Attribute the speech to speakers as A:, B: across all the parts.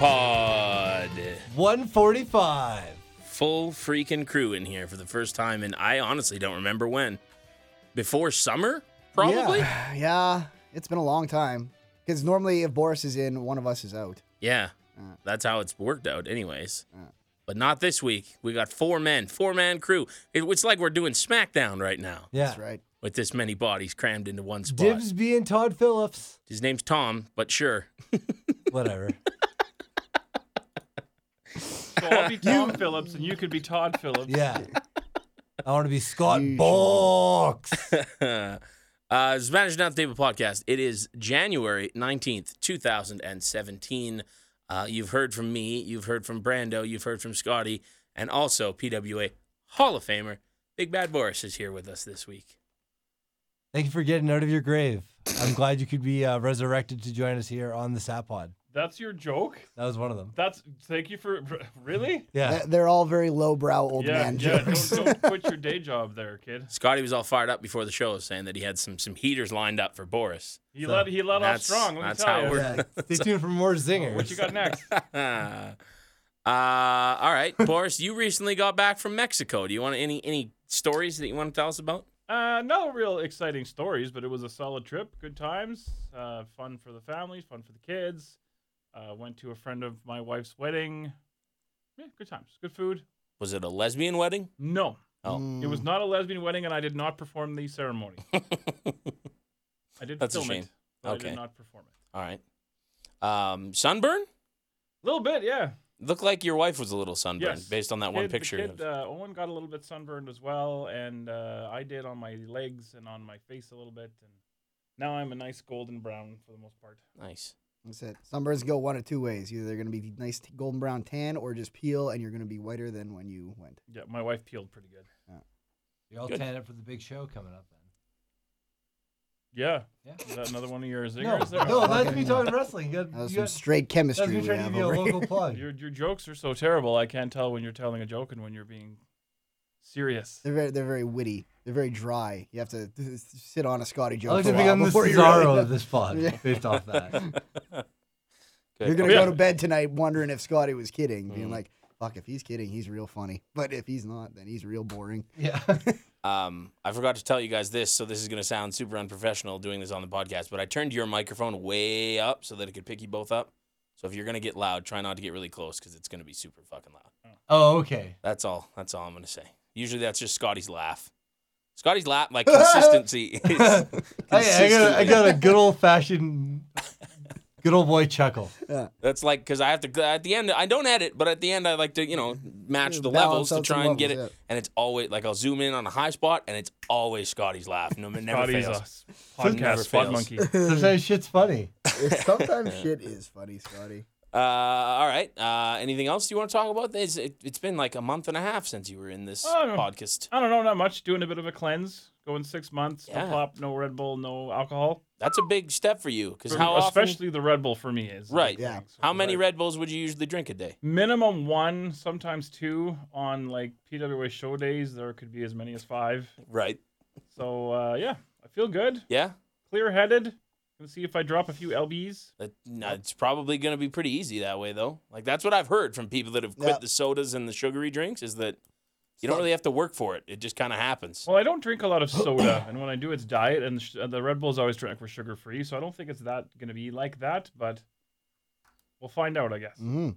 A: Satpod.
B: 145.
A: Full freaking crew in here for the first time, and I honestly don't remember when. Before summer, probably. Yeah.
C: Yeah, it's been a long time. Because normally, if Boris is in, one of us is out.
A: That's how it's worked out, anyways. But not this week. We got four men, four man crew. It, it's like we're doing SmackDown right now
B: Yeah.
C: That's right.
A: with this many bodies crammed into one spot.
B: Dibs being Todd Phillips.
A: His name's Tom, but sure.
B: Whatever.
D: So I'll be Tom Phillips and you could be Todd Phillips.
B: yeah. I want to be Scott
C: Usual.
B: Box.
A: uh, Spanish Not Table podcast. It is January 19th, 2017. Uh, you've heard from me, you've heard from Brando, you've heard from Scotty, and also PWA Hall of Famer, Big Bad Boris is here with us this week.
B: Thank you for getting out of your grave. I'm glad you could be uh, resurrected to join us here on the Sapod.
D: That's your joke?
B: That was one of them.
D: That's thank you for really?
B: Yeah.
C: Th- They're all very lowbrow old
D: yeah,
C: man
D: yeah.
C: jokes.
D: Don't, don't quit your day job there, kid.
A: Scotty was all fired up before the show, saying that he had some some heaters lined up for Boris.
D: He
B: So,
D: let he let off
A: that's-
D: strong. Let
A: that's
D: me tell
A: how
D: you.
A: we're-
B: yeah. Stay tuned for more zingers.
D: What you got next?
A: uh, all right, Boris, you recently got back from Mexico. Do you want any any stories that you want to tell us about?
D: Uh, no real exciting stories, but it was a solid trip. Good times. Uh, fun for the families. Fun for the kids. Uh, went to a friend of my wife's wedding. Yeah, good times. Good food.
A: Was it a lesbian wedding?
D: No,
A: Oh.
D: it
C: Mm,
D: was not a lesbian wedding, and I did not perform the ceremony. I did
A: That's a
D: film
A: shame.
D: it, but I
A: Okay.
D: did not perform it.
A: All right. Um, sunburn?
D: A little bit, yeah.
A: Looked like your wife was a little sunburned
D: Yes.
A: based on that one
D: Kid- the
A: picture.
D: Kid, uh, Owen got a little bit sunburned as well, and uh, I did on my legs and on my face a little bit, and now I'm a nice golden brown for the most part.
A: nice.
C: That's it. Sunburns go one of two ways. Either they're going to be nice t- golden brown tan or just peel and you're going to be whiter than when you went.
D: Yeah, my wife peeled pretty good.
B: You're all
A: Good.
B: tanned up for the big show coming up then.
D: Yeah,
B: Yeah.
D: is that another one of your
B: No,
D: zingers? there?
B: no, that's me talking wrestling. You got,
C: That was
B: you
C: some
B: got-
C: straight
B: that's
C: chemistry
B: me
C: we
B: trying to
C: have
B: give you a
C: over
B: local
C: here.
B: plug.
D: Your your jokes are so terrible. I can't tell when you're telling a joke and when you're being serious.
C: They're very, they're very witty. They're very dry. You have to sit on a Scotty joke
B: I like
C: for
B: to
C: a while
B: become the
C: before you
B: Cesaro
C: really-
B: of this pod
C: Yeah.
B: based off that.
A: Good.
C: You're
B: Oh,
C: gonna
D: Yeah.
C: go to bed tonight wondering if Scotty was kidding, being
B: Mm.
A: Mhm.
C: like, "Fuck, if he's kidding, he's real funny. But if he's not, then he's real boring."
B: Yeah.
A: Um, I forgot to tell you guys this, so this is going to sound super unprofessional doing this on the podcast, but I turned your microphone way up so that it could pick you both up. So if you're going to get loud, try not to get really close because it's going to be super fucking loud.
B: Oh, okay.
A: That's all. That's all I'm going to say. Usually that's just Scotty's laugh. Scotty's laugh, like consistency is.
B: I, I, got a, I
A: consistently-
B: got a good old fashioned, good old boy chuckle.
A: That's like because I have to at the end. I don't edit, but at the end I like to you know match
C: Yeah,
A: the levels
C: balance
A: to
C: out some
A: try and get it.
C: levels,
A: And it's always like I'll zoom in on a high spot, and it's always Scotty's laugh. No, it never
D: Scotty's
A: fails.
D: a s- podcast
A: Never
D: spot
A: fails.
D: monkey.
B: Sometimes shit's funny.
C: Sometimes shit is funny, Scotty.
A: Uh, all right. Uh, anything else you want to talk about? It's, it, it's been like a month and a half since you were in this
D: Oh, no.
A: podcast.
D: I don't know, not much. Doing a bit of a cleanse. Going six months.
A: Yeah.
D: No pop, no Red Bull, no alcohol.
A: That's a big step for you because
D: For-
A: how often?
D: especially the Red Bull for me is
A: Right.
D: the
C: Yeah.
D: thing. So
A: How
D: it's
A: many
D: like
A: Red Bulls would you usually drink a day?
D: Minimum one, sometimes two on like PWA show days. There could be as many as five.
A: Right.
D: So uh, yeah, I feel good,
A: Yeah.
D: clear headed. Gonna see if I drop a few lbs.
A: That, no, it's probably going to be pretty easy that way, though. Like that's what I've heard from people that have quit
C: Yeah.
A: the sodas and the sugary drinks is that you don't really have to work for it. It just kind of happens.
D: Well, I don't drink a lot of soda, and when I do, it's diet, and sh- uh, the Red Bulls always drank for sugar free. So I don't think it's that gonna be like that, but we'll find out, I guess.
C: Mm,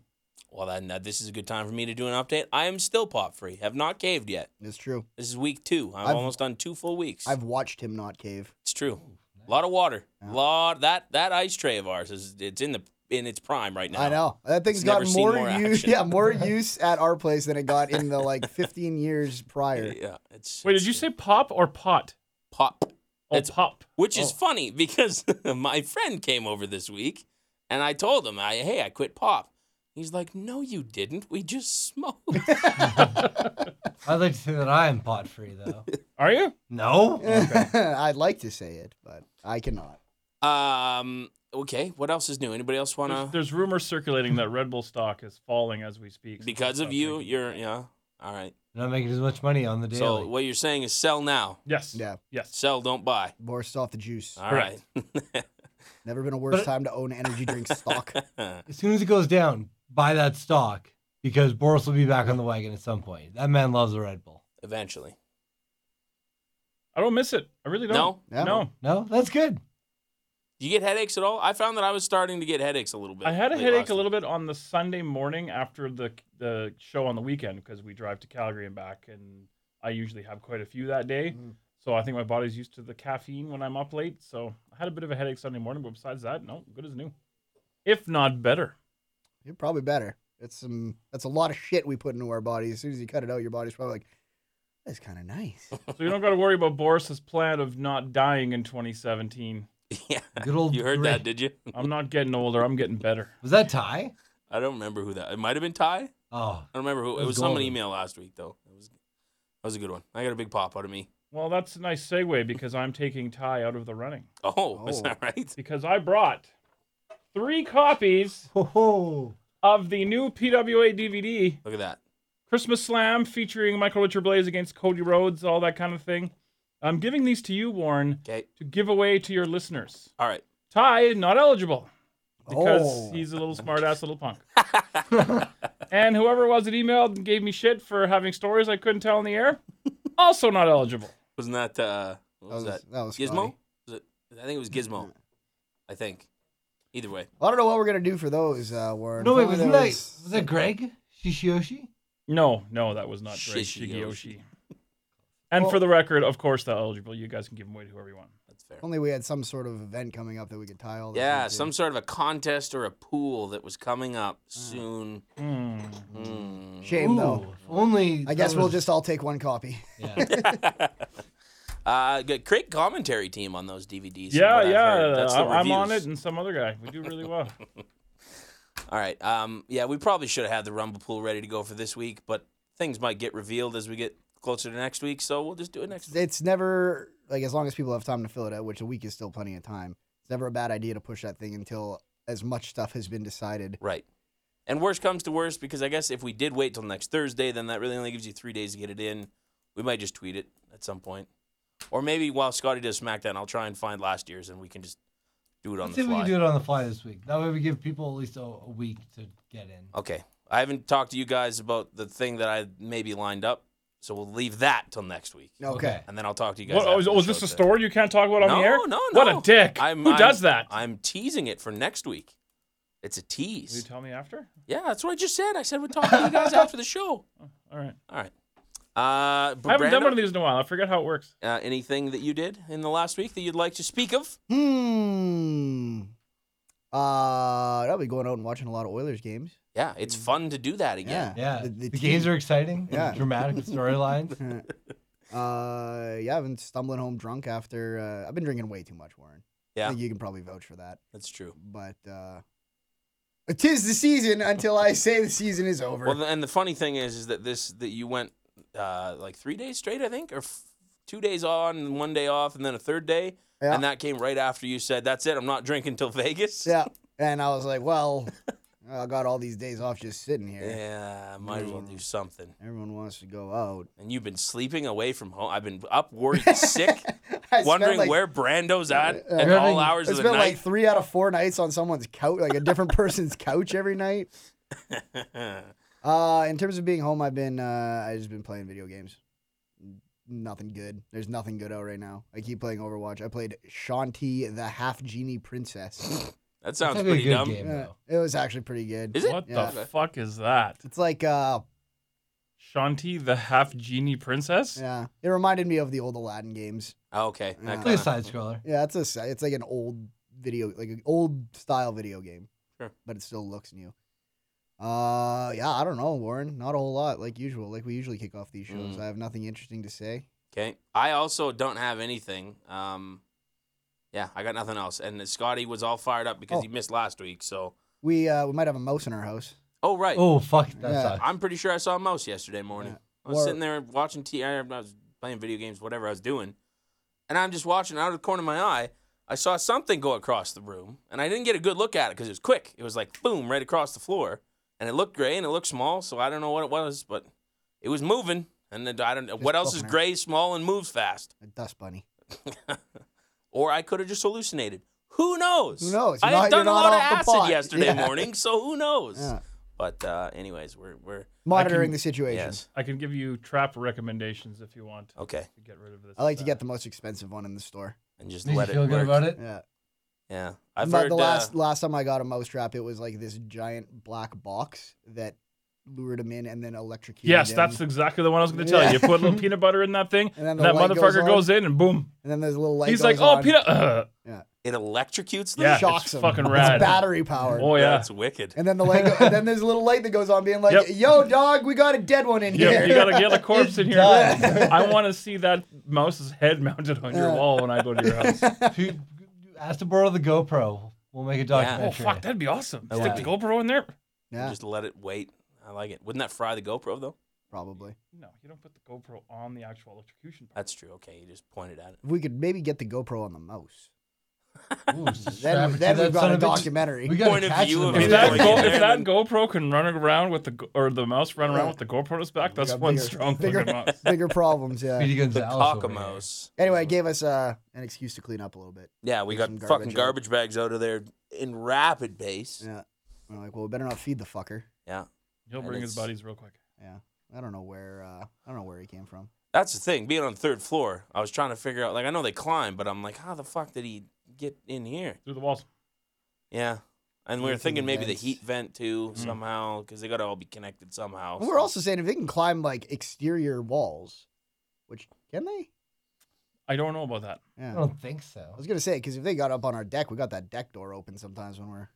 A: Well, then uh, this is a good time for me to do an update. I am still pot free. Have not caved yet.
C: it's true.
A: This is week two. I'm
C: I've-
A: almost done two full weeks.
C: I've watched him not cave.
A: it's true. A lot of water.
C: Yeah.
A: Lot that that ice tray of ours is it's in the in its prime right now.
C: I know that thing's
A: It's never
C: got
A: seen
C: more,
A: more
C: use.
A: action.
C: Yeah, more use at our place than it got in the like 15 years prior.
A: Yeah. It's
D: Wait,
A: it's
D: did you say pop or pot?
A: pop?
D: Oh,
A: It's-
D: pop.
A: Which is funny because my friend came over this week and I told him, I, hey, I quit pop. He's like, no, you didn't. We just smoked.
B: I'd like to say that I am pot free though.
D: Are you?
B: No.
C: I'd like to say it, but I cannot.
A: Um. Okay. What else is new? Anybody else
D: There's,
A: wanna?
D: there's rumors circulating that Red Bull stock is falling as we speak. so
A: Because of
D: stop
A: you,
D: drinking.
A: you're yeah. All right.
B: Not making as much money on the daily.
A: So what you're saying is sell now.
D: Yes.
C: Yeah,
D: Yes.
A: Sell, don't buy.
C: more off the juice.
A: All right.
D: Correct.
C: Never been a worse
B: But-
C: time to own energy drink stock.
B: as soon as it goes down, buy that stock because Boris will be back on the wagon at some point. That man loves a Red Bull.
A: Eventually.
D: I don't miss it. I really don't.
A: No?
C: Yeah.
D: No.
B: No, that's good.
A: Do you get headaches at all? I found that I was starting to get headaches a little bit.
D: I had a
A: late
D: headache
A: last
D: a
A: night.
D: little bit on the Sunday morning after the the show on the weekend because we drive to Calgary and back, and I usually have quite a few that day.
C: Mm.
D: So I think my body's used to the caffeine when I'm up late. So I had a bit of a headache Sunday morning, but besides that, no, good as new, if not better.
C: You're probably better. It's some. That's a lot of shit we put into our bodies. As soon as you cut it out, your body's probably like, "That's kind of nice."
D: So you don't got to worry about Boris's plan of not dying in 2017.
A: Yeah.
B: Good old.
A: You heard
B: Greg.
A: that, did you?
D: I'm not getting older. I'm getting better.
B: Was that Ty?
A: I don't remember who that. It might have been Ty. I
B: Oh,
A: don't remember who.
B: It
A: It
B: was
A: was someone
B: Golden.
A: email last week though. It was. That was a good one. I got a big pop out of me.
D: Well, that's a nice segue because I'm taking Ty out of the running
A: Oh, is
C: Oh.
A: that right?
D: because I brought three copies
B: ho ho.
D: of the new PWA DVD
A: Look at that.
D: Christmas Slam featuring Michael Richard Blaze against Cody Rhodes, all that kind of thing. I'm giving these to you, Warren,
A: Okay.
D: to give away to your listeners.
A: All right.
D: Ty, not eligible because
C: Oh.
D: he's a little smartass little punk. and whoever it was that emailed and gave me shit for having stories I couldn't tell in the air, also not eligible.
A: Wasn't that uh what was that?
C: was
A: Gizmo?
C: funny.
A: Was it, I think it was Gizmo. I think. Either way.
C: I don't know what we're gonna do for those, uh, Warren.
B: No, wait,
C: Probably
B: wasn't
C: there
B: that was that Greg Shishiyoshi?
D: No, no, that was not Drake
A: Shishiyoshi.
D: Shigeyoshi. And for the record, of course, not eligible. You guys can give them away to whoever you want.
A: That's fair.
C: if only we had some sort of event coming up that we could tie all. this
A: Yeah,
C: into.
A: some sort of a contest or a pool that was coming up soon.
D: Hmm.
A: Mm.
C: Ah. Mm-hmm. shame though.
B: Ooh, if Only.
C: I
B: that
C: guess we'll
B: was-
C: just all take one copy.
B: Yeah.
A: uh, good. Great commentary team on those DVDs. from
D: Yeah,
A: what I've heard.
D: yeah.
A: That's the
D: I- I'm on it
A: reviews.
D: and some other guy. We do really well.
A: All right. Um, yeah, we probably should have had the Rumble pool ready to go for this week, but things might get revealed as we get closer to next week, so we'll just do it next week.
C: It's never like as long as people have time to fill it out, which a week is still plenty of time. It's never a bad idea to push that thing until as much stuff has been decided.
A: Right. And worst comes to worst, because I guess if we did wait till next Thursday, then that really only gives you three days to get it in. We might just tweet it at some point. Or maybe while Scotty does SmackDown, I'll try and find last year's and we can just do it on
B: Let's see
A: the
B: if we
A: fly.
B: can do it on the fly this week. That way we give people at least a, a week to get in.
A: Okay. I haven't talked to you guys about the thing that I maybe lined up, so we'll leave that till next week.
C: Okay.
A: And then I'll talk to you guys.
D: What, oh,
A: after
D: is,
A: the
D: oh, is
A: show
D: this a
A: today.
D: story you can't talk about on
A: no,
D: the air?
A: No, no,
D: What a dick.
A: I'm-
D: Who
A: I'm-
D: does that?
A: I'm teasing it for next week. It's a
D: Will you
A: tease.
D: tell me after?
A: Yeah, that's what I just said. I said we'd talk to you guys after the show.
D: All right.
A: All right. Uh,
D: I haven't done
A: Brando,
D: one of these in a while. I forget how it works.
A: uh, anything that you did in the last week that you'd like to speak of?
C: Hmm. Uh, I'll be going out and watching a lot of Oilers games.
A: Mm. Yeah, it's fun to do that again.
B: Yeah.
C: The,
B: The,
C: the
B: games are exciting.
C: Yeah.
B: Dramatic storylines.
C: team. uh, yeah, I've been stumbling home drunk after. Uh, I've been drinking way too much, Warren.
A: Yeah.
C: I think you can probably vouch for that.
A: That's true.
C: But uh, it is the season until I say the season is over.
A: Well, and the funny thing is, is that this that you went uh, like three days straight, I think, or f- two days on, and one day off, and then a third day,
C: Yeah.
A: and that came right after you said, "That's it, I'm not drinking till Vegas."
C: yeah, and I was like, well, I got all these days off just sitting here.
A: Yeah, might as well do something.
C: Everyone wants to go out.
A: And you've been sleeping away from home. I've been up, worried, sick,
C: I spent,
A: wondering
C: like-
A: where Brando's at at
B: Yeah.
A: all hours
C: I
A: of the
C: spent
A: night.
C: like three out of four nights on someone's couch, like a different person's couch every night. Uh, in terms of being home, I've been uh, I just been playing video games. N- Nothing good. There's nothing good out right now. I keep playing Overwatch. I played Shanti, the half genie princess.
A: that
B: That's
A: sounds
B: a
A: pretty
B: good
A: dumb.
B: game,
C: Uh,
B: though.
C: it was actually pretty good.
A: Is it?
D: What
C: Yeah.
D: the fuck is that?
C: It's like uh,
D: Shanti, the half genie princess?
C: yeah. It reminded me of the old Aladdin games.
A: Oh, okay. that
C: Yeah.
B: Play
A: kinda-
B: a side scroller.
C: Yeah, it's a s- it's like an old video, like an old style video game.
A: Sure.
C: But it still looks new. Uh, yeah, I don't know, Warren. Not a whole lot, like usual. Like we usually kick off these shows.
A: Mm.
C: I have nothing interesting to say.
A: Okay. I also don't have anything. Um, yeah, I got nothing else. And Scotty was all fired up because
C: Oh.
A: he missed last week. So,
C: We uh, we might have a mouse in our house.
A: oh right,
B: Oh, fuck. That
C: Yeah.
B: sucks.
A: I'm pretty sure I saw a mouse yesterday morning.
C: Yeah.
A: I was
C: Or-
A: sitting there watching TV. I was playing video games, whatever I was doing. And I'm just watching out of the corner of my eye. I saw something go across the room, and I didn't get a good look at it because it was quick. It was like boom, right across the floor, and it looked gray and it looked small. So I don't know what it was, but it was moving. And then I don't know what else is
C: poking out.
A: gray, small, and moves fast.
C: A dust bunny.
A: Or I could have just hallucinated. Who knows?
C: Who knows?
A: I
C: You're
A: had
C: not-
A: done a
C: you're
A: lot of
C: not off the
A: acid
C: pot.
A: yesterday
C: Yeah.
A: morning, so who knows?
C: Yeah.
A: But uh, anyways, we're we're
C: Monitoring
D: can-
C: the situation.
A: yes.
D: I can give you trap recommendations if you want to
A: Okay,
D: get rid of this.
C: I like to
D: uh,
C: get the most expensive one in the store.
A: and just
B: Did you
A: let it
B: feel good
A: work.
B: about it?
C: Yeah.
A: Yeah, I've
C: But
A: heard
C: the
A: uh,
C: last last time I got a mouse trap, it was like this giant black box that lured him in and then electrocuted
D: Yes,
C: him.
D: that's exactly the one I was going to tell
C: Yeah.
D: you. You put a little peanut butter in that thing,
C: And then
D: and
C: the
D: that
C: light
D: motherfucker
C: goes on.
D: goes in, and boom.
C: and then there's a little light.
D: He's like,
C: goes
D: "Oh,
C: on,
D: peanut." Uh.
A: it electrocutes them.
D: Yeah,
C: shocks
D: it's
C: him.
D: fucking
C: It's
D: rad.
C: battery powered.
D: Oh yeah.
A: that's wicked.
C: And then the light, go- and then there's a little light that goes on, being like,
D: Yep.
C: "Yo, dog, we got a dead one in
D: You,
C: here."
D: you gotta get a corpse in here.
B: done.
D: I want to see that mouse's head mounted on your
C: Uh.
D: wall when I go to your house.
B: If you- Ask to borrow the GoPro. We'll make a documentary.
D: Oh fuck, that'd be awesome.
A: That
D: Stick
A: would
D: the GoPro in there.
C: yeah,
A: Just let it wait. I like it. Wouldn't that fry the GoPro though?
C: probably.
D: No, you don't put the GoPro on the actual electrocution. part.
A: That's true. Okay, you just pointed at it.
C: If we could maybe get the GoPro on the mouse,
B: Ooh, strap
C: then,
B: it to that
C: then we've
B: son
C: got a
B: of bitch.
C: documentary.
B: We gotta
A: Point of
B: catch
A: view
B: them
A: of
B: on
A: it.
D: If
B: video.
D: that,
A: like in
D: go,
A: there
D: if that
A: and-
D: GoPro can run around with the go- or the mouse run around
C: Yeah.
D: with the GoPro on its back, that's
C: got
D: one
C: bigger-
D: strong
C: bigger-
D: fucking mouse.
C: Bigger problems, yeah.
B: Speedy
A: The
B: Gonzales over here.
A: cockamose.
C: Anyway, it gave us uh, an excuse to clean up a little bit.
A: Yeah, we
C: Get
A: got
C: some
A: fucking
C: garbage
A: garbage
C: out.
A: bags out of there in rapid pace.
C: Yeah, we're like, well, we better not feed the fucker.
A: yeah.
D: He'll
A: And
D: bring his
A: it's-
D: buddies real quick.
C: Yeah, I don't know where uh, I don't know where he came from.
A: That's the thing. Being on the third floor, I was trying to figure out. Like, I know they climb, but I'm like, how the fuck did he get in here?
D: Through the walls.
A: Yeah. And we
C: Maybe
A: were
C: through
A: thinking
C: the
A: maybe
C: vents.
A: the heat vent too
D: Mm.
A: somehow because they got to all be connected somehow.
C: And we're also saying if they can climb like exterior walls, which can they?
D: I don't know about that.
B: I
C: Yeah, I
B: don't think so.
C: was gonna say because if they got up on our deck, we got that deck door open sometimes when we're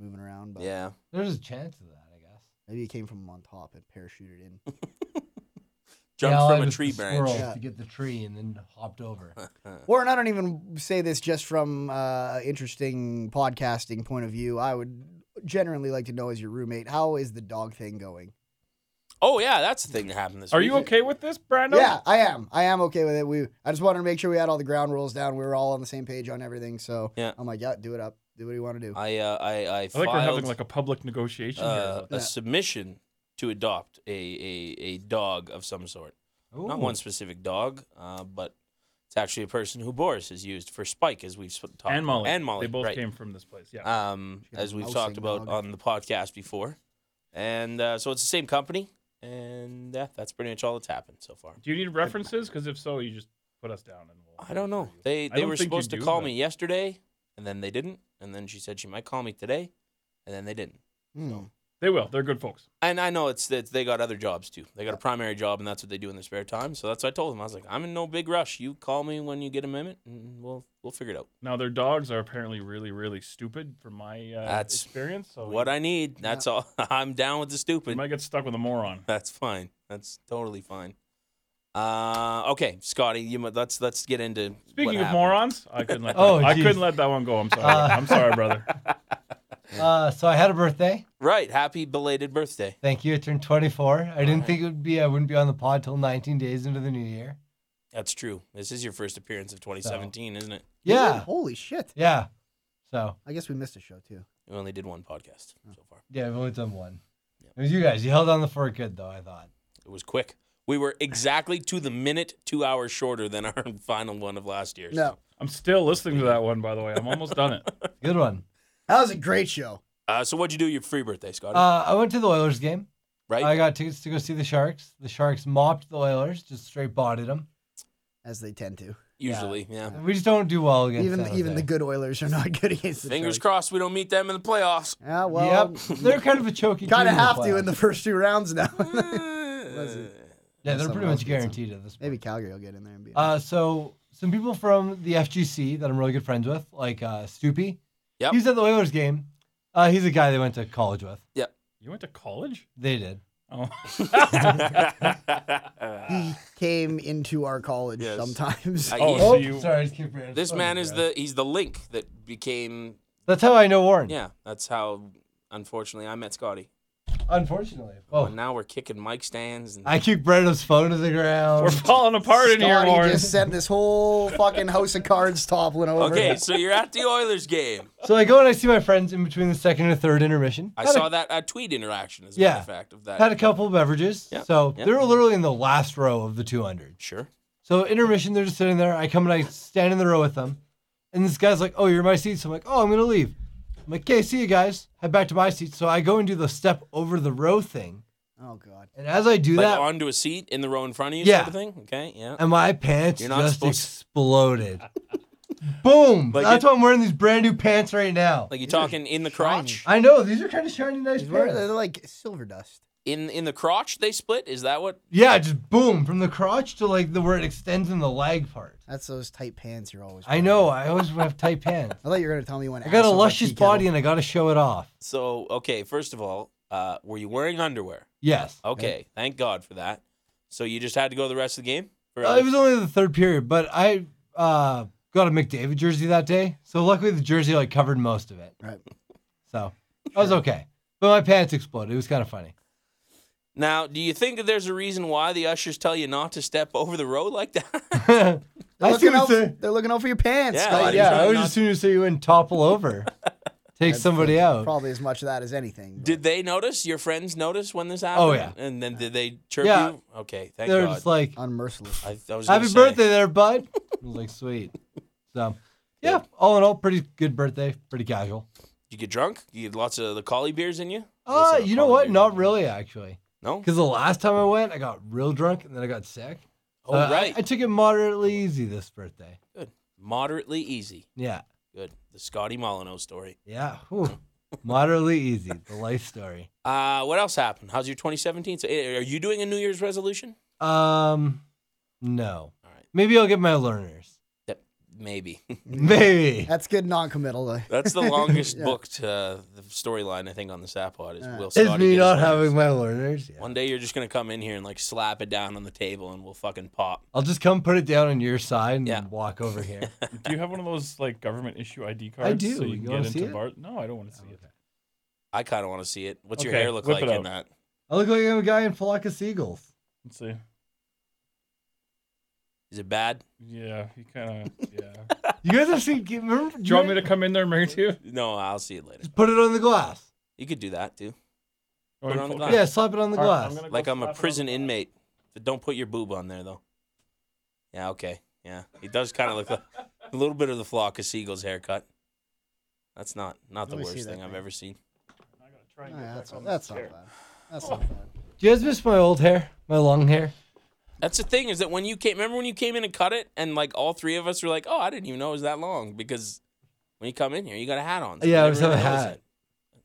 C: moving around. But
A: Yeah.
B: There's a chance of that, I guess.
C: maybe he came from on top and parachuted in.
A: Jumped
B: Yeah,
A: from
B: like
A: a
B: with
A: tree
B: the
A: branch.
B: squirrel
C: Yeah.
B: To get the tree and then hopped over.
C: Warren, I don't even say this just from uh, interesting podcasting point of view. I would generally like to know as your roommate, how is the dog thing going?
A: Oh yeah, that's the thing that happened this
D: Are
A: week.
D: you okay with this, Brando?
C: Yeah, I am. I am okay with it. We I just wanted to make sure we had all the ground rules down. We were all on the same page on everything. So
A: Yeah.
C: I'm like, yeah, do it up. Do what you want to do.
A: I uh, I I
D: I think we're having
A: filed
D: like a public negotiation
A: uh,
D: here.
A: a
C: Yeah.
A: submission to adopt a, a a dog of some sort. Not
B: Ooh.
A: one specific dog, uh, but it's actually a person who Boris has used for Spike, as we've sp- talked
D: And Molly.
A: about. and Molly
D: They both
A: right.
D: came from this place. Yeah.
A: um,
C: She got
A: as
C: a
A: we've
C: mousing
A: talked about
C: dog.
A: on the podcast before, and uh, so it's the same company, and uh, that's pretty much all that's happened so far.
D: Do you need references? Because if so, you just put us down and we'll.
A: I don't know.
D: refer you.
A: They
D: I
A: they
D: don't
A: were
D: think you
A: supposed to
D: do,
A: call
D: but-
A: me yesterday, and then they didn't, and then she said she might call me today, and then they didn't.
C: Hmm.
D: They will. They're good folks.
A: And I know it's that they got other jobs too. They got a primary job, and that's what they do in their spare time. So that's what I told them. I was like, I'm in no big rush. You call me when you get a minute, and we'll we'll figure it out.
D: Now their dogs are apparently really, really stupid from my uh,
A: That's
D: experience. So
A: What I need, that's all. I'm down with the
D: you
A: stupid.
D: might get stuck with a moron.
A: That's fine. That's totally fine. Uh, okay, Scotty, you mu- let's let's get into what
D: Speaking of
A: happened.
D: morons, I couldn't let that,
B: Oh,
D: I
B: geez.
D: couldn't let that one go. I'm sorry.
B: Uh,
D: I'm sorry, brother.
B: Uh, so I had a birthday.
A: Right, happy belated birthday.
B: Thank you. I turned 24. I didn't
A: right.
B: think it would be. I wouldn't be on the pod till 19 days into the new year.
A: That's true. This is your first appearance of 2017, isn't it?
C: Dude,
B: Yeah.
C: Holy shit.
B: Yeah. So
C: I guess we missed a show too.
A: We only did one podcast so far.
B: yeah, I've only done one. It was you guys. You held on the fort good though. I thought.
A: It was quick. We were exactly to the minute two hours shorter than our final one of last year.
C: No.
D: I'm still listening to that one, by the way. I'm almost done it.
B: Good one.
C: That was a great show.
A: Uh, so what'd you do your free birthday, Scotty?
B: Uh, I went to the Oilers game.
A: right?
B: I got tickets to go see the Sharks. The Sharks mopped the Oilers, just straight bodied them.
C: As they tend to.
A: Usually, yeah.
B: We just don't do well against
C: Even
B: San
C: even the
B: Jose.
C: good Oilers are not good against the
A: Fingers
C: Sharks.
A: crossed we don't meet them in the playoffs.
C: Yeah, well,
B: yep, they're kind of a choky.
C: kind of
B: team
C: have to in the
B: playoffs.
C: first two rounds now.
B: yeah, they're pretty
C: Someone else
B: much
C: gets 'em.
B: guaranteed at this point.
C: Maybe Calgary will get in there and be.
B: Uh, so some people from the FGC that I'm really good friends with, like uh, Stoopy.
A: Yep.
B: He's at the Oilers game. Uh, he's a guy they went to college with.
D: You went to college?
B: They did.
D: Oh,
C: he came into our college
A: Yes.
C: sometimes.
A: I-
D: oh
A: Yeah.
D: so you,
B: sorry, I just keep random.
A: this man is the he's the link that became
B: That's how I know Warren.
A: yeah. That's how unfortunately I met Scotty.
B: Unfortunately.
A: Oh,
B: Oh,
A: now we're kicking mic stands. And
B: I kicked Brenda's phone to the ground.
D: We're falling apart in here,
C: Scotty
D: Warren.
C: just sent this whole fucking house of cards toppling over.
A: okay, so you're at the Oilers game.
B: so I go and I see my friends in between the second and third intermission.
A: I
B: Had a-
A: saw that uh, tweet interaction, as a matter
B: Yeah.
A: of fact, of that.
B: had a couple beverages.
A: Yeah,
B: So
A: yeah.
B: they were literally in the last row of the 200.
A: Sure.
B: So intermission, they're just sitting there. I come and I stand in the row with them. And this guy's like, oh, you're in my seat. So I'm like, oh, I'm going to leave. I'm like, okay, see you guys. Head back to my seat. So I go and do the step over the row thing.
C: Oh god.
B: And as I do
A: Like
B: that,
A: onto a seat in the row in front of you,
B: Yeah.
A: sort of thing. Okay, yeah.
B: and my pants
A: You're not
B: just
A: supposed-
B: exploded. Boom.
A: Like
B: That's
A: it-
B: why I'm wearing these brand new pants right now.
A: Like you talking in the crotch?
B: I know. These are kind of shiny, nice
C: These were- They're
B: pants.
C: like silver dust.
A: In in the crotch they split? Is that what?
B: Yeah, just boom from the crotch to like the where it extends in the lag part.
C: That's those tight pants you're always.
B: I
C: wearing.
B: know. I always have tight pants.
C: I thought you were gonna tell me when.
B: I got a luscious body and I got to show it off.
A: So okay, first of all, uh, were you wearing underwear?
B: Yes.
A: Okay, thank God for that. So you just had to go the rest of the game? For,
B: Uh, it was only the third period, but I uh, got a McDavid jersey that day. So luckily the jersey like covered most of it.
C: Right.
B: So I was okay. But my pants exploded. It was kind of funny.
A: now, do you think that there's a reason why the ushers tell you not to step over the road like that?
B: I
C: They're
B: see what
C: looking, out,
B: you're saying.
C: they're looking out for your pants.
A: Yeah,
C: Scotty.
A: He's
B: Yeah,
A: not-
B: I was
A: not-
B: just assuming you say you wouldn't topple over, take somebody out.
C: Probably as much of that as anything. but-
A: did they notice? Your friends notice when this happened?
B: Oh, yeah.
A: And then did they chirp
B: Yeah.
A: you? Okay, thank
B: They're
A: God.
B: just like,
C: Unmercifully.
A: I, I was
B: "Happy
A: gonna say,
B: birthday, there, bud." I was like, "Sweet." So, yeah. All in all, pretty good birthday. Pretty casual.
A: You get drunk? You get lots of the collie beers in you?
B: Uh, you know what? Not
A: really.
B: really, actually.
A: No?
B: Because the last time I went, I got real drunk and then I got sick.
A: Oh,
B: Uh, I-
A: right.
B: I, took it moderately easy this birthday.
A: Moderately easy.
B: Yeah.
A: Good. The Scotty Molyneux story.
B: Yeah. whew. moderately easy. The life story.
A: Uh, what else happened? How's your 2017? So, eh, are you doing a New Year's resolution?
B: Um, no.
A: All right.
B: Maybe I'll get my learners.
A: Yep. Maybe.
B: Maybe.
C: That's good non-committal. though.
A: That's the longest
C: Yeah.
A: booked uh, the storyline I think on the Sapod is
C: Uh,
A: Will Scotty.
B: It's me
A: get
B: not
A: his learners.
B: having my learners. Yeah.
A: One day you're just gonna come in here and like slap it down on the table and we'll fucking pop.
B: I'll just come put it down on your side and
A: Yeah.
B: walk over here.
D: Do you have one of those like government issue ID cards?
B: do.
D: So you
B: You
D: can
B: wanna
D: get
B: see
D: into
B: it?
D: bars. No, I don't want to
B: Oh,
D: see it.
A: I kind of want to see it. What's your
D: Okay,
A: hair look
D: whip
A: like
D: it
A: in that?
D: out.
B: I look like I'm a guy in flock of seagulls.
D: Let's see.
A: Is it bad?
D: Yeah, you kind of. Yeah.
B: You guys have seen. Remember,
D: Do you want me to come in there and bring it to you?
A: No, I'll see it later.
B: Just put it on the glass.
A: You could do that too,
D: Or
A: it on the
D: okay.
A: glass.
B: Yeah, slap it on the
D: All right,
B: glass.
D: gonna go
A: like I'm
D: slap it
A: a
D: on the
A: prison
D: glass.
A: inmate. But don't put your boob on there though. Yeah. Okay. Yeah. He does kind of look like a little bit of the flock of seagulls haircut. That's not not the
C: Let me see
A: worst
C: that
A: thing I've
C: thing.
A: ever seen.
D: I gotta
B: Oh,
D: try and
C: Yeah,
D: get back
C: that's
D: on
C: that's
D: this
C: not
D: chair.
C: bad. That's not bad.
B: Do you guys miss my old hair? My long hair?
A: That's the thing is that when you came, remember when you came in and cut it, and like all three of us were like, "Oh, I didn't even know it was that long," because when you come in here, you got a hat on.
B: Yeah,
A: you
B: I just
A: never
B: have a
A: really notice
B: hat.
A: it.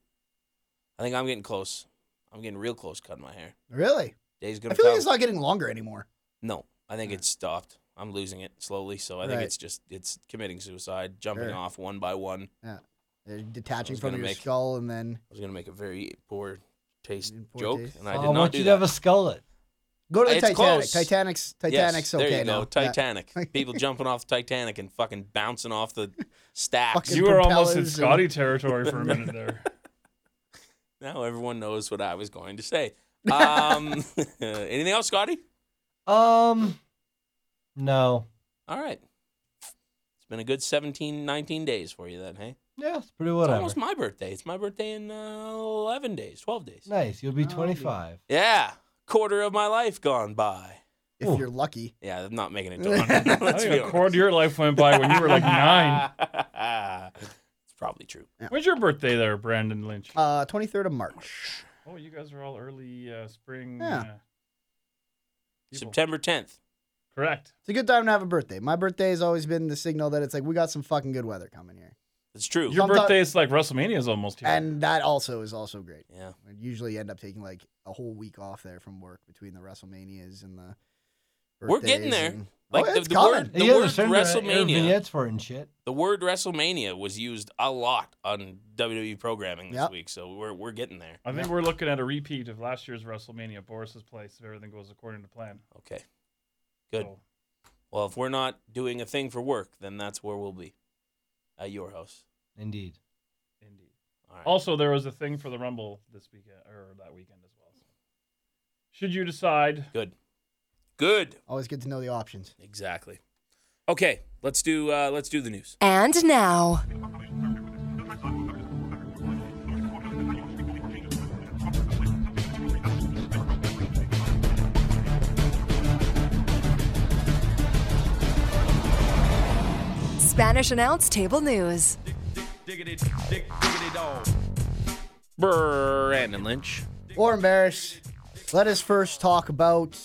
A: I think I'm getting close. I'm getting real close cutting my hair.
C: Really?
A: Day's gonna
C: I feel
A: come.
C: like it's not getting longer anymore.
A: no, I think it's stopped. I'm losing it slowly, so I think
C: Right.
A: it's just it's committing suicide, jumping
C: Sure.
A: off one by one.
C: They're detaching
A: was
C: from
A: gonna
C: your
A: make-
C: skull and then
A: I was gonna make a very poor taste
C: Mm, poor
A: joke,
C: taste.
A: and I did
B: Oh, I
A: not
B: want
A: do
B: you
A: that.
B: to have a skullet.
C: go to the
A: It's
C: Titanic.
A: close.
C: Titanic's
A: Yes,
C: Titanic's
A: there
C: okay
A: you go.
C: now. Yeah.
A: Titanic. People jumping off the Titanic and fucking bouncing off the stacks.
C: Fucking
D: You were almost in
C: propellers and-
D: Scotty territory for a minute there.
A: Now everyone knows what I was going to say. Um, anything else, Scotty?
B: Um, no.
A: All right. It's been a good 17, 19 days for you then, hey?
B: Yeah, it's pretty
A: It's
B: whatever.
A: almost my birthday. It's my birthday in uh, 11 days, 12 days.
B: Nice. You'll be
C: Oh, dude.
B: 25.
A: Yeah. Quarter of my life gone by.
C: If
B: Ooh.
C: you're lucky.
A: Yeah, I'm not making it to 100.
D: I
A: Let's
D: think
A: be
D: a
A: honest.
D: quarter of your life went by when you were like nine.
A: it's probably true.
D: When's your birthday there, Brandon Lynch?
C: Uh, 23rd of March.
D: oh, you guys are all early uh, spring.
C: Yeah.
D: Uh, people.
A: September 10th.
D: Correct.
C: It's a good time to have a birthday. My birthday has always been the signal that it's like we got some fucking good weather coming here,
A: It's true.
D: Your
C: Sometime-
D: birthday is like WrestleMania's almost here.
C: and that also is also great.
A: yeah.
C: I usually end up taking like a whole week off there from work between the WrestleManias and the.
A: We're getting
C: birthdays
A: there.
C: and-
A: Like
C: oh,
A: the,
C: it's
A: the
C: coming.
A: word, the
B: yeah,
A: word
B: there's certain, uh, air
A: WrestleMania.
B: vignettes for it and shit.
A: The word WrestleMania was used a lot on WWE programming this
C: Yep.
A: week, so we're we're getting there.
D: I think we're looking at a repeat of last year's WrestleMania, Boris's place, if everything goes according to plan.
A: Okay. Good.
D: So,
A: Well, if we're not doing a thing for work, then that's where we'll be. At your house.
B: Indeed.
D: indeed.
A: All right.
D: Also, there was a thing for the Rumble this weekend or that weekend as well. So. Should you decide,
A: Good. Good.
C: Always good to know the options.
A: Exactly. Okay, let's do uh, let's do the news.
E: And now, Spanish announce table news.
F: diggity, dig, diggity dog.
A: Brandon Lynch.
C: Or embarrassed. Let us first talk about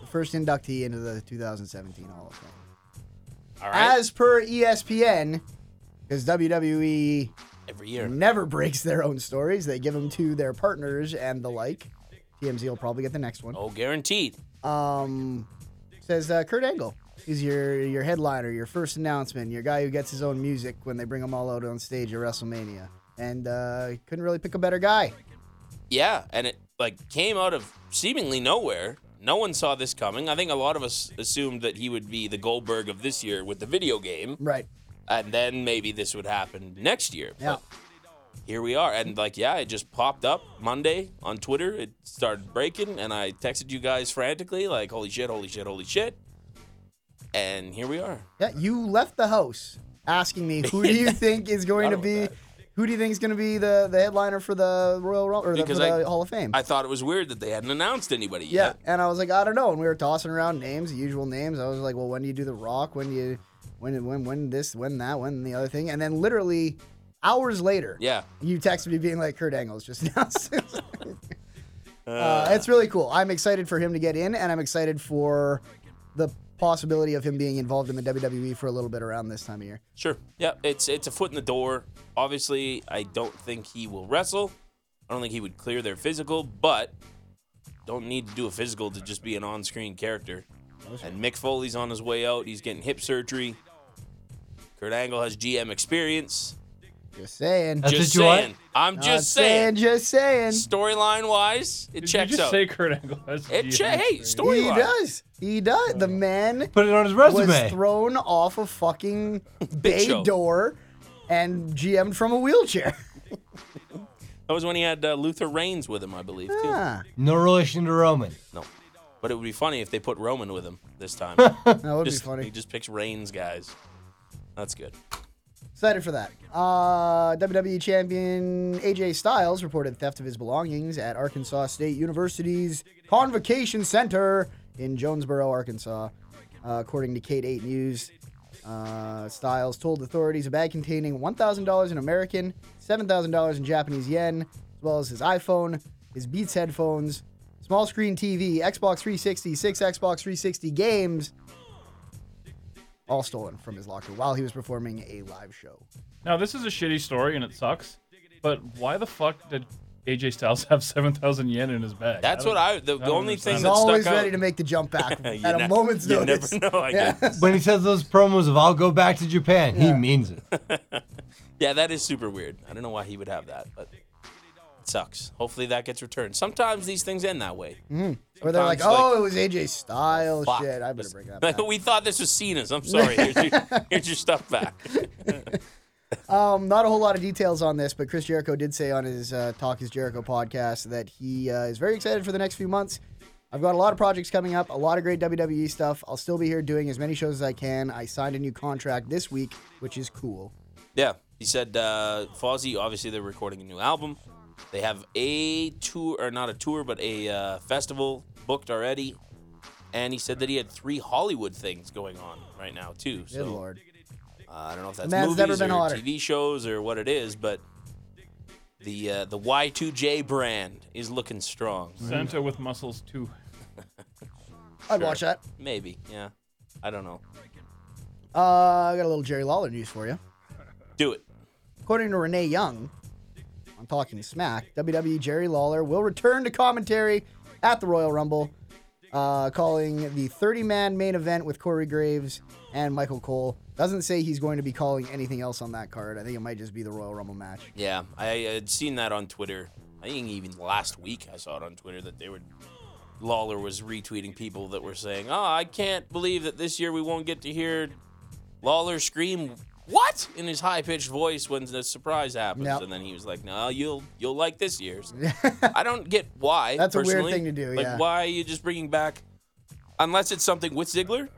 C: the first inductee into the 2017 Hall of Fame.
A: All right.
C: As per E ESPN, because WWE
A: Every year.
C: E never breaks their own stories, they give them to their partners and the like. TMZ will probably get the next one.
A: Oh, guaranteed.
C: um, says uh, Kurt Angle is your your headliner, your first announcement, your guy who gets his own music when they bring them all out on stage at WrestleMania, and uh, couldn't really pick a better guy.
A: Yeah, and it like came out of seemingly nowhere. No one saw this coming. I think a lot of us assumed that he would be the Goldberg of this year with the video game,
C: Right.
A: and then maybe this would happen next year.
C: Yeah.
A: But here we are, and like, yeah, it just popped up Monday on Twitter. It started breaking, and I texted you guys frantically, like, "Holy shit! Holy shit! Holy shit!" And here we are.
C: Yeah. You left the house asking me who do you think is going to
A: about
C: be.
A: that.
C: Who do you think is going to be the, the headliner for the Royal Rumble or the, for
A: Because
C: the
A: I-
C: Hall of Fame?
A: I thought it was weird that they hadn't announced anybody
C: Yeah.
A: yet.
C: And I was like, I don't know. And we were tossing around names, the usual names. I was like, well, when do you do The Rock? When do you, when, when, when this, when that, when the other thing? And then literally hours later,
A: Yeah.
C: you texted me being like, Kurt Angle's just announced. uh, it's really cool. I'm excited for him to get in, and I'm excited for the possibility of him being involved in the WWE for a little bit around this time of year.
A: Sure. Yeah, it's it's a foot in the door. Obviously, I don't think he will wrestle. I don't think he would clear their physical, but don't need to do a physical to just be an on-screen character. And Mick Foley's on his way out. He's getting hip surgery. Kurt Angle has GM experience.
C: Just saying.
B: That's
A: just
B: what you want?
A: saying. I'm
C: Not
A: just saying.
C: Just saying.
A: Storyline wise, it
D: did you
A: checks
D: just
A: out.
D: say Kurt Angle? That's
A: it che-
D: GM
A: hey,
D: experience.
A: storyline.
C: He does. He does. The man
B: Put it on his
C: was
B: resume.
C: thrown off a fucking bay
A: Show.
C: door and GM'd from a wheelchair.
A: That was when he had uh, Luther Reigns with him, I believe, too.
C: Ah,
B: no relation to Roman.
A: No, but it would be funny if they put Roman with him this time.
C: that would
A: just,
C: be funny.
A: He just picks Reigns guys. That's good.
C: Excited for that. Uh, WWE champion AJ Styles reported theft of his belongings at Arkansas State University's Convocation Center in Jonesboro, Arkansas. Uh, according to Kate 8 News, uh, Styles told authorities a bag containing $1,000 in American, $7,000 in Japanese yen, as well as his iPhone, his Beats headphones, small screen TV, Xbox 360, six Xbox 360 games, all stolen from his locker while he was performing a live show.
D: Now this is a shitty story and it sucks, but why the fuck did AJ Styles have seven thousand yen in his bag?
A: That's
D: don't-
A: what I. The, the
D: I don't
A: only
D: understand.
A: thing
C: He's
A: that
C: always
A: stuck
C: ready
A: out. Uh,
C: to make the jump back
A: You
C: at a
A: ne-
C: moment's
A: you
C: notice.
A: never know. I
C: Yeah.
A: guess.
B: When he says those promos of "I'll go back to Japan," he means it.
A: yeah, that is super weird. I don't know why he would have that, but it sucks. Hopefully that gets returned. Sometimes these things end that way.
C: Or they're like,
A: Sometimes,
C: "Oh, it was AJ Styles.
A: Fuck.
C: Mm, Shit, I better bring that
A: Like,
C: back."
A: we thought this was Cena's. I'm sorry. Here's your, here's your stuff back.
C: Um, not a whole lot of details on this, but Chris Jericho did say on his uh, Talk Is Jericho podcast that he uh, is very excited for the next few months. I've got a lot of projects coming up, a lot of great WWE stuff. I'll still be here doing as many shows as I can. I signed a new contract this week, which is cool.
A: Yeah, he said uh, Fozzy. Obviously, they're recording a new album. They have a tour, or not a tour, but a uh, festival booked already. And he said that he had three Hollywood things going on right now too. So
C: Good lord.
A: uh, I don't know if that's
C: man's
A: movies
C: never been
A: or
C: hotter.
A: TV shows or what it is, but the uh, the Y2J brand is looking strong.
D: Santa with muscles too.
C: I'd watch that.
A: Maybe, yeah. I don't know.
C: Uh, I got a little Jerry Lawler news for you.
A: Do it.
C: According to Renee Young, on Talking Smack, WWE Jerry Lawler will return to commentary at the Royal Rumble, uh, calling the 30 man main event with Corey Graves and Michael Cole. Doesn't say he's going to be calling anything else on that card. I think it might just be the Royal Rumble match.
A: Yeah, I had seen that on Twitter. I think even last week I saw it on Twitter that they were Lawler was retweeting people that were saying, "Oh, I can't believe that this year we won't get to hear Lawler scream "What?" in his high-pitched voice when the surprise happens,
C: Yep.
A: and then he was like, "No, you'll you'll like this year's." I don't get why.
C: That's a weird
A: personally.
C: thing to do,
A: Like,
C: yeah.
A: why are you just bringing back? Unless it's something with Ziggler.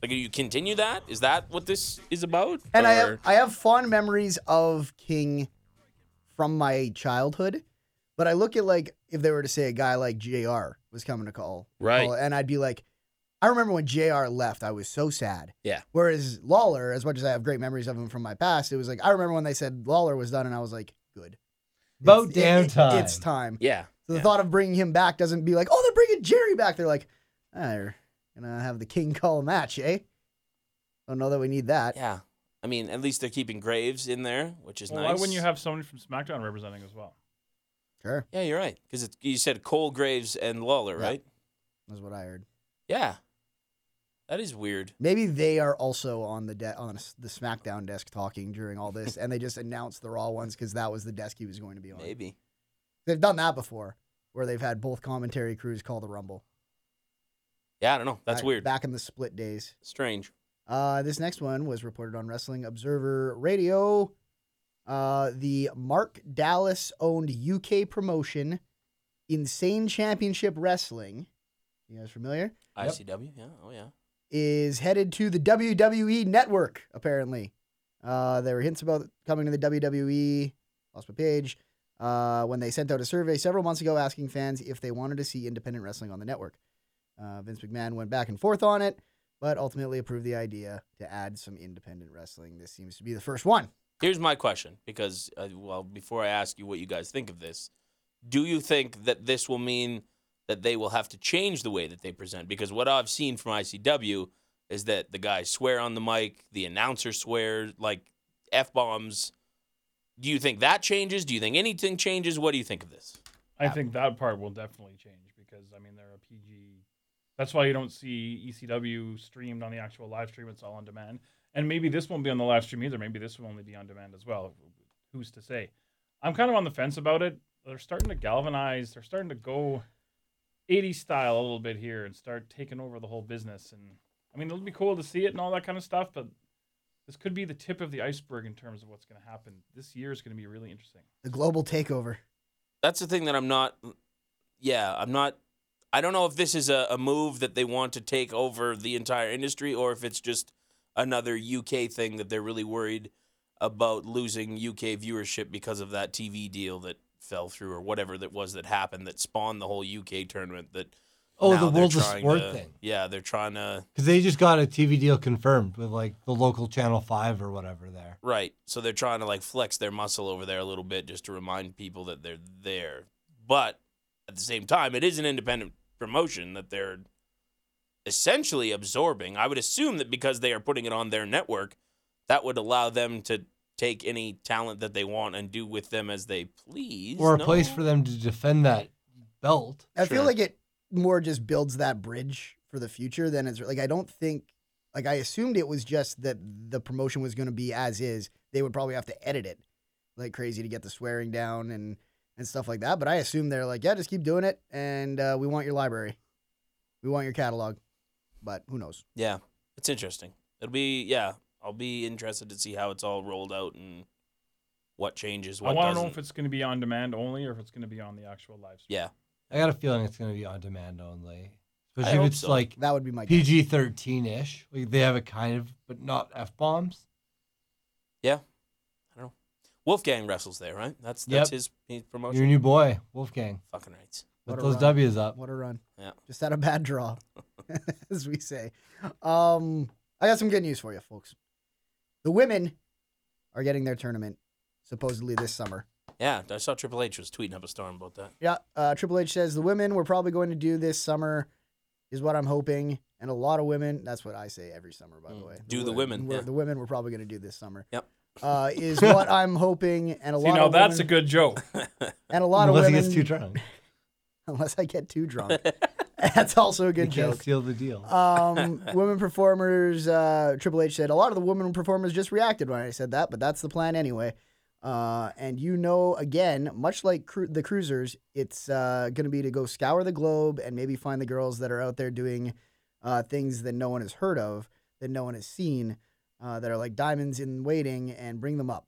A: Like, you continue that? Is that what this is about?
C: And I
A: Or-
C: have I have fond memories of King from my childhood, but I look at like if they were to say a guy like Jr. was coming to call,
A: Right.
C: call, and I'd be like, I remember when Jr. left, I was so sad.
A: Yeah.
C: Whereas Lawler, as much as I have great memories of him from my past, it was like I remember when they said Lawler was done, and I was like, good.
B: About
C: It's- it-
B: damn
C: it-
B: time.
C: It's time.
A: yeah.
C: So the
A: yeah.
C: thought of bringing him back doesn't be like, oh, they're bringing Jerry back. They're like, ah, they're gonna have the King call a match, eh? Don't know that we need that.
A: Yeah. I mean, at least they're keeping Graves in there, which is
D: Well,
A: nice.
D: Why wouldn't you have somebody from SmackDown representing as well?
C: Sure,
A: Yeah, you're right. Because you said Cole Graves and Lawler,
C: Yeah.
A: right?
C: that's what I heard.
A: Yeah. That is weird.
C: Maybe they are also on the de- on the SmackDown desk talking during all this, and they just announced the Raw ones because that was the desk he was going to be on.
A: Maybe.
C: They've done that before, where they've had both commentary crews call the Rumble.
A: Yeah, I don't know. That's
C: Back-
A: weird.
C: Back in the split days.
A: Strange.
C: Uh, this next one was reported on Wrestling Observer Radio. Uh, the Mark Dallas owned UK promotion, Insane Championship Wrestling. You guys familiar?
A: ICW. Yeah. Oh, yeah.
C: is headed to the WWE Network, apparently. Uh, there were hints about coming to the WWE, lost my page, uh, when they sent out a survey several months ago asking fans if they wanted to see independent wrestling on the network. Uh, Vince McMahon went back and forth on it, but ultimately approved the idea to add some independent wrestling. This seems to be the first one.
A: Here's my question because, uh, well, before I ask you what you guys think of this, do you think that this will mean that they will have to change the way that they present? Because what I've seen from ICW is that the guys swear on the mic, the announcer swears, like F bombs. Do you think that changes? Do you think anything changes? What do you think of this?
D: I think that part will definitely change because I mean they're a PG. That's why you don't see ECW streamed on the actual live stream. It's all on demand, and maybe this won't be on the live stream either. Maybe this will only be on demand as well. Who's to say? I'm kind of on the fence about it. They're starting to galvanize. They're starting to go 80s style a little bit here and start taking over the whole business. And I mean, it'll be cool to see it and all that kind of stuff, but this could be the tip of the iceberg in terms of what's going to happen. This year is going to be really interesting.
C: The global takeover.
A: that's the thing that I'm not. Yeah, I'm not. I don't know if this is a, a move that they want to take over the entire industry or if it's just another UK thing that they're really worried about losing UK viewership because of that TV deal that fell through or whatever that was that happened that spawned the whole UK tournament that.
B: Oh,
A: now
B: the
A: they're
B: World of
A: trying
B: Sport
A: to-
B: thing.
A: Yeah, they're trying to.
B: Because they just got a TV deal confirmed with like the local Channel 5 or whatever there.
A: Right. So they're trying to like flex their muscle over there a little bit just to remind people that they're there. But at the same time, it is an independent promotion that they're essentially absorbing. I would assume that because they are putting it on their network, that would allow them to take any talent that they want and do with them as they please.
B: Or a
A: no?
B: place for them to defend that belt.
C: I feel
A: Sure.
C: like it more just builds that bridge for the future than it's like I don't think like I assumed it was just that the promotion was going to be as is. They would probably have to edit it like crazy to get the swearing down and and stuff like that. But I assume they're like, yeah, just keep doing it, and uh, we want your library, we want your catalog. But who knows?
A: Yeah. It's interesting. It'll be yeah, I'll be interested to see how it's all rolled out and what changes, what
D: I want to
A: doesn't.
D: know if it's going to be on demand only or if it's going to be on the actual live stream.
A: yeah.
B: I got a feeling it's going to be on demand only.
A: I
B: Especially
A: hope
B: if it's
A: so.
B: like
C: That would be my guess.
B: PG 13 ish. Like they have it kind of, but not F bombs.
A: Yeah, I don't know. Wolfgang wrestles there, right? That's
B: Yep.
A: that's his, his promotion.
B: Your new boy, Wolfgang.
A: Fucking rights.
C: What
B: Put
C: a
B: those
C: run.
B: W's up.
C: What a run!
A: Yeah.
C: Just had a bad draw, as we say. Um, I got some good news for you, folks. The women are getting their tournament supposedly this summer.
A: Yeah, I saw Triple H was tweeting up a storm about that.
C: Yeah, uh, Triple H says the women we're probably going to do this summer is what I'm hoping, and a lot of women. That's what I say every summer, by the
A: Mm,
C: way.
A: do the
C: wo-
A: women,
C: we're-
A: yeah.
C: The women we're probably going to do this summer.
A: Yep.
C: Uh, is what I'm hoping, and a
D: See,
C: lot
D: now
C: of
D: that's a
C: women,
D: good joke.
C: and a lot
B: Unless
C: of
B: he
C: women
B: gets too drunk.
C: unless I get too drunk. that's also a
B: He
C: good
B: can't
C: joke.
B: seal the deal.
A: Uh,
C: Um, women performers, uh, Triple H said, a lot of the women performers just reacted when I said that, but that's the plan anyway. Uh, and you know, again, much like cru- the cruisers, it's uh, going to be to go scour the globe and maybe find the girls that are out there doing uh, things that no one has heard of, that no one has seen. uh, that are like diamonds in waiting and bring them up.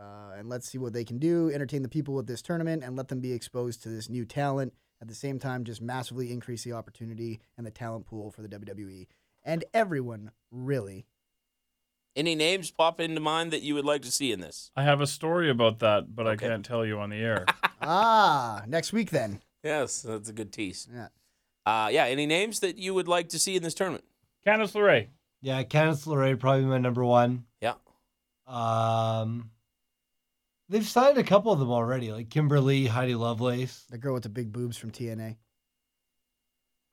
C: Uh, and let's see what they can do, entertain the people with this tournament, and let them be exposed to this new talent. At the same time, just massively increase the opportunity and the talent pool for the WWE and everyone, really.
A: Any names pop into mind that you would like to see in this?
D: I have a story about that, but
A: Okay.
D: I can't tell you on the air.
C: ah, next week then.
A: Yes, that's a good tease.
C: Yeah.
A: Uh, yeah, any names that you would like to see in this tournament?
D: Candice LeRae.
B: Yeah, Candice LeRae probably my number one.
A: Yeah.
B: Um, they've signed a couple of them already, like Kimberly, Heidi Lovelace,
C: The girl with the big boobs from TNA.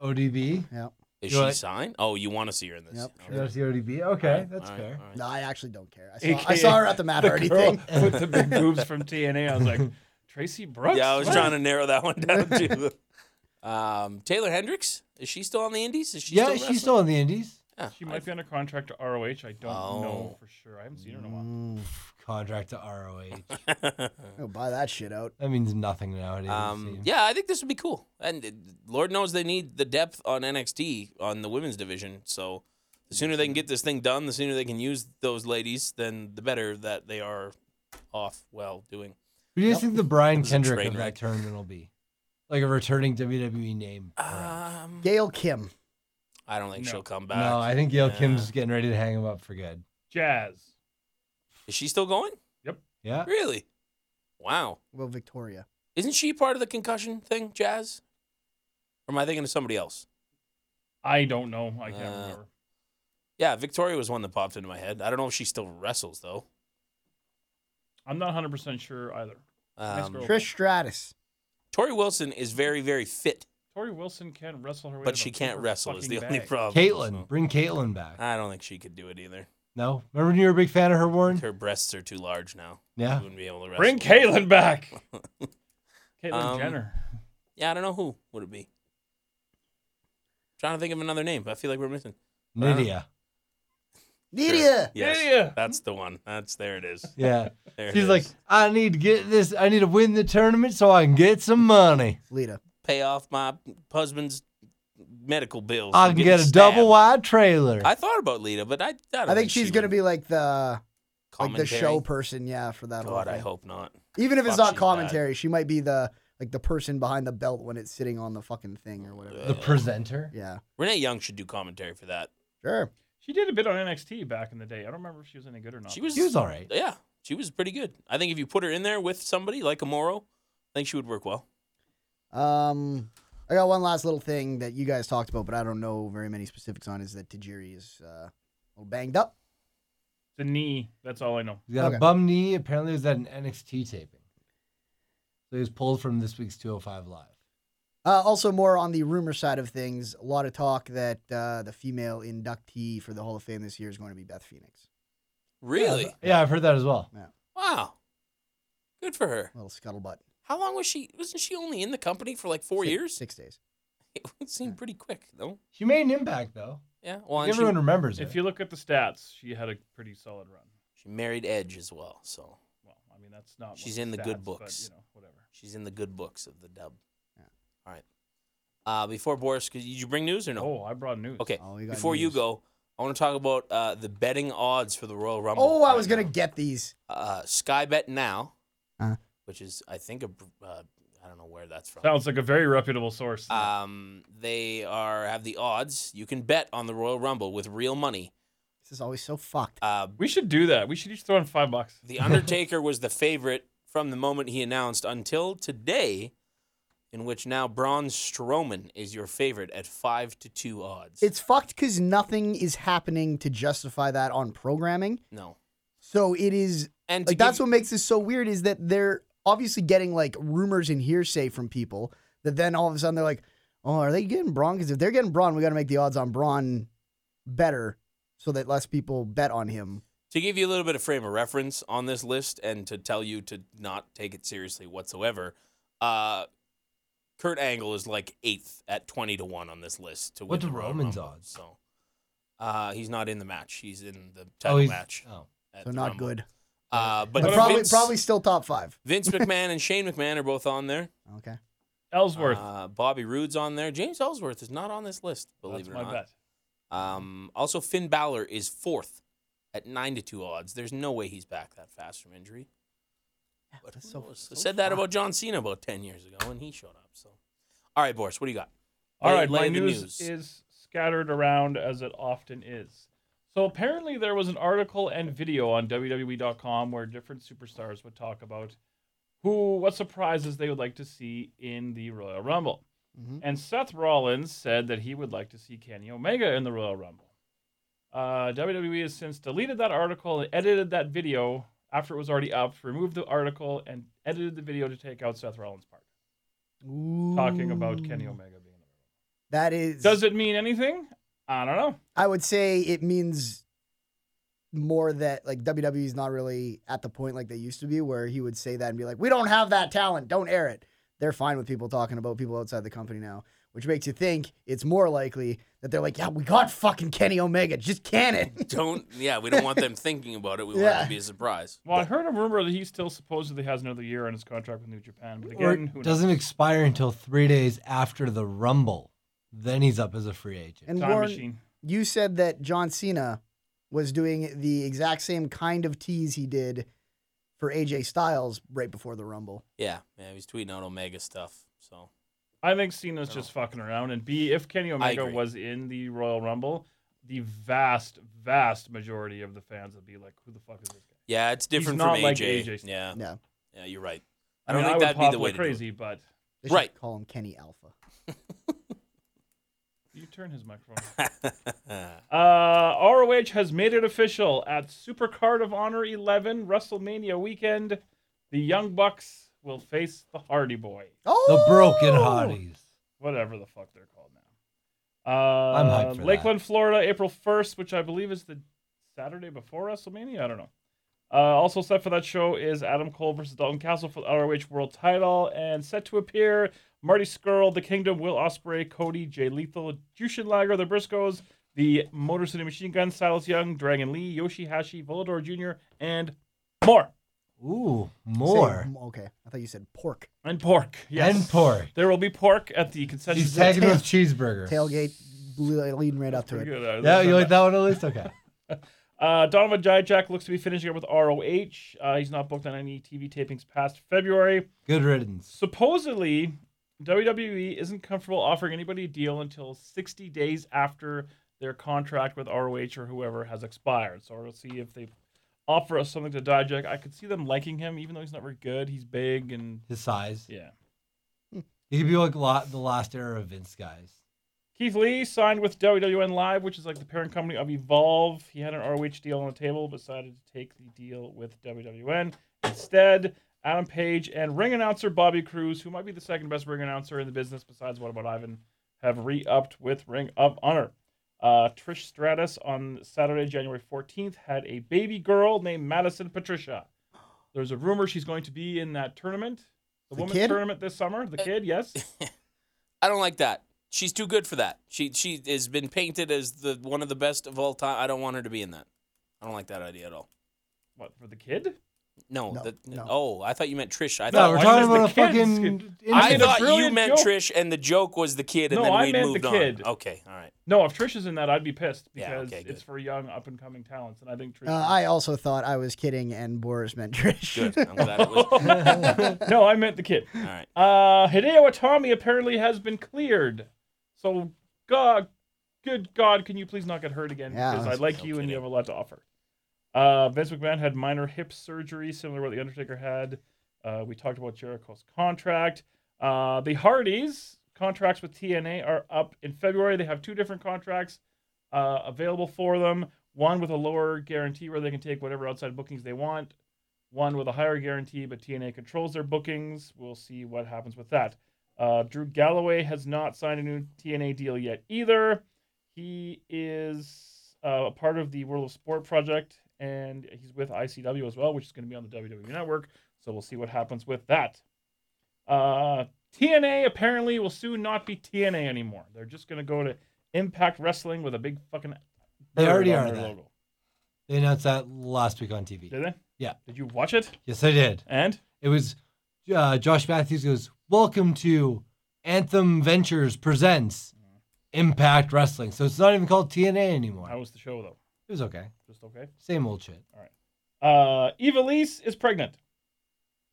B: ODB.
C: Yeah.
A: Is
B: You
A: she
B: want-
A: signed? Oh, you want to see her in this?
C: Yep,
A: Okay.
B: You gotta see ODB. Okay, that's
A: All right,
B: fair.
A: all right.
C: No, I actually don't care. I saw, I saw her at the Matt Hardy
D: girl
C: thing.
D: with the big boobs from TNA. I was like, Tracy Brooks.
A: Yeah, I was
D: What?
A: trying to narrow that one down too. um, Taylor Hendricks is she still on the Indies? Is she
B: yeah,
A: still
B: she's still in the Indies.
D: She might be under contract to ROH. I don't
A: Oh. Mm.
D: know for sure. I haven't seen her in a while.
B: Contract to ROH.
A: still.
C: Oh, buy that shit out.
B: That means nothing nowadays. it
A: um,
B: seems.
A: yeah, I think this would be cool, and uh, Lord knows they need the depth on NXT on the women's division. So the sooner they can get this thing done, the sooner they can use those ladies, then the better that they are off well doing.
B: Who do you guys think the Brian
A: was a
B: Kendrick
A: train
B: of
A: wreck.
B: that tournament will be? Like a returning WWE name. perhaps.
A: Um,
C: Gail Kim.
A: I don't think
D: No.
A: she'll come back.
B: no, I think Yale
A: yeah.
B: Kim's getting ready to hang him up for good.
D: Jazz.
A: Is she still going?
D: Uh,
B: Yeah.
A: Really? Wow.
C: Well, Victoria.
A: Isn't she part of the concussion thing, Jazz? Or am I thinking of somebody else?
D: I don't know. I can't
A: Uh,
D: remember.
A: Yeah, Victoria was one that popped into my head. I don't know if she still wrestles though.
D: I'm not 100% sure either. Nice
A: Um,
D: girl.
C: Trish Stratus.
A: Tori Wilson is very, very fit,
D: Tori Wilson can wrestle her way out
A: but
D: of
A: she
D: a
A: can't
D: paper
A: wrestle. Is the
D: fucking
A: only
D: bag.
A: problem.
B: Caitlyn.
A: So,
B: Bring Caitlyn back.
A: I don't think she could do it either.
B: no? Remember when you were a big fan of her, Warren?
A: Her breasts are too large now. She
B: Yeah.
A: wouldn't be able to wrestle.
D: Bring Caitlyn back. Caitlyn
A: Um,
D: Jenner.
A: Yeah, I don't know who would it be. trying to think of another name. but I feel like we're missing.
B: Nydia.
A: Sure.
C: Nydia.
A: Yes,
D: Nydia.
A: That's the one. That's there it is.
B: Yeah.
A: There it
B: She's like,
A: is.
B: I need to get this. I need to win the tournament so I can get some money.
C: Lita.
A: pay off my husband's medical bills.
B: I
A: from
B: can get a
A: getting
B: double
A: stabbed."
B: wide trailer.
A: I thought about Lita, but I, I, don't
C: I think she's
A: she
C: gonna
A: would.
C: be like the like the
A: commentary.
C: show person, yeah, for that whole
A: God, I
C: thing.
A: hope not.
C: Even if it's
A: Fuck,
C: not
A: she's
C: commentary, she might be the like the person behind the belt when it's sitting on the fucking thing or whatever.
B: the presenter.
C: Yeah.
A: Renee Young should do commentary for that.
C: Sure.
D: She did a bit on NXT back in the day. I don't remember if she was any good or not.
A: She was,
B: She was all right.
A: yeah, she was pretty good. I think if you put her in there with somebody like Amoro, I think she would work well.
C: Um I got one last little thing that you guys talked about, but I don't know very many specifics on is that Tajiri is uh, a little banged up.
D: the knee. That's all I know.
B: He's got
C: Okay.
B: a bum knee. Apparently, it was at an NXT taping. So he was pulled from this week's 205 Live.
C: Uh, also, more on the rumor side of things, a lot of talk that uh, the female inductee for the Hall of Fame this year is going to be Beth Phoenix.
A: Really?
B: Yeah, I've- yeah, I've heard that as well.
A: Wow. Good for her.
C: A little scuttlebutt.
A: How long was she? Wasn't she only in the company for like four
C: Six-
A: years?
C: Six days.
A: It would seem pretty quick, though.
B: She made an impact, though.
A: Yeah. Well, and
B: Everyone remembers her.
D: If you look at the stats, she had a pretty solid run.
A: she, she married Edge as well, so
D: Well, I mean that's not. what
A: She's in the good
D: stats,
A: books.
D: But, you know, whatever.
A: she's in the good books of the dub.
C: Yeah.
A: All right. Uh, before Boris, could- did you bring news or no?
D: Oh, I brought news.
A: Okay.
C: Oh, we got
A: Before you
C: news.
A: go, I want to talk about uh, the betting odds for the Royal Rumble.
C: Oh, I
A: right
C: was going
A: now.
C: to get these.
A: uh, Sky Bet Now,
C: Uh-huh.
A: which is I think a br- uh, I don't know where that's from.
D: Sounds like a very reputable source.
A: Um, they are have the odds. You can bet on the Royal Rumble with real money.
C: This is always so fucked.
A: Uh,
D: we should do that. We should each throw in five bucks.
A: the Undertaker was the favorite from the moment he announced until today, in which now Braun Strowman is your favorite at five to two odds.
C: It's fucked because nothing is happening to justify that on programming.
A: no,
C: So it is
A: and to
C: like that's
A: give-
C: what makes this so weird is that they're obviously getting like rumors and hearsay from people that then all of a sudden they're like, oh, are they getting Braun? Because if they're getting Braun, we got to make the odds on Braun better so that less people bet on him.
A: To give you a little bit of frame of reference on this list and to tell you to not take it seriously whatsoever, uh, Kurt Angle is like eighth at 20 to 1 on this list. To win
B: What
A: the
B: do
A: Royal
B: Roman's
A: Rumble.
B: odds?
A: So uh, he's not in the match. He's in the
B: oh,
A: title
B: he's,
A: match.
B: Oh.
A: at
C: So
A: the
C: not
A: Rumble.
C: good.
A: Uh, but
C: But, probably
A: Vince,
C: probably still top five.
A: Vince McMahon and Shane McMahon are both on there.
C: Okay.
D: Ellsworth.
A: Uh, Bobby Roode's on there. James Ellsworth is not on this list, believe
D: that's
A: it or
D: my
A: not.
D: bet.
A: Um, also, Finn Balor is fourth at nine to two odds. There's no way he's back that fast from injury. But
C: that's
A: who
C: so-
A: knows?
C: so
A: I said that about John Cena about ten years ago, and he showed up. So, all right, Boris, what do you got?
D: All
A: Lay-
D: right,
A: lay
D: my
A: the
D: news, is scattered around as it often is. So apparently, there was an article and video on WWE.com where different superstars would talk about who, what surprises they would like to see in the Royal Rumble. And Seth Rollins said that he would like to see Kenny Omega in the Royal Rumble. Uh, WWE has since deleted that article and edited that video after it was already up, removed the article, and edited the video to take out Seth Rollins' part, talking about Kenny Omega being.
C: That is.
D: Does it mean anything? I don't know.
C: I would say it means more that like WWE is not really at the point like they used to be, where he would say that and be like, "We don't have that talent. Don't air it." They're fine with people talking about people outside the company now, which makes you think it's more likely that they're like, "Yeah, we got fucking Kenny Omega. Just can it."
A: Don't. Yeah, we don't want them thinking about it. We want it
C: Yeah.
A: to be a surprise.
D: Well, I heard a rumor that he still supposedly has another year on his contract with New Japan, but
B: Or
D: again, who
B: it doesn't
D: knows?
B: expire until three days after the Rumble. Then he's up as a free agent.
C: And
D: Time
C: Warren,
D: machine.
C: you said that John Cena was doing the exact same kind of tease he did for AJ Styles right before the Rumble.
A: Yeah, yeah, he's tweeting out Omega stuff. So
D: I think Cena's just fucking around. And B, if Kenny Omega
A: agree.
D: was in the Royal Rumble, the vast, vast majority of the fans would be like, "Who the fuck is this guy?"
A: yeah, it's different
D: not
A: from
D: like
A: AJ.
D: AJ.
A: Yeah,
C: No,
A: yeah, you're right. I don't
D: mean,
A: think
D: would
A: that'd
D: pop
A: be the way
D: like
A: to do it.
D: crazy, but
C: they should
A: Right.
C: Call him Kenny Alpha.
D: you turn his microphone. Uh, ROH has made it official at Supercard of Honor 11 WrestleMania weekend. The Young Bucks will face the Hardy Boy,
C: Oh,
B: The Broken Hotties.
D: whatever the fuck they're called now. Uh,
B: I'm hyped for that.
D: Lakeland, Florida, April 1st, which I believe is the Saturday before WrestleMania. I don't know. Uh, also set for that show is Adam Cole versus Dalton Castle for the ROH World Title, and set to appear Marty Skrull, The Kingdom, Will Osprey, Cody, Jay Lethal, Jushin Lager, The Briscoes, The Motor City Machine Gun, Silas Young, Dragon Lee, Yoshihashi, Volador Jr., and more.
B: Ooh,
C: Say-
B: more.
C: okay, I thought you said pork.
D: And pork. Yes.
B: And pork.
D: There will be pork at the concession
B: He's
D: stand.
B: tagging with cheeseburger.
C: Tailgate le- leading right up to
D: Pretty
C: it.
D: good, uh,
B: Yeah,
D: that's
B: you
D: not
B: like
D: bad.
B: that one at least? Okay.
D: Uh, Donovan Dijak looks to be finishing up with ROH. Uh, he's not booked on any TV tapings past February.
B: Good riddance.
D: supposedly WWE isn't comfortable offering anybody a deal until 60 days after their contract with ROH or whoever has expired. So we'll see if they offer us something to Dijak. I could see them liking him, even though he's not very good. He's big and
B: His size.
D: yeah.
B: He could be like lot, the last era of Vince guys.
D: Keith Lee signed with WWN Live, which is like the parent company of Evolve. He had an ROH deal on the table, but decided to take the deal with WWN instead. Adam Page and ring announcer Bobby Cruz, who might be the second best ring announcer in the business besides What About Ivan, have re-upped with Ring of Honor. Uh, Trish Stratus on Saturday, January 14th, had a baby girl named Madison Patricia. There's a rumor she's going to be in that tournament, the,
C: The
D: women's
C: kid? Uh,
D: tournament this summer. The kid, yes.
A: I don't like that. She's too good for that. She she has been painted as the one of the best of all time. I don't want her to be in that. I don't like that idea at all.
D: what for the kid?
A: No.
C: No,
A: that-
C: no.
A: Oh, I thought you meant Trish. I
B: No,
A: thought
B: we're
D: I
B: talking about a
D: missed the kids.
B: fucking.
D: I
A: I
D: made a
A: thought you
D: brilliant
A: meant
D: joke.
A: Trish, and the joke was the kid, and
D: No,
A: then
D: I
A: we
D: meant the
A: moved
D: kid.
A: on. Okay, all right.
D: No, if Trish is in that, I'd be pissed
A: Yeah,
D: because
A: okay,
D: it's
A: good.
D: for young up and coming talents, and I think Trish.
C: Uh, I also thought I was kidding, and Boris meant Trish.
A: Good. I'm glad it was. all
D: no, I meant the kid.
A: right.
D: Uh, Hideo Itami apparently has been cleared, so God, good God, can you please not get hurt again?
C: Yeah.
D: because I like
A: No
D: you and
A: kidding.
D: you have a lot to offer. Uh, Vince McMahon had minor hip surgery, similar to what the Undertaker had. Uh, we talked about Jericho's contract. Uh, the Hardys contracts with TNA are up in February. They have two different contracts uh, available for them. One with a lower guarantee where they can take whatever outside bookings they want. One with a higher guarantee, but TNA controls their bookings. We'll see what happens with that. Uh, Drew Galloway has not signed a new TNA deal yet either. He is uh, a part of the World of Sport project, and he's with ICW as well, which is going to be on the WWE Network. So we'll see what happens with that. Uh, TNA apparently will soon not be TNA anymore. They're just going to go to Impact Wrestling with a big fucking.
B: They
D: bird
B: already
D: on
B: are
D: their
B: that.
D: logo.
B: They announced that last week on TV.
D: Did they?
B: Yeah.
D: Did you watch it?
B: Yes, I did.
D: And
B: It was uh, Josh Matthews goes, Welcome to Anthem
D: Mm-hmm.
B: Ventures Presents Impact Wrestling. So it's not even called TNA anymore.
D: how was the show though?
B: It was okay.
D: Just okay.
B: Same old shit.
D: Uh, Evilise is pregnant.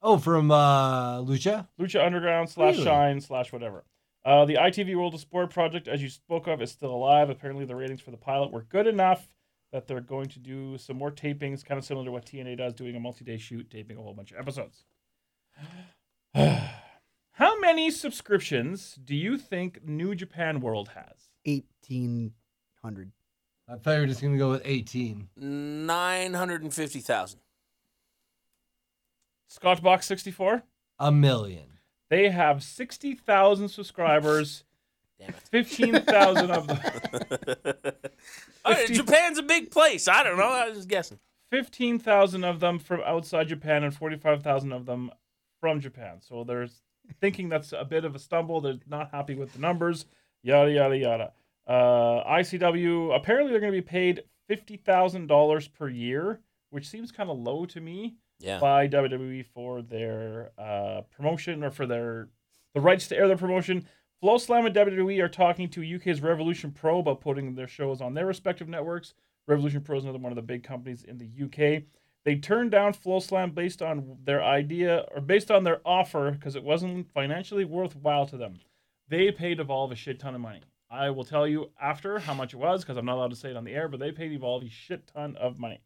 B: Oh, from uh, Lucha.
D: Lucha Underground slash
B: Really?
D: Shine slash whatever. Uh, the ITV World of Sport project, as you spoke of, is still alive. Apparently, the ratings for the pilot were good enough that they're going to do some more tapings, kind of similar to what TNA does, doing a multi-day shoot, taping a whole bunch of episodes. How many subscriptions do you think New Japan World has?
C: 1800.
B: I thought you were just gonna go with 18.
A: 950,000.
D: Scottbox sixty four.
B: A million.
D: They have sixty thousand subscribers.
A: Damn it.
D: Fifteen thousand of them.
A: All right, Japan's a big place. I don't know. I was just guessing.
D: 15,000 of them from outside Japan and 45,000 of them from Japan. So there's thinking that's a bit of a stumble. They're not happy with the numbers, yada, yada, yada. Uh, ICW, apparently they're going to be paid $50,000 per year, which seems kind of low to me
A: Yeah.
D: by WWE for their uh, promotion or for their the rights to air their promotion. Flow Slam and WWE are talking to UK's Revolution Pro about putting their shows on their respective networks. Revolution Pro is another one of the big companies in the UK. They turned down Flow Slam based on their idea or based on their offer because it wasn't financially worthwhile to them. They paid Evolve a shit ton of money. I will tell you after how much it was because I'm not allowed to say it on the air, but they paid Evolve a shit ton of money.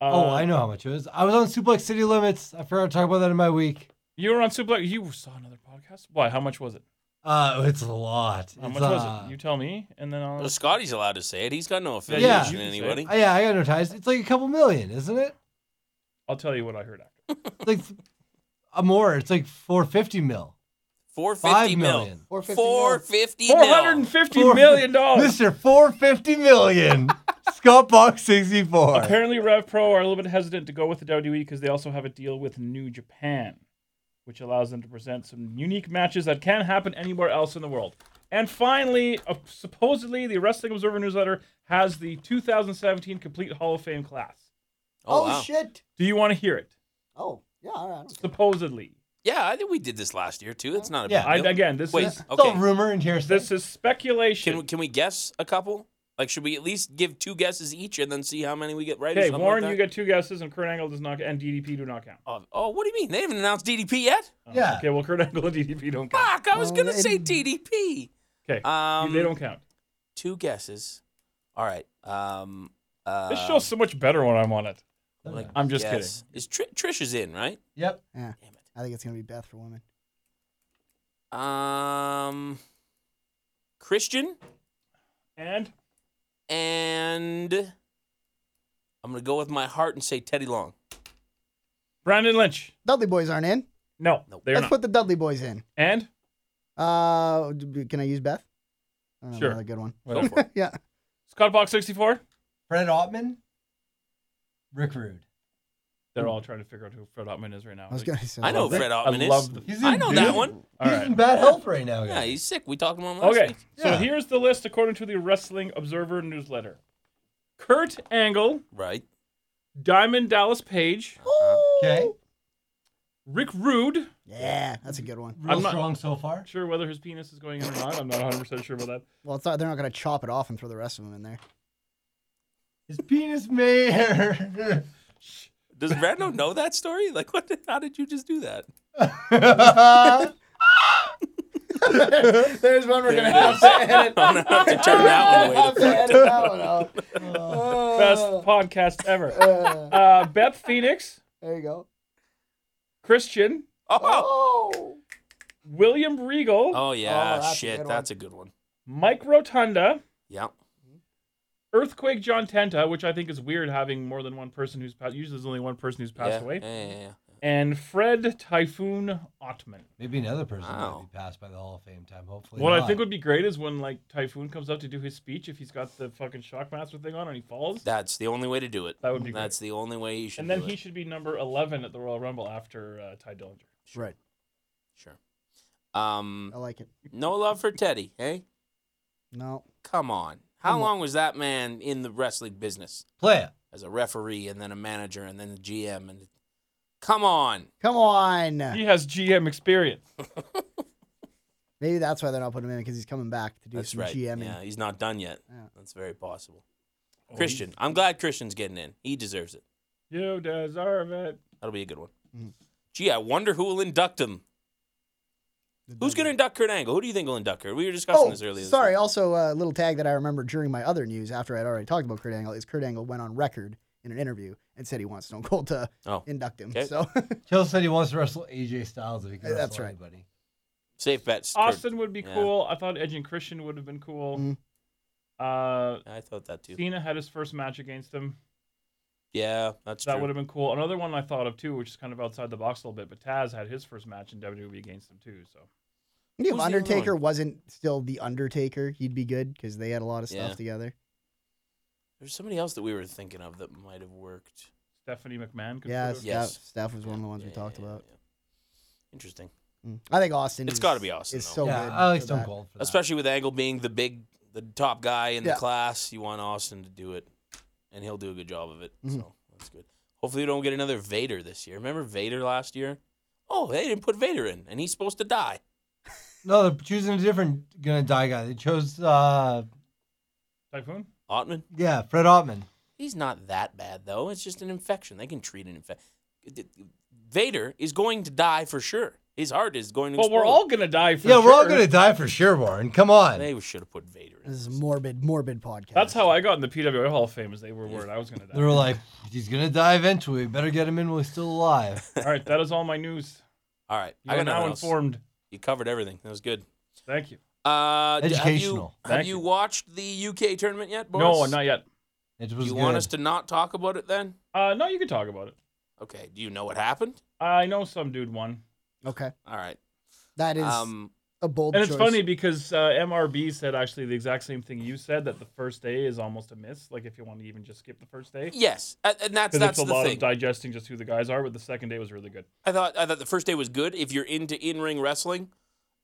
B: oh,
D: Uh,
B: I know how much it was. I was on Suplex City Limits. I forgot to talk about that in my week.
D: You were on Suplex. You saw another podcast. Why? How much was it?
B: Uh, it's a lot.
D: How
B: It's,
D: much was
B: uh,
D: it? You tell me, and then I'll.
A: Well, Scotty's allowed to say it. He's got no
B: you-
D: Yeah,
A: affiliation
D: you
A: to
D: can say
A: anybody.
B: Uh, yeah, I got noticed. It's like a couple million, isn't it?
D: I'll tell you what I heard after.
B: It's like a more. It's like 450 mil.
A: 450
B: Five
A: mil.
B: million.
C: 450 mil.
A: 450
D: Four hundred
A: mil.
D: and fifty million dollars.
B: Mister 450 million. Scott Box 64.
D: Apparently, Rev Pro are a little bit hesitant to go with the WWE because they also have a deal with New Japan, which allows them to present some unique matches that can happen anywhere else in the world. And finally, uh, supposedly, the Wrestling Observer newsletter has the 2017 Complete Hall of Fame class.
A: Oh,
C: Oh,
A: wow.
C: shit.
D: Do you want to hear it?
C: Oh, yeah. All right. I don't care.
D: Supposedly.
A: Yeah, I think we did this last year too. It's not a
B: Yeah.
D: I,
A: big deal.
D: again, this
A: Wait,
D: is
B: It's all
A: okay.
B: rumor and hearsay.
D: this is speculation.
A: Can can we guess a couple? Like, should we at least give two guesses each and then see how many we get right? or
D: Okay,
A: something
D: Warren,
A: like
D: you
A: that?
D: get two guesses, and Kurt Angle does not, and DDP do not count. Oh,
A: Oh, oh, what do you mean? They haven't announced DDP yet.
B: yeah.
D: Okay, well, Kurt Angle and DDP don't count.
A: Fuck! I was
C: Oh,
A: gonna
C: and-
A: say DDP.
D: Okay,
A: Um,
D: they don't count.
A: Two guesses. All right. Um. Uh,
D: This show's so much better when I'm on it.
A: like,
D: I'm just
A: guess. Is Tri- Trish is in right?
B: Yep.
C: Yeah.
A: Damn it.
C: I think it's going to be Beth for women.
A: Um, Christian
D: kidding. And
A: and I'm gonna go with my heart and say Teddy Long.
D: Brandon Lynch.
C: Dudley Boys aren't in.
D: No, they're
C: Let's
D: not.
C: put the Dudley Boys in.
D: and
C: Uh, d- b- Can I use Beth? I don't know,
D: Sure.
C: Another good one.
A: Go for it.
C: yeah.
D: Scott Box 64.
B: Fred Ottman. Rick Rude.
D: They're all trying to figure out who Fred Ottman is right now.
C: I was going to say.
A: I know
C: Love it.
A: Fred Altman
D: I
A: is.
D: love the.
B: He's
A: I
B: in
A: know
B: good-
A: that one.
D: All
B: He's
D: right.
B: in bad health right now.
A: Yeah,
B: guys.
A: he's sick. We talked about him last
D: Okay,
A: week.
D: so
B: Yeah.
D: here's the list according to the Wrestling Observer newsletter. Kurt Angle,
A: Right.
D: Diamond Dallas Page,
B: Okay.
D: Rick Rude.
C: Yeah, that's a good one.
B: Real
D: I'm not-
B: strong so far.
D: Sure, whether his penis is going in or not, I'm not 100 percent sure about that.
C: Well, it's not, they're not going to chop it off and throw the rest of them in there.
B: His penis mayor.
A: Does Rando know that story? Like, what? How did you just do that?
C: There's one we're going to have to edit.
A: I'm gonna have to turn that one away.
C: Have to edit that one out.
D: Best
B: Oh.
C: Uh,
D: podcast ever.
C: uh,
D: Uh, Beth Phoenix,
C: there you go.
D: Christian,
A: Oh,
C: Oh.
D: William Regal,
A: oh yeah,
C: Oh, that's a
A: shit.
C: good one.
A: that's a good one.
D: Mike Rotunda,
A: Yeah.
D: Earthquake John Tenta, which I think is weird having more than one person who's passed. Usually, there's only one person who's passed
A: yeah.
D: away.
A: Yeah, yeah, yeah.
D: And Fred Typhoon Ottman.
B: Maybe another person
A: Wow.
B: might be passed by the Hall of Fame time. Hopefully.
D: What I
B: not.
D: think would be great is when like Typhoon comes up to do his speech if he's got the fucking shockmaster thing on and he falls.
A: That's the only way to do it.
D: That would be great.
A: That's the only way you should.
D: and then
A: do
D: he
A: it.
D: should be number 11 at the Royal Rumble after uh, Ty Dillinger.
C: Right.
A: Sure. Um,
C: I like it.
A: no love for Teddy. Hey,
C: No.
A: come on. How long was that man in the wrestling business
B: play it.
A: as a referee and then a manager and then a GM and come on?
C: Come on.
D: He has GM experience.
C: Maybe that's why they're not putting him in because he's coming back to do
A: That's
C: some
A: right.
C: GMing.
A: Yeah, he's not done yet.
C: Yeah.
A: That's very possible. Christian. I'm glad Christian's getting in. He deserves it.
D: You deserve it.
A: That'll be a good one.
C: Mm-hmm.
A: Gee, I wonder who will induct him. Who's going to induct Kurt Angle? Who do you think will induct her? We were discussing
C: Oh,
A: this earlier. this
C: sorry.
A: week.
C: Also, a little tag that I remember during my other news after I'd already talked about Kurt Angle is Kurt Angle went on record in an interview and said he wants Stone Cold to
A: Oh.
C: induct him.
A: Okay.
C: So
B: Kale said he wants to wrestle AJ Styles if he can
C: Hey,
B: wrestle
C: that's right.
B: anybody.
A: Safe bets. Kurt.
D: Austin would be
A: Yeah.
D: cool. I thought Edge and Christian would have been cool.
C: Mm.
D: Uh,
A: I thought that too.
D: Cena had his first match against him.
A: Yeah, that's
D: That
A: true.
D: would have been cool. Another one I thought of too, which is kind of outside the box a little bit, but Taz had his first match in WWE against him too. So
C: Yeah, if
A: Who's the other
C: Undertaker
A: one?
C: wasn't still the Undertaker, he'd be good because they had a lot of stuff
A: Yeah.
C: together.
A: There's somebody else that we were thinking of that might have worked.
D: Stephanie McMahon could
C: yeah,
D: put
C: Staff,
D: it-
A: yeah. Yes.
C: Staff was one of the ones
A: Yeah,
C: we talked
A: yeah,
C: about.
A: yeah. Interesting,
C: Mm. I think Austin.
A: It's
C: is-
A: gotta be Austin,
C: Is
A: though.
C: so
B: yeah,
C: good.
B: I like
C: for
B: Stone
C: that.
B: Cold. For that.
A: especially with Angle being the big, the top guy in
C: Yeah.
A: the class. You want Austin to do it, and he'll do a good job of it.
C: Mm-hmm.
A: So that's good. Hopefully, we don't get another Vader this year. Remember Vader last year? Oh, they didn't put Vader in, and he's supposed to die.
B: No, they're choosing a different gonna die guy. They chose uh
D: Typhoon.
A: Ottman,
B: yeah, Fred Ottman.
A: he's not that bad though. It's just an infection. They can treat an infection. Vader is going to die for sure. His heart is going to.
D: Well, we're
A: explode.
D: all gonna die for
B: yeah, we're all
D: sure.
B: gonna die for sure, Warren. Come on.
A: They should have put Vader in.
C: This is morbid, morbid podcast.
D: That's how I got in the PWA Hall of Fame. Is they were worried I was gonna
B: They
D: die.
B: were like, he's gonna die eventually. We better get him in while he's still alive.
D: all right, that is all my news.
A: All right,
D: You
A: I
D: are
A: got
D: now
A: nothing else.
D: informed.
A: You covered everything. That was good.
D: Thank you.
A: Uh, d-
B: Educational.
A: Have you, have
D: Thank
A: you
D: you.
A: watched the UK tournament yet, Boris?
D: No, not yet.
B: It
A: Do
B: was
A: you
B: good.
A: want us to not talk about it then?
D: Uh, no, you can talk about it.
A: Okay. Do you know what happened?
D: I know some dude won,
C: Okay,
A: All right.
C: that is
A: Um,
C: a bold.
D: and it's
C: choice.
D: funny because uh, MRB said actually the exact same thing you said that the first day is almost a miss. Like if you want to even just skip the first day,
A: yes, a- and that's
D: because
A: that's
D: it's a
A: the
D: lot
A: thing.
D: of digesting just who the guys are. But the second day was really good.
A: I thought I thought the first day was good. If you're into in ring wrestling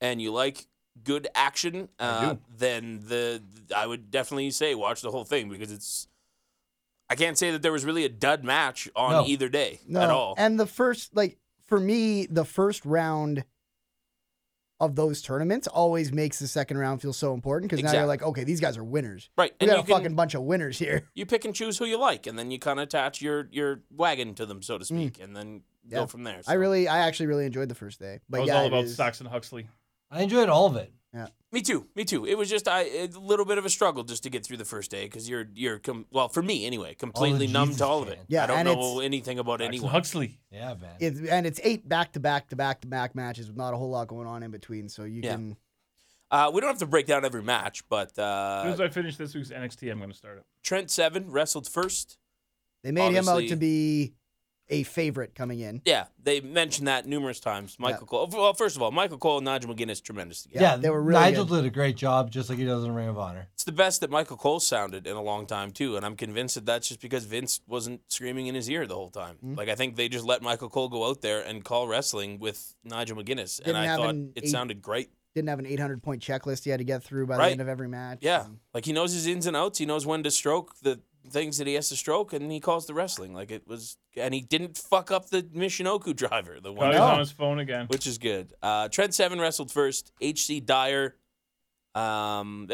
A: and you like good action, uh,
D: do.
A: then the I would definitely say watch the whole thing because it's. I can't say that there was really a dud match on
B: No.
A: either day
C: no,
A: at all.
C: And the first, like for me, the first round of those tournaments always makes the second round feel so important because now you're
A: Exactly.
C: like, okay, these guys are winners.
A: right,
C: We
A: and
C: got
A: you
C: a
A: can-
C: fucking bunch of winners here.
A: you pick and choose who you like, and then you kind of attach your your wagon to them, so to speak, and then
C: Mm. Yeah.
A: go from there.
C: I
A: so.
C: really, I actually really enjoyed the first day. But
D: it was
C: yeah,
D: all
C: it
D: about
C: is-
D: Saxon Huxley.
B: I enjoyed all of it.
A: Me too. Me too. It was just I, a little bit of a struggle just to get through the first day because you're you're com- well for me anyway completely numb
B: Jesus
A: to all of it.
B: chants.
C: Yeah,
A: I don't
C: and
A: know
C: it's-
A: anything about
D: Saxon
A: anyone.
D: Huxley.
B: Yeah, man.
C: It, and it's eight back to back to back to back matches with not a whole lot going on in between. So you
A: Yeah.
C: can.
A: Uh, we don't have to break down every match, but
D: As soon
A: uh,
D: as I finish this week's NXT, I'm going to start it.
A: Trent Seven wrestled first.
C: They made him out
A: Obviously-
C: to be a favorite coming in.
A: Yeah, they mentioned that numerous times. Michael Cole. Well, first of all, Michael Cole and Nigel McGuinness tremendous together.
B: yeah,
C: they were really
B: Nigel
C: good.
B: did a great job, just like he does in Ring of Honor.
A: It's the best that Michael Cole sounded in a long time too, and I'm convinced that that's just because Vince wasn't screaming in his ear the whole time.
C: Mm-hmm.
A: Like I think they just let Michael Cole go out there and call wrestling with Nigel McGuinness,
C: Didn't
A: and I
C: have
A: thought
C: an
A: it
C: eight-
A: sounded great.
C: Didn't have an 800 point checklist he had to get through by
A: Right.
C: the end of every match.
A: Yeah, like he knows his ins and outs. He knows when to stroke the things that he has to stroke, and he calls the wrestling like it was. And he didn't fuck up the Michinoku driver, the
D: God,
A: one,
D: he's
C: No.
D: on his phone again.
A: which is good. Uh, Trent Seven wrestled first. HC Dyer. Um,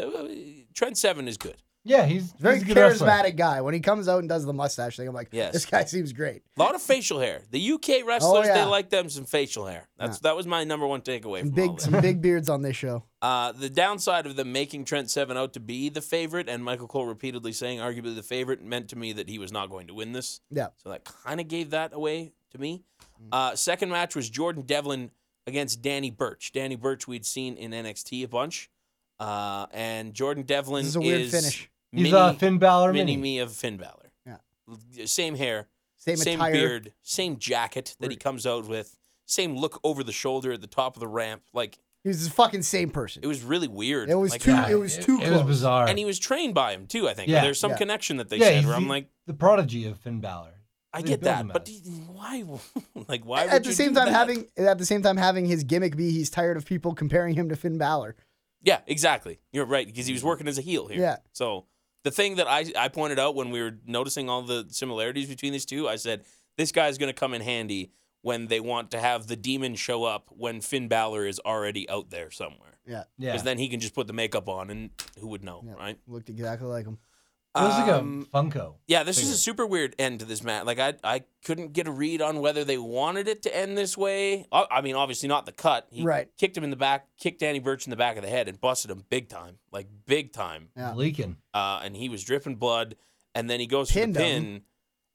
A: Trent Seven is good.
B: Yeah, he's
C: Very
B: he's a good
C: charismatic
B: wrestler.
C: guy. When he comes out and does the mustache thing, I'm like,
A: Yes.
C: this guy seems great.
A: A lot of facial hair. The UK wrestlers,
C: Oh, yeah.
A: they like them some facial hair. That's that was my number one takeaway
C: Some
A: from all
C: big,
A: this.
C: some big beards on this show.
A: Uh, the downside of them making Trent Seven out to be the favorite, and Michael Cole repeatedly saying arguably the favorite, meant to me that he was not going to win this.
C: Yeah. Mm.
A: So that kind of gave that away to me. Uh, second match was Jordan Devlin against Danny Birch. Danny Birch we'd seen in NXT a bunch, uh, and Jordan Devlin
C: This is a weird
A: is
C: finish.
B: He's uh,
A: mini-
B: Finn Balor
A: mini
B: mini.
A: me of Finn Balor.
C: Yeah.
A: L- Same hair,
C: Same,
A: same
C: attire.
A: beard, same jacket that he
C: Right.
A: comes out with, same look over the shoulder at the top of the ramp. Like
C: He was the fucking same person.
A: it was really weird.
C: It was
A: like,
C: too-
A: I-
C: it was too
B: It was
C: close.
B: bizarre.
A: and he was trained by him too. I think
B: Yeah,
A: there's some
C: yeah.
A: connection that they
B: yeah,
A: said
B: he's
A: where I'm
B: the-
A: like,
B: the prodigy of Finn Balor.
A: I
B: They
A: get
B: built
A: that,
B: him
A: but
B: as.
A: do you- why? Like, why?
C: at
A: would
C: the
A: you
C: same
A: do
C: time,
A: that?
C: having at the same time having his gimmick be he's tired of people comparing him to Finn Balor.
A: yeah, exactly. You're right because he was working as a heel here.
C: Yeah.
A: So the thing that I I pointed out when we were noticing all the similarities between these two, I said this guy's going to come in handy when they want to have the demon show up when Finn Balor is already out there somewhere.
C: Yeah,
B: Yeah.
A: Because then he can just put the makeup on, and who would know,
C: Yeah.
A: right?
C: looked exactly like him.
B: It was like
A: Um,
B: a Funko.
A: Yeah, this is a super weird end to this match. Like I, I couldn't get a read on whether they wanted it to end this way. O- I mean, obviously not the cut. He
C: Right.
A: Kicked him in the back, kicked Danny Birch in the back of the head, and busted him big time, like big time.
C: Yeah.
B: Leaking.
A: Uh, and he was dripping blood. And then he goes
C: Pinned
A: for the
C: him.
A: pin,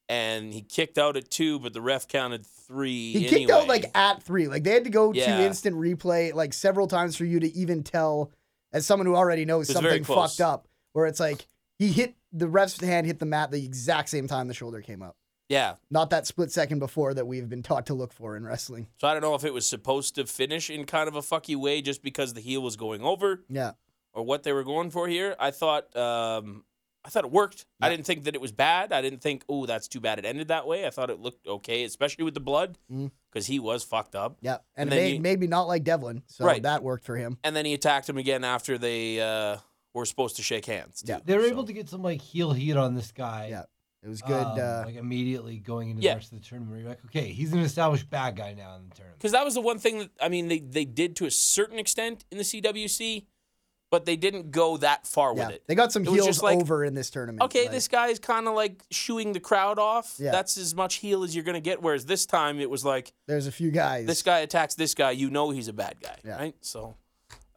A: and he kicked out at two, but the ref counted three.
C: He kicked out
A: anyway.
C: like at three. Like they had to go
A: Yeah.
C: to instant replay like several times for you to even tell, as someone who already knows
A: It was very
C: something
A: close.
C: fucked up, where it's like he hit the ref's hand hit the mat the exact same time the shoulder came up.
A: yeah.
C: Not that split second before that we've been taught to look for in wrestling.
A: So I don't know if it was supposed to finish in kind of a fucky way, just because the heel was going over.
C: Yeah.
A: or what they were going for here. I thought um, I thought it worked. I didn't think that it was bad. I didn't think, oh, that's too bad it ended that way. I thought it looked okay, especially with the blood,
C: Mm.
A: because he was fucked up.
C: Yeah. And,
A: And
C: it
A: then
C: made,
A: he-
C: made me not like Devlin. So
A: Right.
C: that worked for him.
A: And then he attacked him again after they uh, were supposed to shake hands.
C: Yeah.
B: They were
A: So-
B: able to get some like heel heat on this guy.
C: Yeah. It was good.
B: um,
C: uh,
B: like immediately going into
A: Yeah.
B: the rest of the tournament. You're like, okay, he's an established bad guy now in the tournament.
A: Because that was the one thing that I mean they they did to a certain extent in the CWC, but they didn't go that far
C: yeah.
A: with it.
C: They got some
A: It was
C: heels
A: just like,
C: over in this tournament.
A: Okay,
C: like-
A: this guy is kind of like shooing the crowd off.
C: Yeah.
A: That's as much heel as you're going to get. Whereas this time it was like,
C: there's a few guys.
A: this guy attacks this guy, you know he's a bad guy,
C: Yeah.
A: right? So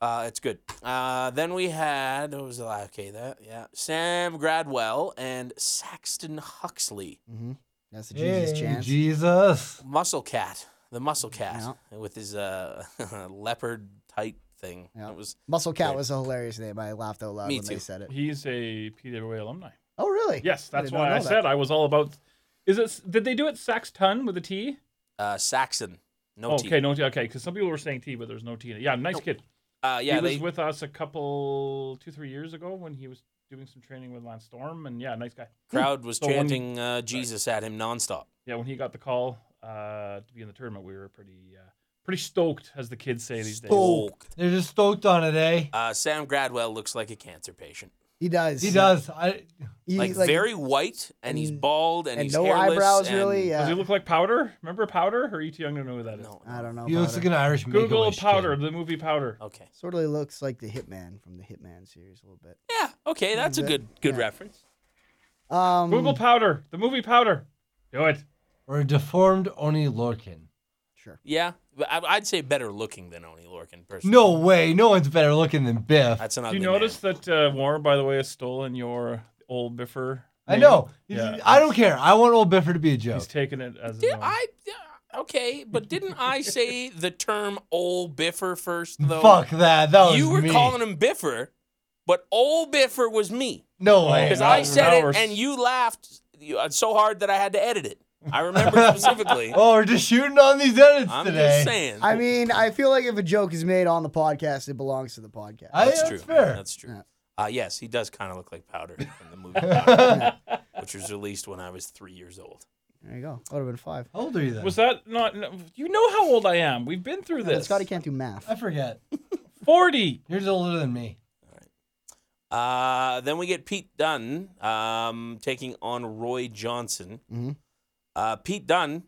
A: uh, it's good. Uh, then we had what was the last? Okay, that yeah, Sam Gradwell and Saxton Huxley,
C: Mm-hmm. That's the Jesus
B: Hey,
C: chance.
B: Jesus.
A: Muscle Cat, the Muscle Cat with his uh, leopard tight thing.
C: Yeah.
A: It was
C: Muscle Cat
A: Good.
C: was a hilarious name. I laughed out loud
A: Me
C: when they
A: too.
C: said it.
D: He's a PWA alumni.
C: Oh, really?
D: Yes,
C: I
D: that's
C: did not
D: why
C: know
D: I
C: that.
D: said I was all about. Is it? Did they do it Saxton with a T?
A: uh, Saxon, no
D: Oh,
A: teeth.
D: okay, no T. Okay, because some people were saying T, but there's no T in it. Yeah, nice kid.
A: Uh, yeah,
D: he was
A: they,
D: with us a couple, two, three years ago when he was doing some training with Lance Storm, and yeah, nice guy.
A: crowd was
D: The one-
A: chanting uh, Jesus at him nonstop.
D: Yeah, when he got the call uh, to be in the tournament, we were pretty, uh, pretty stoked, as the kids say these days.
B: They're just stoked on it, eh?
A: Uh, Sam Gradwell looks like a cancer patient.
C: He does.
B: He does. I
C: He,
A: Like, very white, and he's
C: and-
A: bald, and,
C: and
A: he's
C: no
A: hairless,
C: eyebrows
A: and-
C: really.
D: Does he
C: Yeah.
D: look like Powder? Remember Powder? Or E are you too young to know who that is?
A: No,
C: I don't know.
B: he looks
C: about
B: like
C: it.
B: an Irish
D: Google
B: make-a-wish
D: Powder,
B: kid.
D: the movie Powder.
A: Okay.
C: Sort of looks like the Hitman from the Hitman series a little bit.
A: Yeah. Okay, that's a
C: bit,
A: good good
C: yeah.
A: reference.
C: Um,
D: Google Powder, the movie Powder. Do it.
B: Or a deformed Oni Lorkin.
A: Yeah, but I- I'd say better looking than Oni Lorcan. Personally.
B: No way. No one's better looking than Biff.
A: that's an
D: Do
A: ugly.
D: you notice that uh, Warren, by the way, has stolen your old Biffer?
B: I
D: name?
B: know.
D: Yeah.
B: I don't care. I want old Bifford to be a joke.
D: He's taken it as his
A: Did
D: own.
A: I? yeah, Okay, but didn't I say the term "old Biffer" first? Though
B: Fuck that. That was
A: you were
B: me.
A: calling him Biffer, but old Biffer was me
B: No way.
A: because
D: now-
A: I said
D: now
A: it
D: we're s-
A: and you laughed you- uh, so hard that I had to edit it. I remember specifically.
B: Oh, we're just shooting on these edits
A: I'm
B: today.
A: just saying.
C: I mean, I feel like if a joke is made on the podcast, it belongs to the podcast.
B: I-
A: that's
B: that's
A: true.
B: fair.
A: That's true.
C: Yeah.
A: Uh, yes, he does kind of look like Powder from the movie, Powder, which was released when I was three years old.
C: there you go. That would have been five.
B: How old are you then?
D: Was that not? no- You know how old I am. We've been through
C: But
D: this.
C: Scotty can't do math.
B: I forget.
D: 40.
B: You're just older than me.
A: Uh, then we get Pete Dunn um, taking on Roy Johnson.
C: Mhm.
A: Uh, Pete Dunn,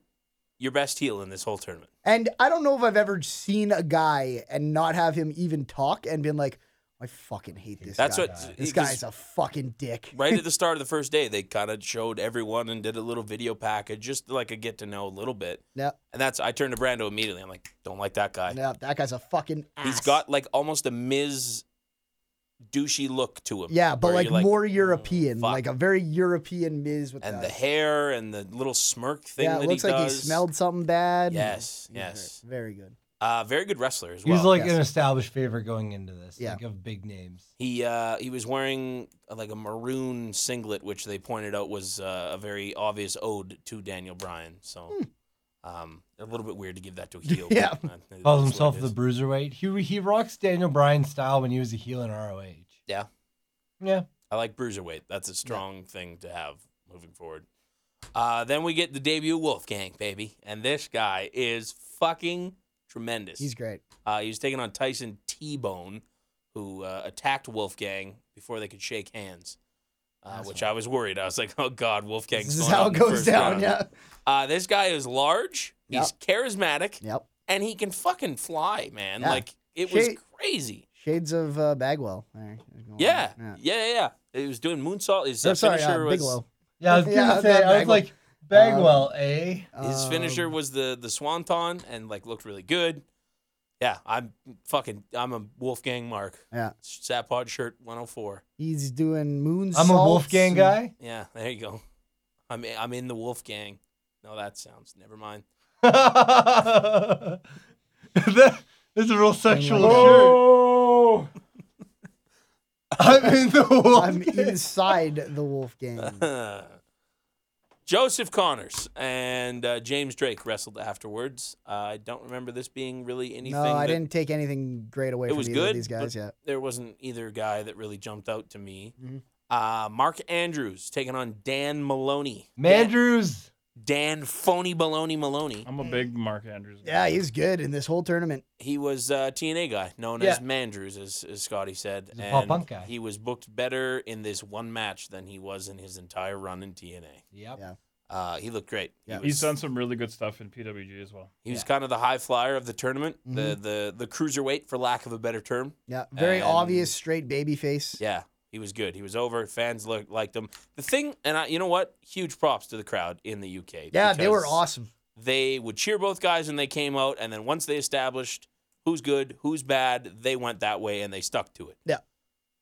A: your best heel in this whole tournament.
C: And I don't know if I've ever seen a guy and not have him even talk and been like, I fucking hate this
A: That's
C: guy.
A: what because
C: This guy's a fucking dick.
A: Right at the start of the first day, they kind of showed everyone and did a little video package, just like a get to know a little bit.
C: No,
A: And that's I turned to Brando immediately. I'm like, don't like that guy.
C: no, that guy's a fucking ass.
A: He's got like almost a Miz douchey look to him.
C: Yeah, but
A: where
C: like,
A: you're "Oh,
C: more European,
A: fuck.
C: like a very European Miz with
A: and
C: that.
A: the hair and the little smirk thing
C: yeah,
A: that
C: it looks
A: he
C: like
A: does.
C: he smelled something bad.
A: Yes,
C: He's very-
A: yes.
C: very good.
A: Uh, very good wrestler as
B: He
A: well.
B: was like
C: yes.
B: an established favorite going into this.
C: Yeah.
B: Like of big names.
A: He uh, he was wearing uh, like a maroon singlet, which they pointed out was uh, a very obvious ode to Daniel Bryan. So, um, a little bit weird to give that to a heel.
C: Hmm. Yeah.
A: but, uh, it is what
B: Calls
A: it
B: himself the
A: is.
B: bruiserweight. He he rocks Daniel Bryan style when he was a heel in ROH.
A: Yeah.
B: Yeah.
A: I like bruiserweight. That's a strong thing to have moving forward. Uh, then we get the debut of Wolfgang, baby, and this guy is fucking tremendous.
C: He's great.
A: Uh, he was taking on Tyson T Bone, who uh, attacked Wolfgang before they could shake hands, uh, which I was worried. I was like, oh God, Wolfgang's
C: This is
A: going out
C: how
A: in
C: it
A: the
C: goes
A: first
C: down.
A: round."
C: Yeah.
A: Uh, this guy is large, he's charismatic,
C: Yep.
A: and he can fucking fly, man.
C: Yeah.
A: Like, it was
C: Shake-
A: crazy.
C: Shades of uh, Bagwell. There. There's no-
A: Yeah. Yeah, yeah, yeah. He was doing moonsault. His
C: I'm
A: uh,
C: sorry,
A: finisher
C: uh,
A: was
C: Bigelow.
B: Yeah, I was
C: Yeah,
B: gonna say,
C: that
B: I was
C: Bagwell.
B: like, Bagwell, eh?
A: his finisher
C: Um,
A: was the the swanton and like looked really good. Yeah, I'm fucking I'm a Wolfgang Mark.
C: Yeah.
A: Sat pod shirt 104.
C: He's doing moon.
B: I'm a Wolfgang guy.
A: Yeah, there you go. I'm i- I'm in the Wolfgang. No, that sounds never mind.
B: that, that's a real sexual shirt.
D: Oh,
B: I'm in the
C: I'm
B: Wolfgang.
C: inside the Wolfgang.
A: Joseph Connors and uh, James Drake wrestled afterwards. I don't remember this being really anything.
C: No, I
A: that-
C: didn't take anything great away
A: It
C: from
A: was
C: either
A: good.
C: of these guys
A: but
C: yet.
A: There wasn't either guy that really jumped out to me.
C: Mhm.
A: Uh, Mark Andrews taking on Dan Maloney.
B: Mandrews.
A: Dan Phony Baloney Maloney.
D: I'm a big Mark Andrews. Guy.
C: Yeah, he's good in this whole tournament.
A: He was a TNA guy, known as
B: Yeah.
A: Mandrews, as, as Scotty said.
B: He's a Paul Punk guy.
A: He was booked better in this one match than he was in his entire run in TNA.
B: Yep.
C: Yeah.
A: Uh, he looked great.
C: Yeah.
A: He was,
D: He's done some really good stuff in PWG as well.
A: he was kind of the high flyer of the tournament, the, the the cruiserweight, for lack of a better term.
C: Yeah, very
A: And-
C: obvious straight baby face.
A: Yeah, he was good. He was over. Fans lo- liked him. The thing, and I, you know what? Huge props to the crowd in the UK.
C: Yeah, they were
A: because
C: awesome.
A: They would cheer both guys when they came out, and then once they established who's good, who's bad, they went that way and they stuck to it.
C: Yeah.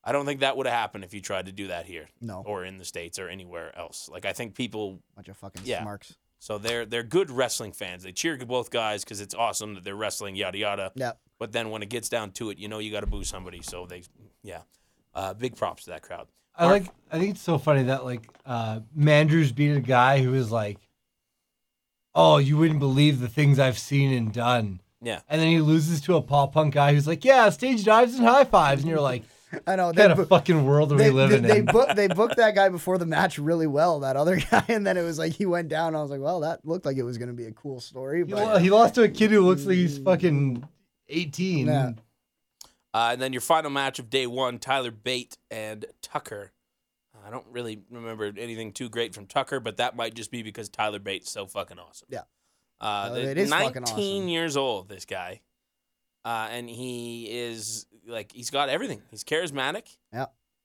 A: I don't think that would have happened if you tried to do that here
C: No,
A: or in the states or anywhere else. Like I think people,
C: bunch of fucking
A: Yeah.
C: smarks.
A: so they're they're good wrestling fans. They cheer both guys because it's awesome that they're wrestling. Yada yada.
C: Yeah,
A: But then when it gets down to it, you know you got to boo somebody. So they, yeah, uh, big props to that crowd.
B: I like. I think it's so funny that like uh, Mandrews beat a guy who was like, "Oh, you wouldn't believe the things I've seen and done,"
A: Yeah.
B: and then he loses to a pop punk guy who's like, "Yeah, stage dives and high fives," and you're like,
C: I know.
B: "What kind
C: bu-
B: of fucking world are
C: they,
B: we living
C: they, they
B: in?"
C: book- they booked that guy before the match really well, that other guy, and then it was like he went down. I was like, well, that looked like it was going to be a cool story,
B: He,
C: but
B: lo- he lost to a kid who looks like he's fucking 18.
C: Yeah.
A: Uh, and then your final match of day one, Tyler Bate and Tucker. I don't really remember anything too great from Tucker, but that might just be because Tyler Bate's so fucking awesome.
C: Yeah.
A: Uh,
C: Uh,
A: the-
C: it is
A: 19
C: fucking awesome.
A: years old, this guy. Uh, and he is like, he's got everything. He's charismatic,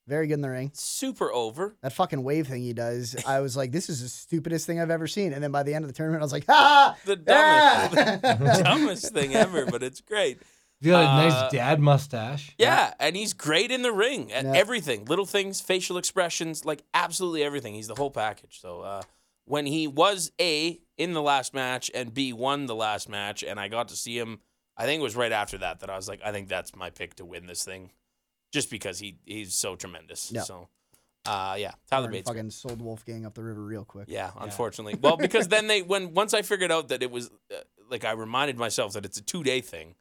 C: very good in the ring.
A: super over.
C: That fucking wave thing he does, I was like, this is the stupidest thing I've ever seen. And then by the end of the tournament, I was like, ha!
A: The dumbest,
C: Yeah!
A: dumbest thing ever, but it's great.
B: He's got a
A: Uh,
B: nice dad mustache.
A: Yeah, and he's great in the ring at
C: Yeah.
A: everything. Little things, facial expressions, like absolutely everything. He's the whole package. So uh, when he was A in the last match and B won the last match, and I got to see him, I think it was right after that that I was like, I think that's my pick to win this thing, just because he he's so tremendous.
C: Yeah.
A: So uh, yeah, Tyler
C: Warren
A: Bates.
C: fucking sold Wolfgang up the river real quick.
A: Yeah, unfortunately. Well, because then they when once I figured out that it was uh, like I reminded myself that it's a two day thing,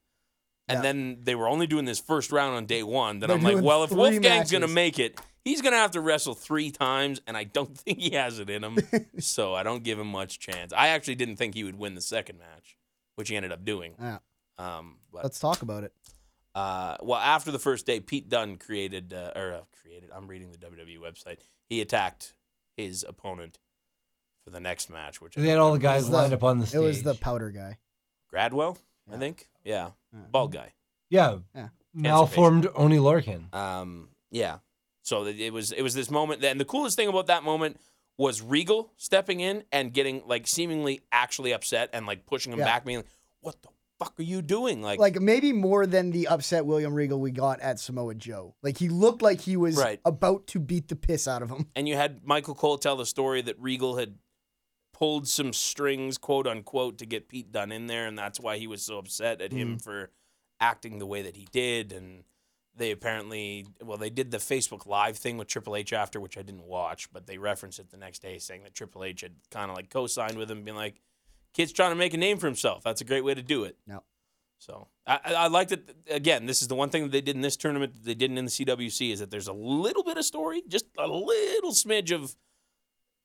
A: and
C: Yeah.
A: then they were only doing this first round on day one. Then
C: They're
A: I'm like,
C: doing
A: well, if
C: three
A: Wolfgang's gonna
C: matches.
A: make it, he's gonna have to wrestle three times, and I don't think he has it in him, so I don't give him much chance. I actually didn't think he would win the second match, which he ended up doing.
C: Yeah.
A: Um, but
C: Let's talk about it.
A: uh, well, after the first day, Pete Dunne created uh, or uh, created. I'm reading the WWE website. He attacked his opponent for the next match, which I
B: They had
A: don't
B: all the
A: remember.
B: guys
C: It was
B: lined
C: the-
B: up on the stage.
C: It was the powder guy.
A: Gradwell, I
C: Yeah.
A: think. Yeah,
C: Yeah.
A: bald guy.
B: yeah,
C: Yeah.
B: malformed Oni Lorcan.
A: Um, yeah. So th- it was it was this moment, and the coolest thing about that moment was Regal stepping in and getting like seemingly actually upset and like pushing him
C: Yeah.
A: back, being like, "What the fuck are you doing?" Like,
C: Like maybe more than the upset William Regal we got at Samoa Joe. Like he looked like he was
A: Right.
C: about to beat the piss out of him.
A: and you had Michael Cole tell the story that Regal had pulled some strings, quote unquote, to get Pete Dunne in there, and that's why he was so upset at him for acting the way that he did. And they apparently, well, they did the Facebook Live thing with Triple H after, which I didn't watch, but they referenced it the next day, saying that Triple H had kind of like co-signed with him, being like, "Kid's trying to make a name for himself. That's a great way to do it."
C: No.
A: So I, I I like that. Again, this is the one thing that they did in this tournament that they didn't in the CWC is that there's a little bit of story, just a little smidge of,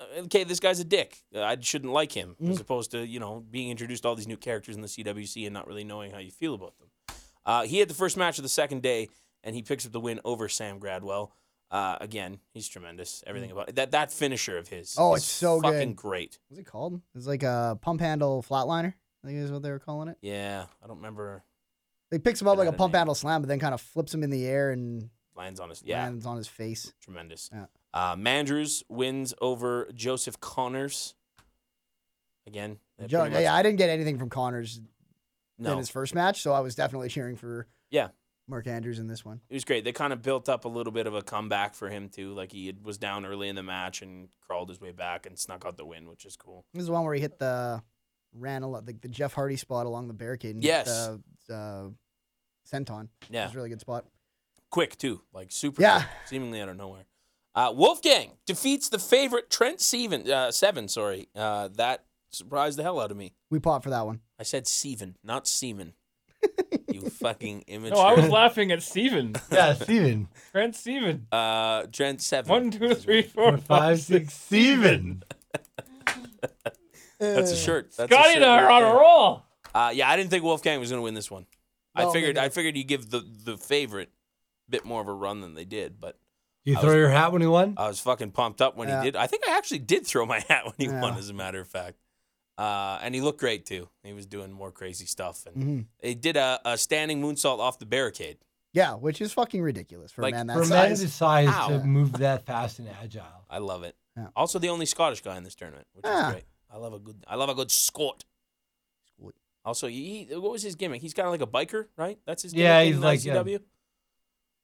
A: uh, okay, this guy's a dick. Uh, I shouldn't like him,
C: Mm-hmm.
A: as opposed to you know being introduced to all these new characters in the CWC and not really knowing how you feel about them. Uh, he had the first match of the second day, and he picks up the win over Sam Gradwell. Uh, again, he's tremendous. Everything about that that finisher of his.
C: Mm. Oh,
A: is
C: it's so good.
A: fucking great.
C: What's it called? It's like a pump handle flatliner. I think is what they were calling it.
A: Yeah, I don't remember.
C: They picks him up
A: Good
C: like a
A: at
C: pump
A: name.
C: handle slam, but then kind of flips him in the air and
A: Lands on his yeah,
C: Lands on his face.
A: tremendous.
C: Yeah.
A: Uh, Mandrews wins over Joseph Connors. Again, that
C: Joe,
A: pretty much-
C: yeah, I didn't get anything from Connors in
A: no,
C: his first match, so I was definitely cheering for
A: yeah,
C: Mark Andrews in this one.
A: it was great. They kind of built up a little bit of a comeback for him too. Like he was down early in the match and crawled his way back and snuck out the win, which is cool.
C: This is the one where he hit the ran a lot, like the Jeff Hardy spot along the barricade. And hit
A: Yes.
C: the, uh, senton. It
A: Yeah,
C: was a really good spot.
A: quick too, like super.
C: Yeah.
A: quick, seemingly out of nowhere. Uh, Wolfgang defeats the favorite Trent Seven. Uh, seven, sorry. Uh, that surprised the hell out of me.
C: We popped for that one.
A: I said Seven, not Seaman. you fucking immature.
D: No, I was laughing at Steven.
B: Yeah, Steven.
D: Trent Steven.
A: uh, Trent Seven.
D: One, two, three,
B: Four,
D: four,
B: five, six, Steven.
A: That's a shirt. That's a
D: Scotty
A: shirt
D: and I are
A: right
D: on
A: there.
D: a roll.
A: Uh, yeah, I didn't think Wolfgang was going to win this one. I
C: No, me
A: figured I
C: neither.
A: figured you give the the favorite a bit more of a run than they did, but
B: You throw your hat when he
C: Oh,
B: won?
A: I was fucking pumped up when
C: Yeah.
A: he did. I think I actually did throw my hat when he won,
C: Yeah.
A: as a matter of fact. Uh, and he looked great too. He was doing more crazy stuff, and
C: Mhm.
A: they did a, a standing moonsault off the barricade.
C: Yeah, which is fucking ridiculous for
A: Like,
C: a man
B: For
C: that
B: a man
C: size.
B: his size
A: Ow.
B: to move that fast and agile.
A: I love it.
C: Yeah.
A: Also, the only Scottish guy in this tournament, which
C: Ah.
A: is great. I love a good. I love a good Scot.
C: Scot.
A: Also, he, he- what was his gimmick? He's kind of like a biker, right? That's his.
B: Yeah,
A: gimmick in
B: he's like, yeah.
A: ICW.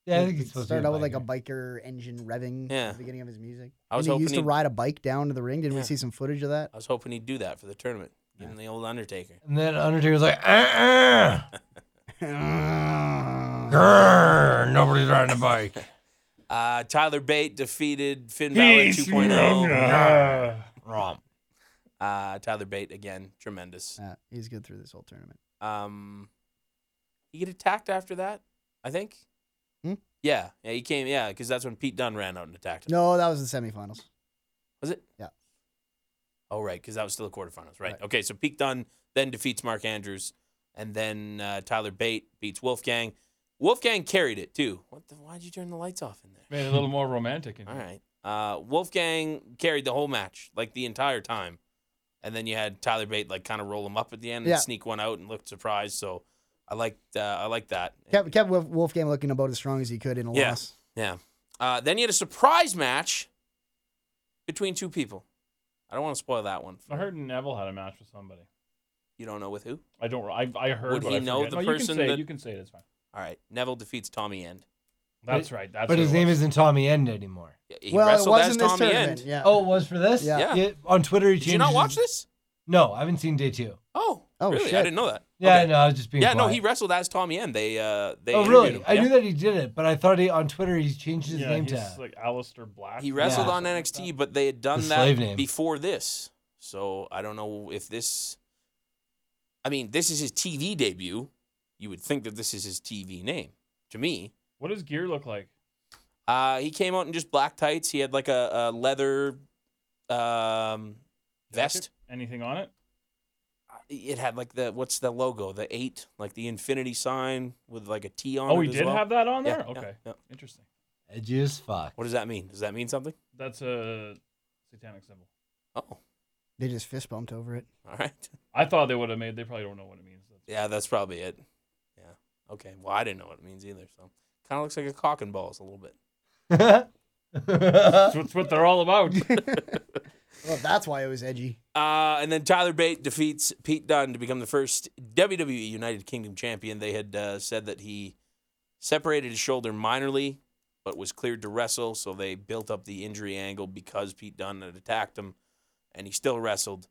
B: Yeah, I think
C: He
B: he's supposed to
C: started
B: be
C: out with like
B: biker.
C: a biker engine revving
A: Yeah.
C: at the beginning of his music.
A: I was
C: and he
A: hoping
C: used to
A: he'd-
C: ride a bike down to the ring. Didn't
A: Yeah.
C: we see some footage of that?
A: I was hoping he'd do that for the tournament. Give him the old Undertaker.
B: And then Undertaker was like, uh-uh,
C: Grr.
B: grr, nobody's riding a bike.
A: Uh, Tyler Bate defeated Finn Balor 2.0.
B: Grr, Romp.
A: Uh, Tyler Bate again, tremendous.
C: Yeah, he's good through this whole tournament.
A: Um, he get attacked after that, I think.
C: Hmm?
A: Yeah, yeah, he came. Yeah, because that's when Pete Dunne ran out and attacked him.
C: No, that was the semifinals.
A: Was it?
C: Yeah.
A: Oh, right, because that was still the quarterfinals, right?
C: Right.
A: Okay, so Pete Dunne then defeats Mark Andrews, and then uh, Tyler Bate beats Wolfgang. Wolfgang carried it too. What? The, why'd you turn the lights off in there?
D: Made it a little more romantic. In
A: All
D: here.
C: Mm-hmm.
A: right. Uh, Wolfgang carried the whole match, like the entire time, and then you had Tyler Bate like kind of roll him up at the end
C: Yeah.
A: and sneak one out and look surprised. So I liked uh, I liked that.
C: Kept, kept Wolf- Wolfgang looking about as strong as he could in a
A: Yeah.
C: loss.
A: Yeah. Uh, then you had a surprise match between two people. I don't want to spoil that one.
D: I heard Neville had a match with somebody.
A: You don't know with who.
D: I don't. I, I heard.
A: Would
D: but
A: he
D: I
A: know
D: forget.
A: the
D: no,
A: person
D: You can say.
A: that-
D: It, you can say it. It's fine.
A: All right. Neville defeats Tommy End.
D: That's right. That's.
B: But
D: what
B: his
D: it
B: name
D: was.
B: isn't Tommy End anymore.
A: Yeah, He
C: well, it
A: wrestled
C: was
A: as
C: in this
A: Tommy
C: tournament.
A: End.
C: Yeah.
B: Oh, it was for this?
C: Yeah.
A: Yeah.
B: It- on Twitter, he
A: Did
B: changed.
A: you not
B: his-
A: watch this?
B: No, I haven't seen day two.
A: Oh,
C: Oh,
A: really? I
C: shit.
A: didn't know that.
B: Yeah,
A: Okay.
B: no, I was just being.
A: Yeah, no,
B: quiet.
A: he wrestled as Tommy End. They uh they
B: oh,
A: interviewed
B: really?
A: him.
B: I
A: Yeah.
B: knew that he did it, but I thought he on Twitter he changed his
D: yeah,
B: name
D: he's
B: to.
D: like Alistair Black.
A: He wrestled
B: Yeah.
A: on NXT, but they had done
B: The
A: that
B: slave name.
A: before this. So I don't know if this. I mean, this is his TV debut. You would think that this is his TV name. To me,
D: What does gear look like?
A: uh, he came out in just black tights. He had like a, a leather um, vest.
D: Jacket? Anything on it?
A: It had like the what's the logo? The eight, like the infinity sign with like a T on it.
D: Oh, he
A: as
D: did
A: well.
D: have that on
A: Yeah,
D: there.
A: yeah,
D: okay,
A: yeah.
D: interesting.
B: Edgy as fuck.
A: What does that mean? Does that mean something?
D: That's a satanic symbol.
A: Oh, all
C: They just fist bumped over it.
A: right.
D: I thought they would have made. They probably don't know what it means. That's-
A: Yeah, that's probably it. Yeah. Okay. Well, I didn't know what it means either. So kind of looks like a cock and balls a little bit.
D: That's what- what they're all about.
C: Well, that's why it was edgy.
A: Uh, and then Tyler Bate defeats Pete Dunne to become the first WWE United Kingdom champion. They had uh, said that he separated his shoulder minorly, but was cleared to wrestle. So they built up the injury angle because Pete Dunne had attacked him, and he still wrestled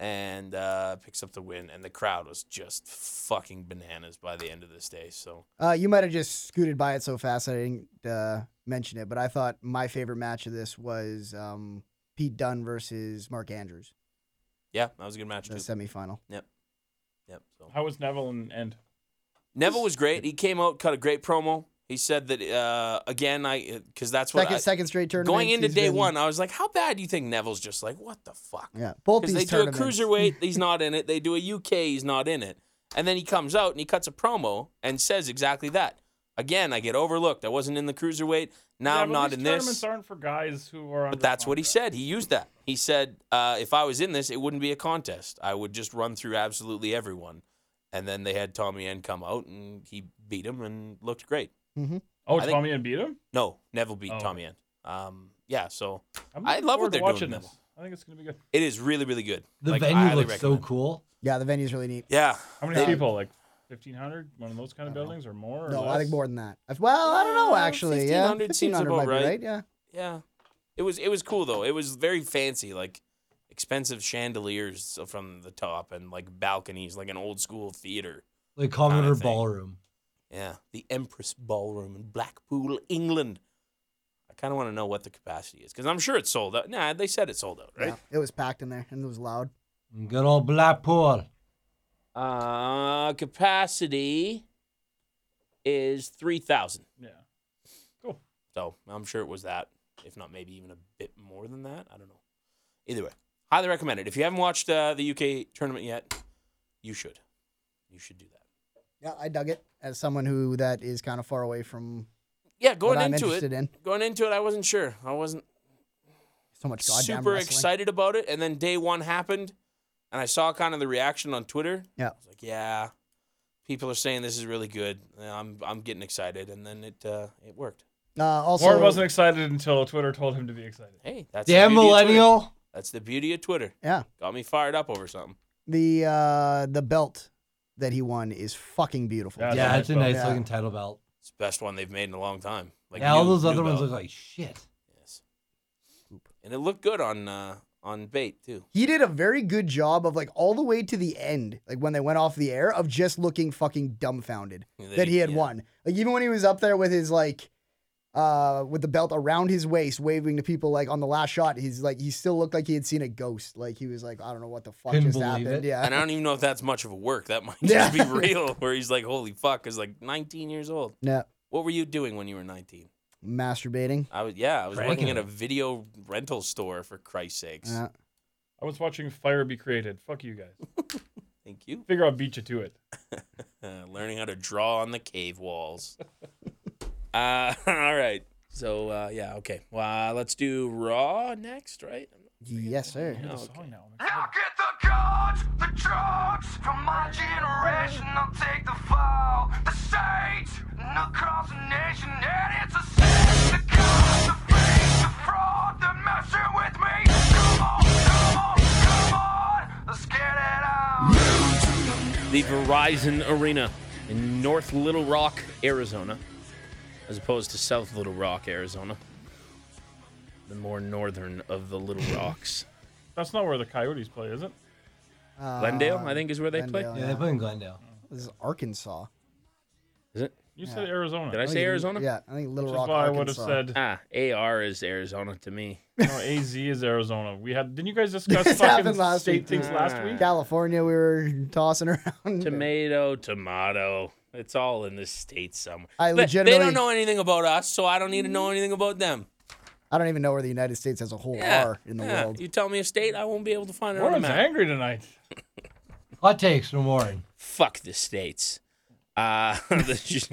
A: and uh, picks up the win. And the crowd was just fucking bananas by the end of this day. So
C: Uh, you might have just scooted by it so fast I didn't uh, mention it, but I thought my favorite match of this was um, Pete Dunne versus Mark Andrews,
A: yeah, that was a good match
C: the
A: too.
C: semifinal.
A: Yep. So.
D: How was Neville and End?
A: Neville was great. He came out, cut a great promo. He said that uh, again, I because that's what
C: Second,
A: I,
C: second straight tournament.
A: going into
C: he's
A: day
C: been-
A: one, I was like, how bad do you think Neville's just like? What the fuck?
C: Yeah, both
A: Because
C: these
A: they do a
C: tournaments.
A: cruiserweight, he's not in it. They do a UK, he's not in it. And then he comes out and he cuts a promo and says exactly that. Again, I get overlooked. I wasn't in the cruiserweight. Now
D: yeah,
A: I'm
D: but
A: not
D: these
A: in
D: tournaments
A: this.
D: aren't for guys who are.
A: But that's what he said. He used that. He said, uh, if I was in this, it wouldn't be a contest. I would just run through absolutely everyone. And then they had Tommy N come out and he beat him and looked great.
D: Oh,
A: I think-
D: Tommy and beat him.
A: No, Neville beat
D: Oh.
A: Tommy in. Um, yeah, so
D: I'm
A: I
D: looking
A: love what
D: forward to
A: they're doing
D: watching
A: with
D: this. I think it's gonna be good.
A: it is really, really good.
B: The
A: Like, I
B: venue
A: highly
B: looks
A: recommend.
B: so cool.
C: Yeah, the venue's really neat.
A: Yeah.
D: How many
A: They-
D: people? Like 1,500? One of those kind of buildings, or more? Or
C: No,
D: less?
C: I think more than that. I- Well, I don't know
A: Uh,
C: actually. Yeah,
A: 1500 seems
C: 1500 might
A: about
C: be
A: right.
C: right. Yeah.
A: Yeah. It was it was cool though. It was very fancy, like expensive chandeliers from the top and like balconies, like an old school theater.
B: Like Commodore
A: thing.
B: Ballroom.
A: Yeah, the Empress Ballroom in Blackpool, England. I kind of want to know what the capacity is because I'm sure it's sold out. Nah, they said it's sold out, right?
C: Yeah, it was packed in there and it was loud.
B: Good old Blackpool.
A: Uh, capacity is three thousand.
D: Yeah.
A: So I'm sure it was that, if not maybe even a bit more than that. I don't know. Either way, highly recommend it. If you haven't watched uh, the UK tournament yet, you should. You should do that.
C: Yeah, I dug it as someone who that is kind of far away from
A: Yeah, going
C: what I'm
A: into it.
C: interested in.
A: Going into it, I wasn't sure. I wasn't
C: So much goddamn
A: super
C: wrestling.
A: excited about it. And then day one happened, and I saw kind of the reaction on Twitter.
C: Yeah.
A: I was like, yeah, people are saying this is really good. And I'm I'm getting excited, and then it uh, it worked.
C: Uh, also,
D: Warren wasn't excited until Twitter told him to be excited.
A: Hey, that's the
B: Damn
A: beauty of Twitter.
B: millennial.
A: That's the beauty of Twitter.
C: Yeah,
A: Got me fired up over something.
C: the uh, the belt that he won is fucking beautiful.
D: Yeah,
B: Yeah,
D: nice
B: it's a
D: belt.
B: nice
C: Yeah.
B: looking title belt.
A: It's the best one they've made in a long time. Like
B: yeah, all
A: new-
B: those
A: new
B: other ones
A: belt.
B: look like shit.
A: Yes. And it looked good on uh, on bait too.
C: He did a very good job of like all the way to the end, like when they went off the air, of just looking fucking dumbfounded
A: That
C: that
A: he-
C: he had
A: yeah.
C: won. Like even when he was up there with his like, uh, with the belt around his waist, waving to people like on the last shot, he's like he still looked like he had seen a ghost. Like he was like, I don't know what the fuck
B: Couldn't
C: just
B: believe
C: happened.
B: it.
C: Yeah,
A: And I don't even know if that's much of a work. That might
C: Yeah.
A: just be real, where he's like, "Holy fuck!" Is like 19 years old.
C: yeah,
A: What were you doing when you were 19?
C: masturbating.
A: I was yeah, I was working
B: Cranking
A: at a
B: it.
A: video rental store for Christ's sakes.
C: Yeah.
D: I was watching Fire Be Created. Fuck you guys.
A: Thank you.
D: Figure out beat you to it.
A: Uh, learning how to draw on the cave walls. uh, all right. So uh, yeah, okay. Well, uh, let's do Raw next, right?
C: Yes, sir.
D: I hear the
A: Oh, okay.
D: song now. I'm
G: I'll
D: excited.
G: get the cards, the drugs from my generation. I'll take the fall, the states, and across the nation. And it's a sin. The cards, the fakes, the fraud, the messing with me. Come on, come on, come on. Let's get it on.
A: the Verizon Arena in North Little Rock, Arizona, as opposed to South Little Rock, Arizona, the more northern of the Little Rocks.
D: That's not where the Coyotes play, is it?
A: Glendale, I think, is where they
C: Glendale.
A: play.
B: Yeah, they play in Glendale.
C: This is Arkansas.
A: Is it?
D: You said Arizona.
A: Did I
D: Which
A: say Arizona?
C: Yeah, I think Little
D: is
C: Rock,
D: why I would have
C: Arkansas.
D: said
A: Ah, AR is Arizona to me.
D: no, AZ is Arizona. We had didn't you guys discuss
C: This
D: fucking
C: happened last
D: state
C: week.
D: things last week?
C: California, we were tossing around.
A: Tomato, tomato. It's all in the states somewhere.
C: I
A: They- They
C: legitimately-
A: don't know anything about us, so I don't need to know anything about them.
C: I don't even know where the United States as a whole
A: Yeah,
C: are in the
A: yeah.
C: world.
A: You tell me a state, I won't be able to find it on the
D: Warren's
A: map.
D: angry tonight.
B: Hot takes from Warren.
A: Fuck the states. Uh, the, sh-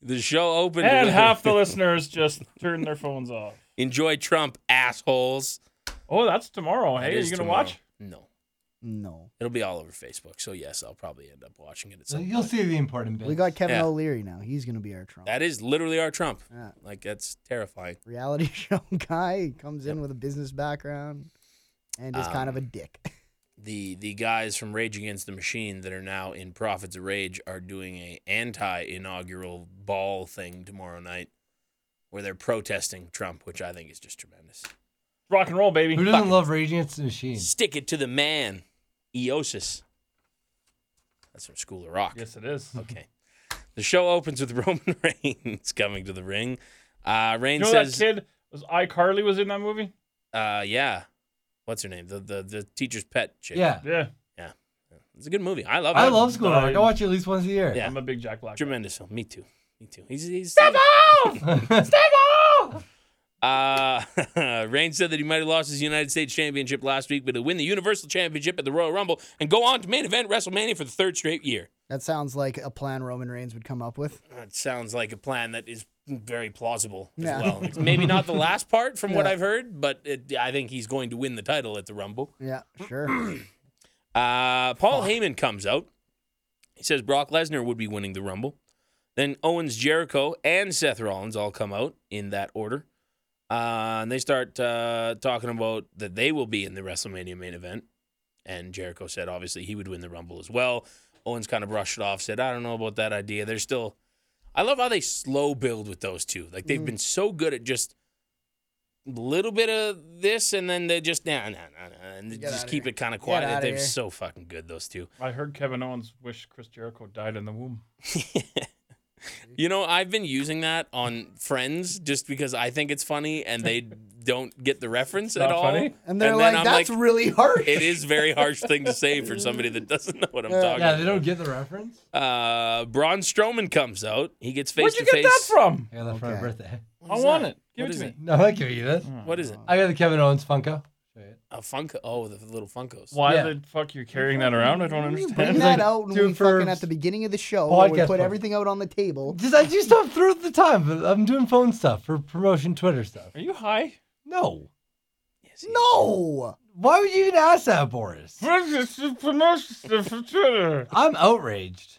A: the show opened.
D: And
A: with-
D: half the listeners just turned their phones off.
A: Enjoy Trump, assholes.
D: Oh, that's tomorrow.
A: That
D: Hey, are you
A: is
D: gonna
A: tomorrow.
D: watch?
A: No.
C: No,
A: It'll be all over Facebook. So, yes, I'll probably end up watching it at some
B: You'll
A: point.
B: see the important bit.
C: we got Kevin
A: Yeah.
C: O'Leary now. He's gonna be our Trump.
A: That is literally our Trump.
C: Yeah.
A: Like, that's terrifying.
C: Reality show guy He comes in with a business background and is kind of a dick.
A: the the guys from Rage Against the Machine that are now in Prophets of Rage are doing a anti inaugural ball thing tomorrow night, where they're protesting Trump, which I think is just tremendous.
D: Rock and roll, baby.
B: Who doesn't love Rage Against the
D: Hmm.
B: Machine?
A: Stick it to the man, Eosis. That's from School of Rock.
D: Yes, it is.
A: Okay. The show opens with Roman Reigns coming to the ring. Uh,
D: You
A: Reigns
D: know that
A: says,
D: kid was iCarly was in that movie?
A: uh, "Yeah, what's her name? The the the teacher's pet chick.
B: Yeah.
D: Yeah.
A: it's a good movie. I love.
B: I
A: it.
B: love School of Rock. I
D: Nine.
B: watch it at least once a year.
A: Yeah.
D: I'm a big Jack Black. guy.
A: Tremendous film. Me too. Me too. He's he's. Uh, Reigns said that he might have lost his United States Championship last week, but he'll win the Universal Championship at the Royal Rumble and go on to main event WrestleMania for the third straight year.
C: That sounds like a plan Roman Reigns would come up with.
A: That sounds like a plan that is very plausible as
C: Yeah.
A: well. Maybe not the last part from what
C: Yeah.
A: I've heard, but it, I think he's going to win the title at the Rumble.
C: Yeah, sure.
A: Uh, Paul Heyman comes out. He says Brock Lesnar would be winning the Rumble. Then Owens, Jericho, and Seth Rollins all come out in that order. Uh, and they start uh, talking about that they will be in the WrestleMania main event. And Jericho said, obviously, he would win the Rumble as well. Owens kind of brushed it off, said, I don't know about that idea. They're still. I love how they slow build with those two. Like,
C: Mm-hmm.
A: they've been so good at just a little bit of this, and then they just, nah, nah, nah, nah. And they
C: Get
A: just
C: outta
A: keep
C: here.
A: it kind of
C: Get
A: quiet.
C: outta
A: They're
C: here.
A: so fucking good, those two.
D: I heard Kevin Owens wish Chris Jericho died in the womb.
A: You know, I've been using that on friends just because I think it's funny and they don't get the reference at
D: not
A: all.
D: funny?
C: And they're like,
A: then
C: that's really hard.
A: it is very harsh thing to say for somebody that doesn't know what I'm
C: Yeah.
A: talking
B: Yeah, they don't get the reference.
A: about. Uh, Braun Strowman comes out. He gets face
D: Where'd you
A: to
D: get
A: face.
D: that from?
B: I got that for my
C: Okay. Hmm.
B: birthday.
D: I want it. Give
A: What
D: it
A: is
D: to
A: it?
D: me.
B: No, I give you this.
A: What is it?
B: I got the Kevin Owens Funko.
A: A Funko. Oh, the little Funkos.
D: Why
B: Yeah.
D: the fuck you carrying that around? I don't
C: Bring
B: like,
D: understand.
C: that out and
B: dude,
C: we
B: for
C: fucking at the beginning of the show where we
B: podcast
C: put
B: part.
C: everything out on the table.
B: Just I do stuff throughout the time. But I'm doing phone stuff for promotion, Twitter stuff.
D: Are you high?
B: No.
C: No!
B: Why would you even ask that, Boris?
D: Twitter.
B: I'm outraged.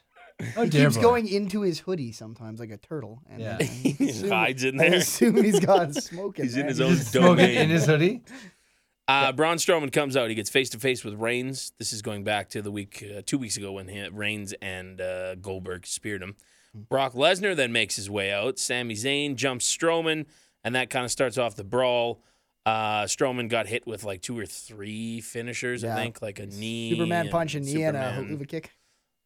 B: How
C: He
B: dare
C: keeps
B: Boris.
C: going into his hoodie sometimes like a turtle. And
B: Oh, Yeah.
C: I assume-
A: hides in
C: I
A: there.
C: assume he's gone smoking.
A: He's in
C: man.
A: his
B: He's
A: own
B: just smoking
A: domain.
B: in his hoodie.
A: Uh, Braun Strowman comes out. He gets face to face with Reigns. This is going back to the week uh, two weeks ago when he, Reigns and uh, Goldberg speared him.
C: Hmm.
A: Brock Lesnar then makes his way out. Sami Zayn jumps Strowman, and that kind of starts off the brawl. Uh, Strowman got hit with like two or three finishers, I
C: Yeah.
A: think, like a knee,
C: Superman punch and knee and a
A: Superman.
C: hoover kick.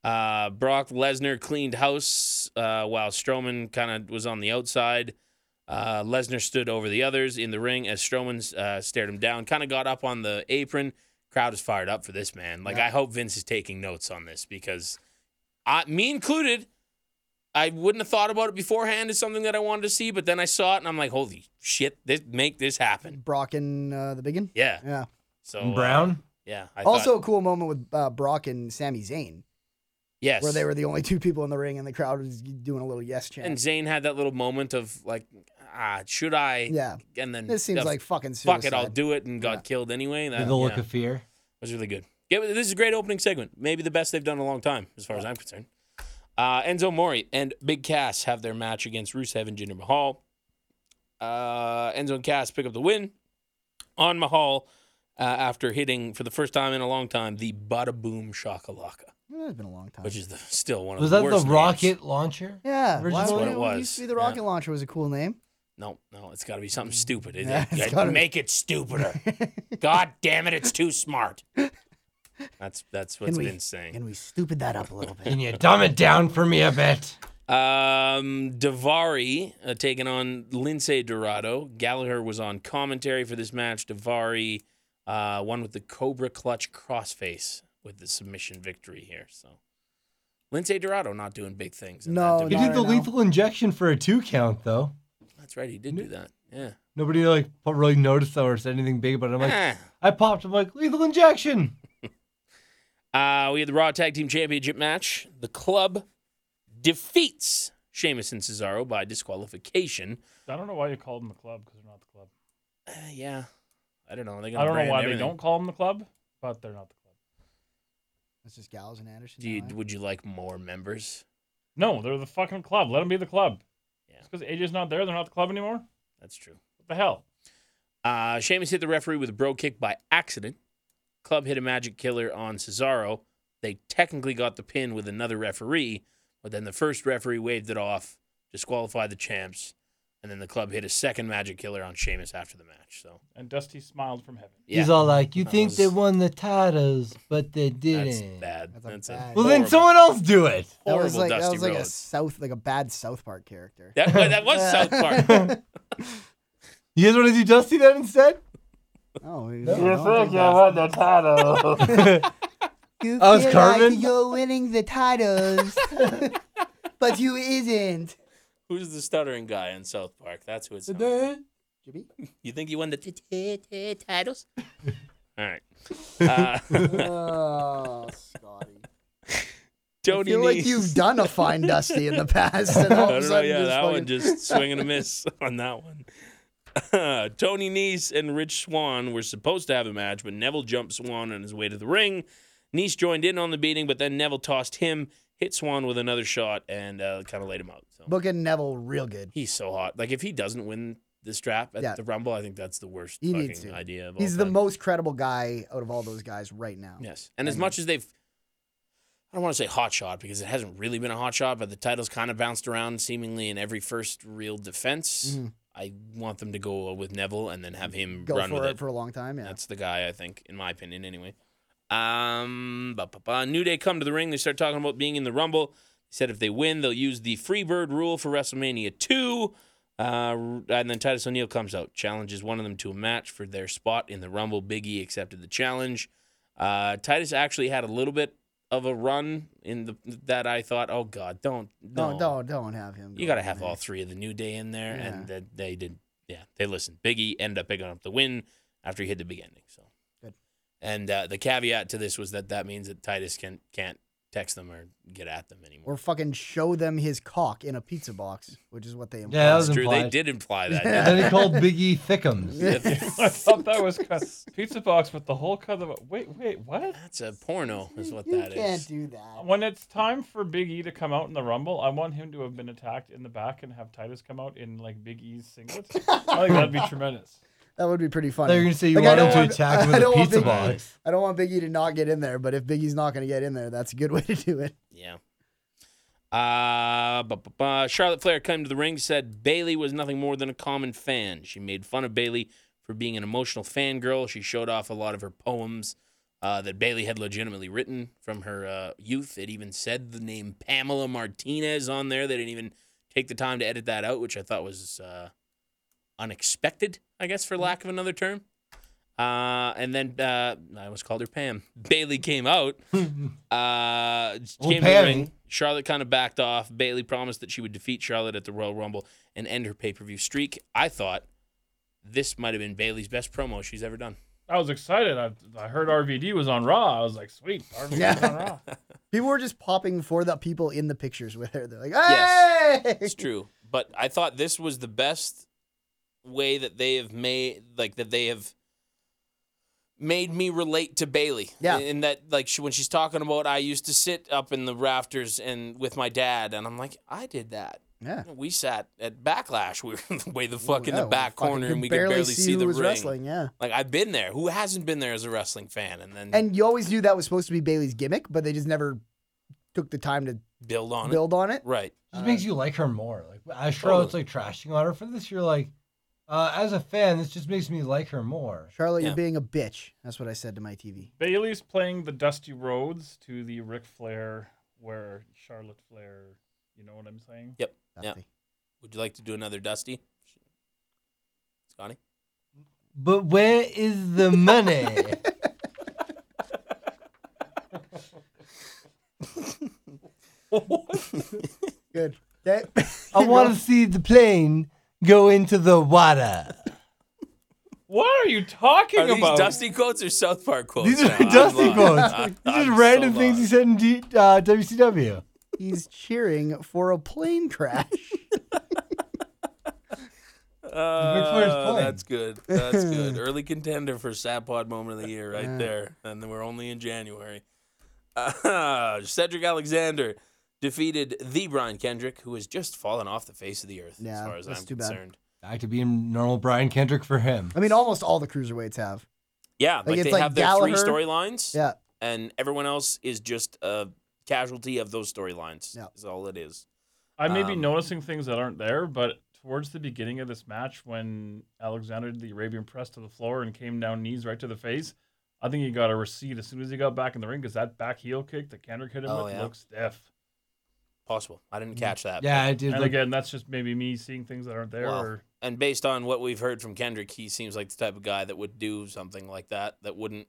A: Uh, Brock Lesnar cleaned house uh, while Strowman kind of was on the outside. Uh, Lesnar stood over the others in the ring as Strowman uh, stared him down, kind of got up on the apron. Crowd is fired up for this man. Like, I hope Vince is taking notes on this because I, me included, I wouldn't have thought about it beforehand as something that I wanted to see, but then I saw it and I'm like, holy shit, this make this happen.
C: Brock and uh, the biggin.
A: Yeah.
C: Yeah.
A: So
B: And
A: uh,
B: Brown.
A: yeah. I thought-
C: also, a cool moment with uh, Brock and Sami Zayn,
A: yes.
C: where they were the only two people in the ring, and the crowd was doing a little yes chant.
A: And Zayn had that little moment of like, ah, should I?
C: yeah,
A: And then
C: this seems
A: the
C: like fucking suicide.
A: fuck it, I'll do it, and got
C: Yeah.
A: killed anyway. That
B: With the look
A: yeah,
B: of fear.
A: was really good. Yeah, this is a great opening segment. Maybe the best they've done in a long time, as far as I'm concerned. Uh, Enzo Mori and Big Cass have their match against Rusev and Jinder Mahal. Uh, Enzo and Cass pick up the win on Mahal uh, after hitting for the first time in a long time the Bada Boom Shakalaka,
C: Yeah, It's been a long time.
A: which is the, still one of
B: Was
A: the
B: that the
A: worst names.
B: rocket launcher?
C: yeah,
B: Originally-
C: why
B: That's
A: what
C: would
A: it
C: when
A: was.
C: Used to be the
A: Yeah.
C: rocket launcher was a cool name.
A: No, no, it's got to be something stupid. It,
C: Mm. Yeah, it's
A: it-
C: gotta be-
A: make it stupider. God damn it, it's too smart. That's that's what's
C: we-
A: been saying.
C: And we stupid that up a little bit.
B: Can you dumb it down for me a bit?
A: Um, Davari uh, taking on Lindsay Dorado. Gallagher was on commentary for this match. Davari uh, won with the Cobra Clutch crossface with the submission victory here. So Lindsay Dorado not doing big things. in that
C: No,
B: He
A: division.
C: Not
B: did the
C: right now.
B: lethal injection for a two count though.
A: that's right. He did do that. Yeah.
B: Nobody like really noticed that or said anything big about it. I'm like,
A: Ah.
B: I popped. I'm like, lethal injection.
A: Uh, we had the Raw Tag Team Championship match. The club defeats Sheamus and Cesaro by disqualification.
D: I don't know why you call them the club because they're not the club.
A: Uh, yeah, I don't know. They
D: I don't know why they don't call them the club, but they're not the club.
C: That's just Gals and Anderson.
A: Do you,
C: now, eh?
A: would you like more members?
D: No, they're the fucking club. Let them be the club.
A: Yeah.
D: Just because AJ's not there, they're not the club anymore.
A: That's true.
D: What the hell?
A: Uh, Sheamus hit the referee with a bro kick by accident. Club hit a magic killer on Cesaro. They technically got the pin with another referee, but then the first referee waved it off, disqualified the champs, and then the club hit a second magic killer on Sheamus after the match. So
D: And Dusty smiled from heaven.
A: yeah.
B: He's all like, you
A: That
B: think they
A: was-
B: won the titles, but they
A: That's
B: didn't.
A: bad.
C: That's a
A: That's,
C: bad-
A: a
B: Well, then
A: horrible-
B: someone else do it.
C: That was
A: horrible
C: like that
A: Dusty
C: was like a
A: Rhodes.
C: South like a bad South Park character.
A: That, wa- that was South Park.
B: You guys want to do Dusty then instead?
C: Oh, you
D: the title.
B: I was Carmen.
C: you're winning the titles, but you isn't.
A: Who's the stuttering guy in South Park? That's who it's.
C: Jimmy?
A: You think you won the t- t- t- titles? All right. Uh,
C: Oh, Scotty. I
A: Tony
C: feel like
A: Nese-
C: you've done a fine Dusty in the past, and
A: I
C: all of a
A: don't know.
C: sudden,
A: Yeah,
C: just
A: that
C: fucking,
A: one just swing and a miss on that one. Tony Nese and Rich Swan were supposed to have a match, but Neville jumped Swan on his way to the ring. Nese joined in on the beating, but then Neville tossed him. hit Swan with another shot and uh, kind of laid him out. So
C: Booking Neville real good.
A: he's so hot. Like if he doesn't win this strap at
C: Yeah.
A: the Rumble, I think that's the worst
C: He
A: fucking
C: needs to.
A: idea. Of all
C: He's the
A: time.
C: most credible guy out of all those guys right now.
A: Yes. And as much as they've, I don't want to say hot shot because it hasn't really been a hot shot, but the title's kind of bounced around seemingly in every first real defense. I want them to go with Neville and then have him
C: Mm-hmm. Go
A: run
C: for
A: with
C: it,
A: it.
C: for a long time. Yeah.
A: That's the guy, I think, in my opinion, anyway. Um, ba, ba, ba. New Day come to the ring. They start talking about being in the Rumble. They said if they win, they'll use the Freebird rule for WrestleMania 2. Uh, and then Titus O'Neil comes out, challenges one of them to a match for their spot in the Rumble. Big E accepted the challenge. Uh, Titus actually had a little bit of a run in the that I thought, oh God, don't no,
C: no, don't don't have him.
A: you
C: go
A: got to
C: in
A: have
C: there.
A: all three of the New Day in there,
C: Yeah.
A: and that they did. Yeah, they listened. Biggie ended up picking up the win after he hit the big ending. So
C: Good.
A: And uh, the caveat to this was that that means that Titus can can't text them or get at them anymore.
C: Or fucking show them his cock in a pizza box, which is what they imply.
B: that
A: That's
B: was
A: true. They
B: implied.
A: did imply that.
B: And
A: didn't
B: then he called Biggie Thickums.
A: they?
D: I thought that was cu- pizza box with the whole cut of. Wait, wait, what?
A: That's a porno, is what
C: you
A: that
C: can't
A: is.
C: do that.
D: When it's time for Big E to come out in the Rumble, I want him to have been attacked in the back and have Titus come out in like Big E's singlet. I think that'd be tremendous.
C: That would be pretty funny.
B: They were gonna say you
C: Like, I
B: wanted
C: don't
B: to
C: want-
B: attack
C: I
B: him with a
C: don't want
B: pizza
C: Big E-
B: box.
C: I don't want Biggie to not get in there, but if Biggie's not going to get in there, that's a good way to do it.
A: Yeah. Uh, bu- bu- bu- Charlotte Flair came to the ring, said Bailey was nothing more than a common fan. She made fun of Bailey for being an emotional fangirl. She showed off a lot of her poems uh, that Bailey had legitimately written from her uh, youth. It even said the name Pamela Martinez on there. They didn't even take the time to edit that out, which I thought was uh, unexpected, I guess,
B: Mm-hmm.
A: for lack of another term. Uh, and then uh, I almost called her Pam. Bailey came out. uh,
B: Old
A: came to the ring.
B: Pammy.
A: Charlotte kind of backed off. Bailey promised that she would defeat Charlotte at the Royal Rumble and end her pay per view streak. I thought this might have been Bailey's best promo she's ever done.
D: I was excited. I, I heard RVD was on Raw. I was like, sweet, RVD was on Raw.
C: People were just popping for the people in the pictures with her. They're like,
A: Yes.
C: hey!
A: It's true, but I thought this was the best way that they have made, like that they have made me relate to Bailey.
C: Yeah.
A: and that like she, when she's talking about, I used to sit up in the rafters and with my dad, and I'm like, I did that.
C: Yeah.
A: We sat at Backlash. We were way the fuck in
C: Yeah,
A: the back
C: fucking
A: corner,
C: could
A: and we could barely see,
C: who
A: the
C: was
A: ring.
C: wrestling, yeah.
A: Like I've been there. Who hasn't been there as a wrestling fan? And then
C: And you always knew that was supposed to be Bailey's gimmick, but they just never took the time to
A: build on
C: build on
A: it.
C: it.
A: Right.
B: just makes you like her more. Like as Charlotte's like trashing on her for this, you're like, uh, as a fan, this just makes me like her more.
C: Charlotte,
A: Yeah.
C: you're being a bitch. That's what I said to my TV.
D: Bailey's playing the Dusty Rhodes to the Ric Flair, where Charlotte Flair. You know what I'm saying?
A: Yep. Yeah.
C: Nothing.
A: Would you like to do another Dusty? Scotty.
B: But where is the money?
C: Good. Okay.
B: I want to see the plane go into the water.
D: What are you talking
A: Are these
D: about?
A: Dusty quotes or South Park quotes?
B: These are
A: now? I'm
B: Dusty
A: lost.
B: quotes.
A: I-
B: These
A: I'm
B: are random
A: so
B: things he
A: lost.
B: said in D, uh, WCW.
C: He's cheering for a plane crash.
B: Ric Flair's
A: Uh,
B: plane.
A: that's good. That's good. Early contender for Sapod moment of the year, right there. And then we're only in January. Uh, Cedric Alexander defeated the Brian Kendrick, who has just fallen off the face of the earth, as
C: Yeah,
A: far as
C: that's
A: I'm
C: too bad.
A: concerned.
B: Back to being normal Brian Kendrick for him.
C: I mean, almost all the cruiserweights have.
A: Yeah, like,
C: it's
A: they
C: like
A: have their three
C: Gallagher.
A: storylines,
C: Yeah.
A: and everyone else is just a casualty of those storylines.
C: Yeah.
A: Is all it is.
D: I may be
A: Um,
D: noticing things that aren't there, but towards the beginning of this match, when Alexander did the Arabian press to the floor and came down knees right to the face, I think he got a receipt as soon as he got back in the ring because that back heel kick that Kendrick hit him
A: Oh,
D: with
A: yeah.
D: looks stiff.
A: Possible. I didn't catch that.
B: Yeah, I did.
D: And
B: Like,
D: again, that's just maybe me seeing things that aren't there.
A: Wow.
D: Or,
A: And based on what we've heard from Kendrick, he seems like the type of guy that would do something like that, that wouldn't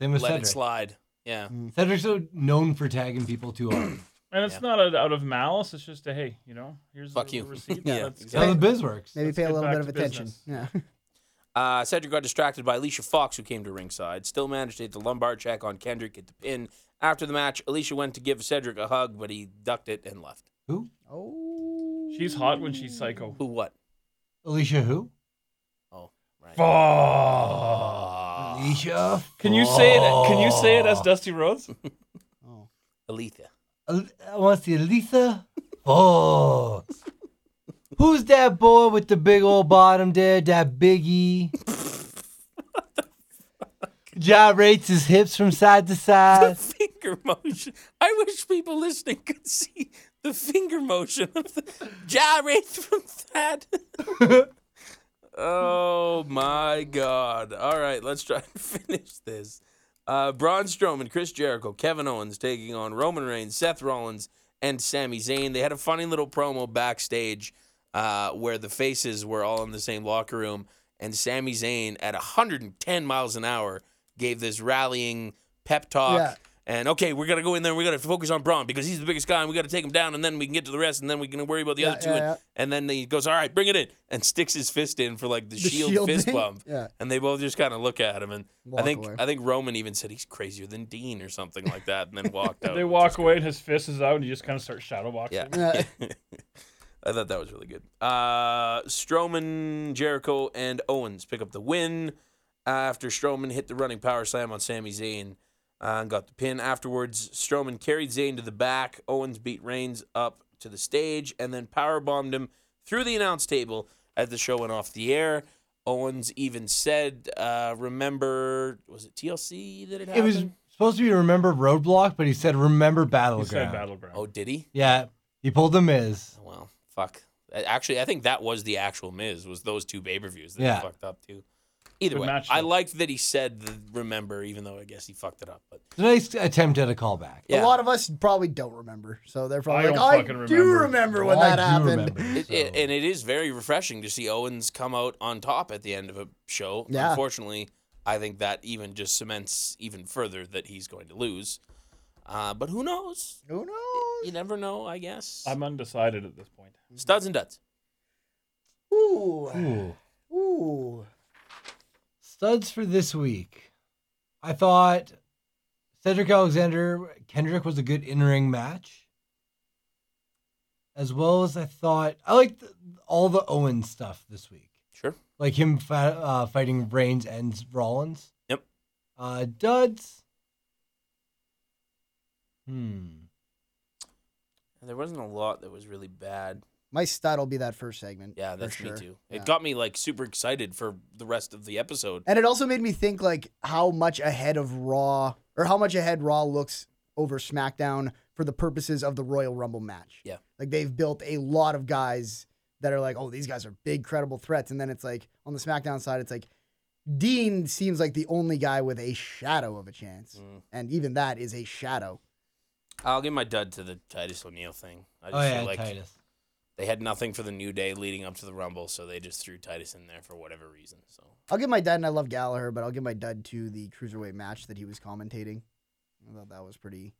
B: same with
A: let it
B: Cedric.
A: slide. Yeah.
B: Cedric's so known for tagging people too hard.
D: and it's
A: Yeah.
D: not a, out of malice. It's just a hey, you know, here's
A: Fuck
D: the,
A: you.
D: the receipt.
A: Yeah,
D: Let's
A: exactly.
B: How
D: get-
B: the biz works.
C: Maybe
D: Let's
C: pay a
D: get
C: little
D: back
C: bit of
D: to
C: attention.
D: business.
C: Yeah.
A: Uh, Cedric got distracted by Alicia Fox, who came to ringside, still managed to hit the lumbar check on Kendrick at the pin. After the match, Alicia went to give Cedric a hug, but he ducked it and left.
B: Who?
C: Oh.
D: She's hot when she's psycho.
A: Who what?
B: Alicia who?
A: Oh, right.
B: Alicia.
A: Oh.
D: Can you say it? Can you say it as Dusty Rhodes?
A: Alethea.
B: Al- I want to see Aletha Fox. Who's that boy with the big old bottom there? That biggie. Gyrates his hips from side to
A: The
B: side.
A: finger motion. I wish people listening could see the finger motion of the gyrate from that. oh my God. All right, let's try and finish this. Uh, Braun Strowman, Chris Jericho, Kevin Owens taking on Roman Reigns, Seth Rollins, and Sami Zayn. They had a funny little promo backstage uh, where the faces were all in the same locker room, and Sami Zayn at 110 miles an hour gave this rallying pep talk.
C: Yeah.
A: And okay, we're gonna go in there. and We're gonna focus on Braun because he's the biggest guy, and we gotta take him down, and then we can get to the rest, and then we can worry about the
C: Yeah,
A: other two.
C: yeah,
A: and,
C: yeah.
A: and then he goes, "All right, bring it in," and sticks his fist in for like the, shield,
C: shield
A: fist
C: thing?
A: bump.
C: Yeah.
A: And they both just kind of look at him, and I
C: Walk
A: think
C: away.
A: I think Roman even said he's crazier than Dean or something like that, and then walked out.
D: They walk away and his fist is out and you just kind of start shadow boxing.
A: Yeah.
C: Yeah.
A: I thought that was really good. Uh, Strowman, Jericho, and Owens pick up the win after Strowman hit the running power slam on Sami Zayn uh, and got the pin. Afterwards, Strowman carried Zayn to the back. Owens beat Reigns up to the stage and then power bombed him through the announce table as the show went off the air. Owens even said, uh, "Remember, was it TLC that it
B: It
A: happened?"
B: was supposed to be Remember Roadblock, but he said Remember
D: He
B: Battleground.
D: said battleground.
A: Oh, did he? Oh,
B: Yeah, he pulled the Miz.
A: Well, fuck. Uh, Actually, I think that was the actual Miz. Was those two pay per views that
B: Yeah.
A: he fucked up too. Either
D: Good
A: way,
D: match,
A: I
D: though.
A: liked that he said the remember, even though I guess he fucked it up. But
B: It's a nice attempt at a callback.
A: yeah,
C: A lot of us probably don't remember, so they're probably
D: I
C: like,
D: don't
C: I
D: fucking
C: do
D: remember."
C: remember when
B: Well, Oh, I
C: that
B: do
C: happened.
B: remember,
A: It- it-
B: so-
A: and it is very refreshing to see Owens come out on top at the end of a show.
C: Yeah.
A: Unfortunately, I think that even just cements even further that he's going to lose. Uh, but who knows?
C: Who knows?
A: You never know, I guess.
D: I'm undecided at this point.
A: Studs and duds.
C: Ooh,
B: Ooh.
C: ooh.
B: Studs for this week. I thought Cedric Alexander Kendrick was a good in ring match. As well as I thought, I liked all the Owen stuff this week,
A: Sure.
B: like him fa- uh, fighting Reigns and Rollins.
A: Yep.
B: Uh, duds. Hmm.
A: There wasn't a lot that was really bad.
C: My stud will be that first segment.
A: Yeah,
C: for
A: that's
C: sure.
A: me too. It
C: Yeah.
A: got me like super excited for the rest of the episode.
C: And it also made me think like how much ahead of Raw or how much ahead Raw looks over SmackDown for the purposes of the Royal Rumble match.
A: Yeah.
C: Like they've built a lot of guys that are like, oh, these guys are big, credible threats. And then it's like on the SmackDown side, it's like Dean seems like the only guy with a shadow of a chance.
A: Mm.
C: And even that is a shadow.
A: I'll give my dud to the Titus O'Neil thing. I just
B: Oh yeah,
A: feel like
B: Titus.
A: they had nothing for the New Day leading up to the Rumble, so they just threw Titus in there for whatever reason. So
C: I'll give my dud, and I love Gallagher, but I'll give my dud to the cruiserweight match that he was commentating. I thought that was pretty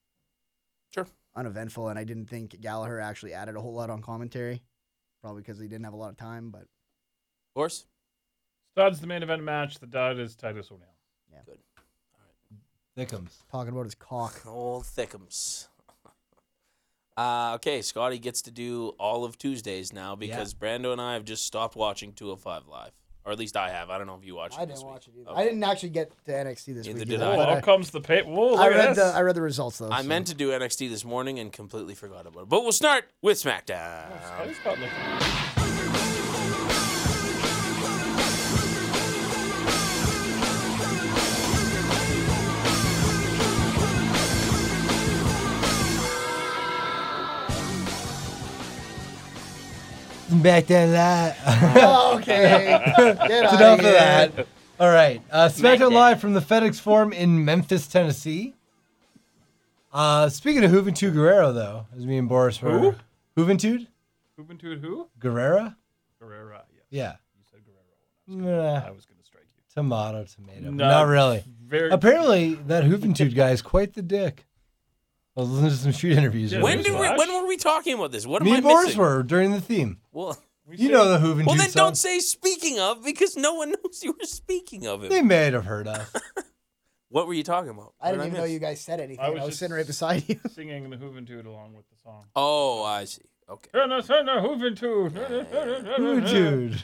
A: Sure.
C: uneventful, and I didn't think Gallagher actually added a whole lot on commentary, probably because he didn't have a lot of time. But
A: of course.
D: Stud's the main event match. The dud is Titus O'Neil.
B: Thickums.
C: talking about his cock,
A: Old Thickums. Uh, okay, Scotty gets to do all of Tuesdays now because Brando and I have just stopped watching 205 Live. Or at least I have. I don't know if you watched it.
C: I
A: this
C: didn't
A: week.
C: watch it either.
A: Okay.
C: I didn't actually get to NXT this
A: Neither
C: week.
A: did
C: either,
A: I.
D: Oh,
C: but
D: up comes the pay. Whoa, look
C: I,
D: at
C: read
D: this.
C: the I read the results though.
A: I
C: so-
A: meant to do NXT this morning and completely forgot about it. But we'll start with SmackDown.
D: I just Oh, got like
B: Back then, that.
C: Oh, okay, get
B: That's
C: out
B: enough
C: of
B: of
C: here.
B: that. All right. Uh, SmackDown
A: Smackdown.
B: Live from the FedEx Forum in Memphis, Tennessee. Uh, speaking of Juventud Guerrero, though, as me and Boris were. Juventud
D: Juventud who?
B: Guerrero?
D: Guerrera. Yes,
B: Yeah.
D: you said Guerrero.
B: Nah,
D: I was going to strike you.
B: tomato, tomato.
D: No.
B: Not really.
D: Very.
B: Apparently, that Juventud guy is quite the dick. I was listening to some street interviews.
D: Yeah,
A: When
B: earlier.
A: did we,
D: Flash?
A: when were we talking about this? What am
B: me
A: I
B: and Boris
A: missing?
B: were during the theme.
A: Well,
D: We
B: You
D: said-
B: know the Juventud
A: well then
B: song.
A: don't say speaking of because no one knows you were speaking of
B: They
A: it.
B: may have heard us.
A: Uh-huh. What were you talking about? What
C: I
A: did
C: didn't even know
A: miss?
C: you guys said anything.
D: I was
C: I was
D: just-
C: sitting right beside you.
D: singing the Juventud along with the song.
A: Oh, I see. Okay.
D: Santa Juventud.
B: Juventud.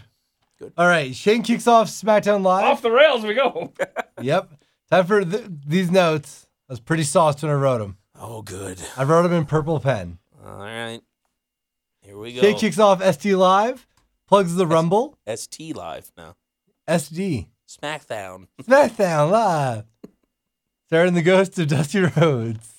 A: Good.
B: All right. Shane kicks off SmackDown Live.
D: Off the rails we go.
B: Yep. Time for th- these notes. I was pretty sauced when I wrote them.
A: Oh so good.
B: I wrote them in purple pen.
A: All right. Here we go.
B: Jay kicks off ST Live, plugs the Rumble,
A: ST Live now.
B: SD.
A: SmackDown.
B: SmackDown Live. Starting the ghost of Dusty Rhodes.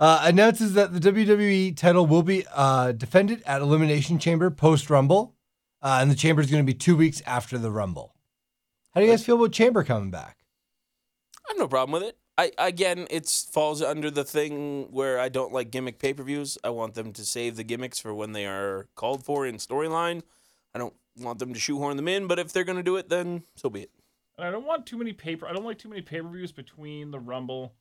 B: Uh, announces that the WWE title will be uh, defended at Elimination Chamber post Rumble. Uh, and the Chamber is going to be two weeks after the Rumble. How do you guys feel about Chamber coming back?
A: I have no problem with it. I again, it falls under the thing where I don't like gimmick pay per views. I want them to save the gimmicks for when they are called for in storyline. I don't want them to shoehorn them in, but if they're going to do it, then so be it.
D: And I don't want too many paper. I don't like too many pay per views between the Rumble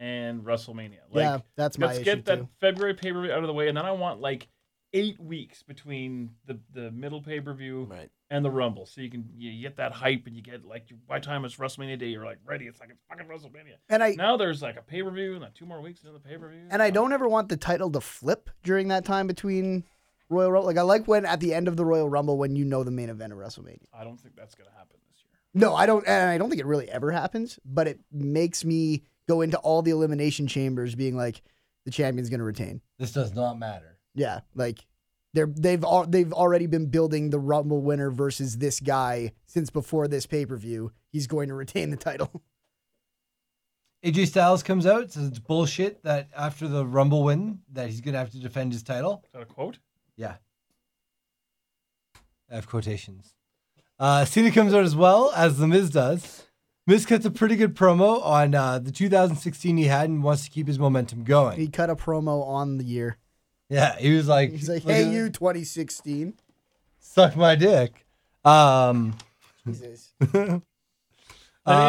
D: and WrestleMania. Like,
C: Yeah, that's my
D: Let's
C: issue,
D: get that
C: too.
D: February pay per view out of the way, and then I want like eight weeks between the the middle pay per view
A: Right.
D: and the Rumble, so you can you get that hype and you get like you- by the time it's WrestleMania day, you're like ready. It's like it's fucking WrestleMania.
C: And I
D: Now there's like a pay per view and then two more weeks into the pay per view.
C: and I don't ever want the title to flip during that time between Royal Rumble. Like I like when at the end of the Royal Rumble when you know the main event of WrestleMania.
D: I don't think that's gonna happen this year.
C: No, I don't, and I don't think it really ever happens. But it makes me go into all the elimination chambers being like, the champion's going to retain.
B: This does not matter.
C: Yeah, like they're they've all they've already been building the Rumble winner versus this guy since before this pay per view. He's going to retain the title.
B: AJ Styles comes out, says it's bullshit that after the Rumble win that he's going to have to defend his title.
D: Is that a quote?
B: Yeah. I have quotations. Uh, Cena comes out as well as The Miz does. Miz cuts a pretty good promo on uh, the 2016 he had and wants to keep his momentum going.
C: He cut a promo on the year.
B: yeah, he was like,
C: He's like,
B: "Look
C: "Hey,
A: uh,
B: at-
C: you, 2016."
B: suck my dick." Um,
C: Jesus. Uh,
D: Then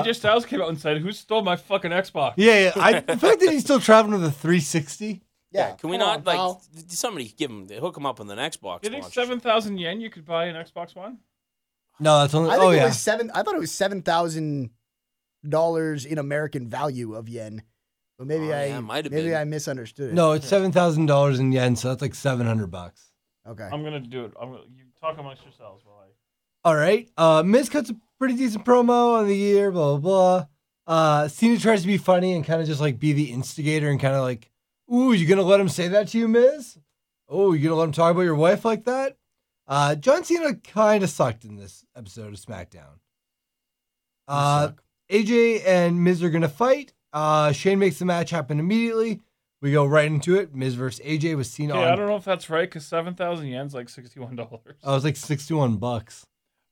D: AJ Styles came out and said, "Who stole my fucking Xbox?"
B: yeah, yeah. I, the fact that he's still traveling with a 360.
C: Yeah.
A: Can we
C: come
A: not
C: on,
A: like
C: pal.
A: th- somebody give him hook him up with an Xbox?
D: You think
A: launch?
D: seven thousand yen you could buy an Xbox One?
B: No, that's only.
C: I think
B: oh
C: it
B: yeah,
C: was seven. I thought it was seven thousand dollars in American value of yen, but maybe
A: Oh,
C: I
A: yeah, it might have
C: maybe
A: been.
C: I misunderstood it.
B: no, it's seven thousand dollars in yen, so that's like seven hundred bucks.
C: Okay.
D: I'm gonna do it. I'm gonna, you talk amongst yourselves while I.
B: All right. Uh, Miz cuts a pretty decent promo on the year, blah, blah, blah. Uh, Cena tries to be funny and kind of just like be the instigator and kind of like, ooh, you going to let him say that to you, Miz? Oh, you going to let him talk about your wife like that? Uh, John Cena kind of sucked in this episode of SmackDown. Uh, AJ and Miz are going to fight. Uh, Shane makes the match happen immediately. We go right into it. Miz versus AJ with Cena
D: Okay, I
B: on.
D: don't know if that's right because seven thousand yen's like sixty-one dollars.
C: Oh,
B: I was like 61 bucks.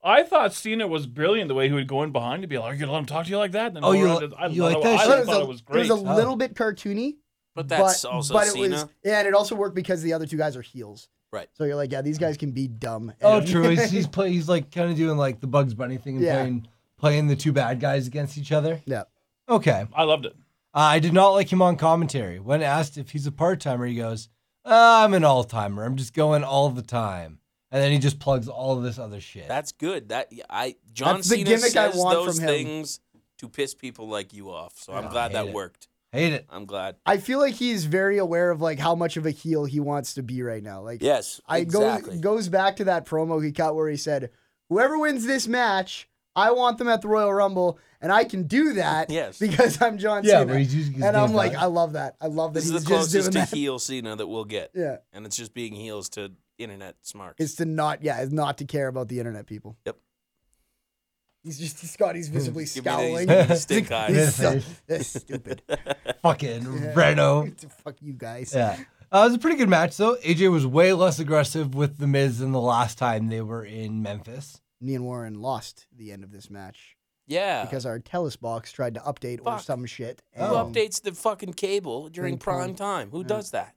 D: I thought Cena was brilliant the way he would go in behind and be like, "You gonna let him talk to you like that?" And then
B: Oh,
D: go
B: you
D: around
B: li-
D: and- I
B: you
D: thought
B: like
D: it-
B: that
D: I
B: shit?
C: It was
D: thought
C: a-
D: it was great.
C: It
B: Oh.
C: was a little bit cartoony,
A: But that's
C: but,
A: also
C: but it
A: Cena.
C: was yeah, and it also worked because the other two guys are heels.
A: Right.
C: So you're like, yeah, these guys can be dumb.
B: Oh,
C: And-
B: true. He's, he's play, He's like kind of doing like the Bugs Bunny thing and
C: Yeah.
B: playing playing the two bad guys against each other.
C: yeah.
B: Okay. Uh,
D: I loved it.
B: I did not like him on commentary. When asked if he's a part timer, he goes, "Uh, "I'm an all timer. I'm just going all the time." And then he just plugs all of this other shit.
A: That's good. That I John
C: That's the
A: Cena
C: gimmick I
A: says
C: want
A: those
C: from him.
A: things to piss people like you off. So I'm
B: I
A: glad that
B: hate it.
A: worked.
B: Hate it.
A: I'm glad.
C: I feel like he's very aware of like how much of a heel he wants to be right now. Like
A: Yes,
C: I
A: exactly.
C: goes goes back to that promo he cut where he said, "Whoever wins this match, I want them at the Royal Rumble, and I can do that
A: Yes.
C: because I'm John
B: Yeah,
C: Cena."
B: where he's using his
C: and I'm
B: damn
C: like,
B: power.
C: I love that. I love that
A: This
C: he's
A: is the
C: just doing
A: closest to
C: that.
A: heel Cena that we'll get.
C: Yeah,
A: And it's just being heels to internet smarts.
C: it's to not yeah, it's not to care about the internet people.
A: Yep.
C: He's just Scotty's visibly
A: Give me the-
C: scowling.
A: give me the stink eye.
C: He's
B: This
C: so,
B: is-
C: that's stupid.
B: Fucking Reno.
C: Fuck you guys.
B: Yeah. Uh, it was a pretty good match though. AJ was way less aggressive with the Miz than the last time they were in Memphis.
C: Me and Warren lost the end of this match
A: Yeah.
C: because our Telus box tried to update or
A: Fuck.
C: some shit.
A: Who
C: and-
A: updates the fucking cable during
C: During
A: prime time? Who does that?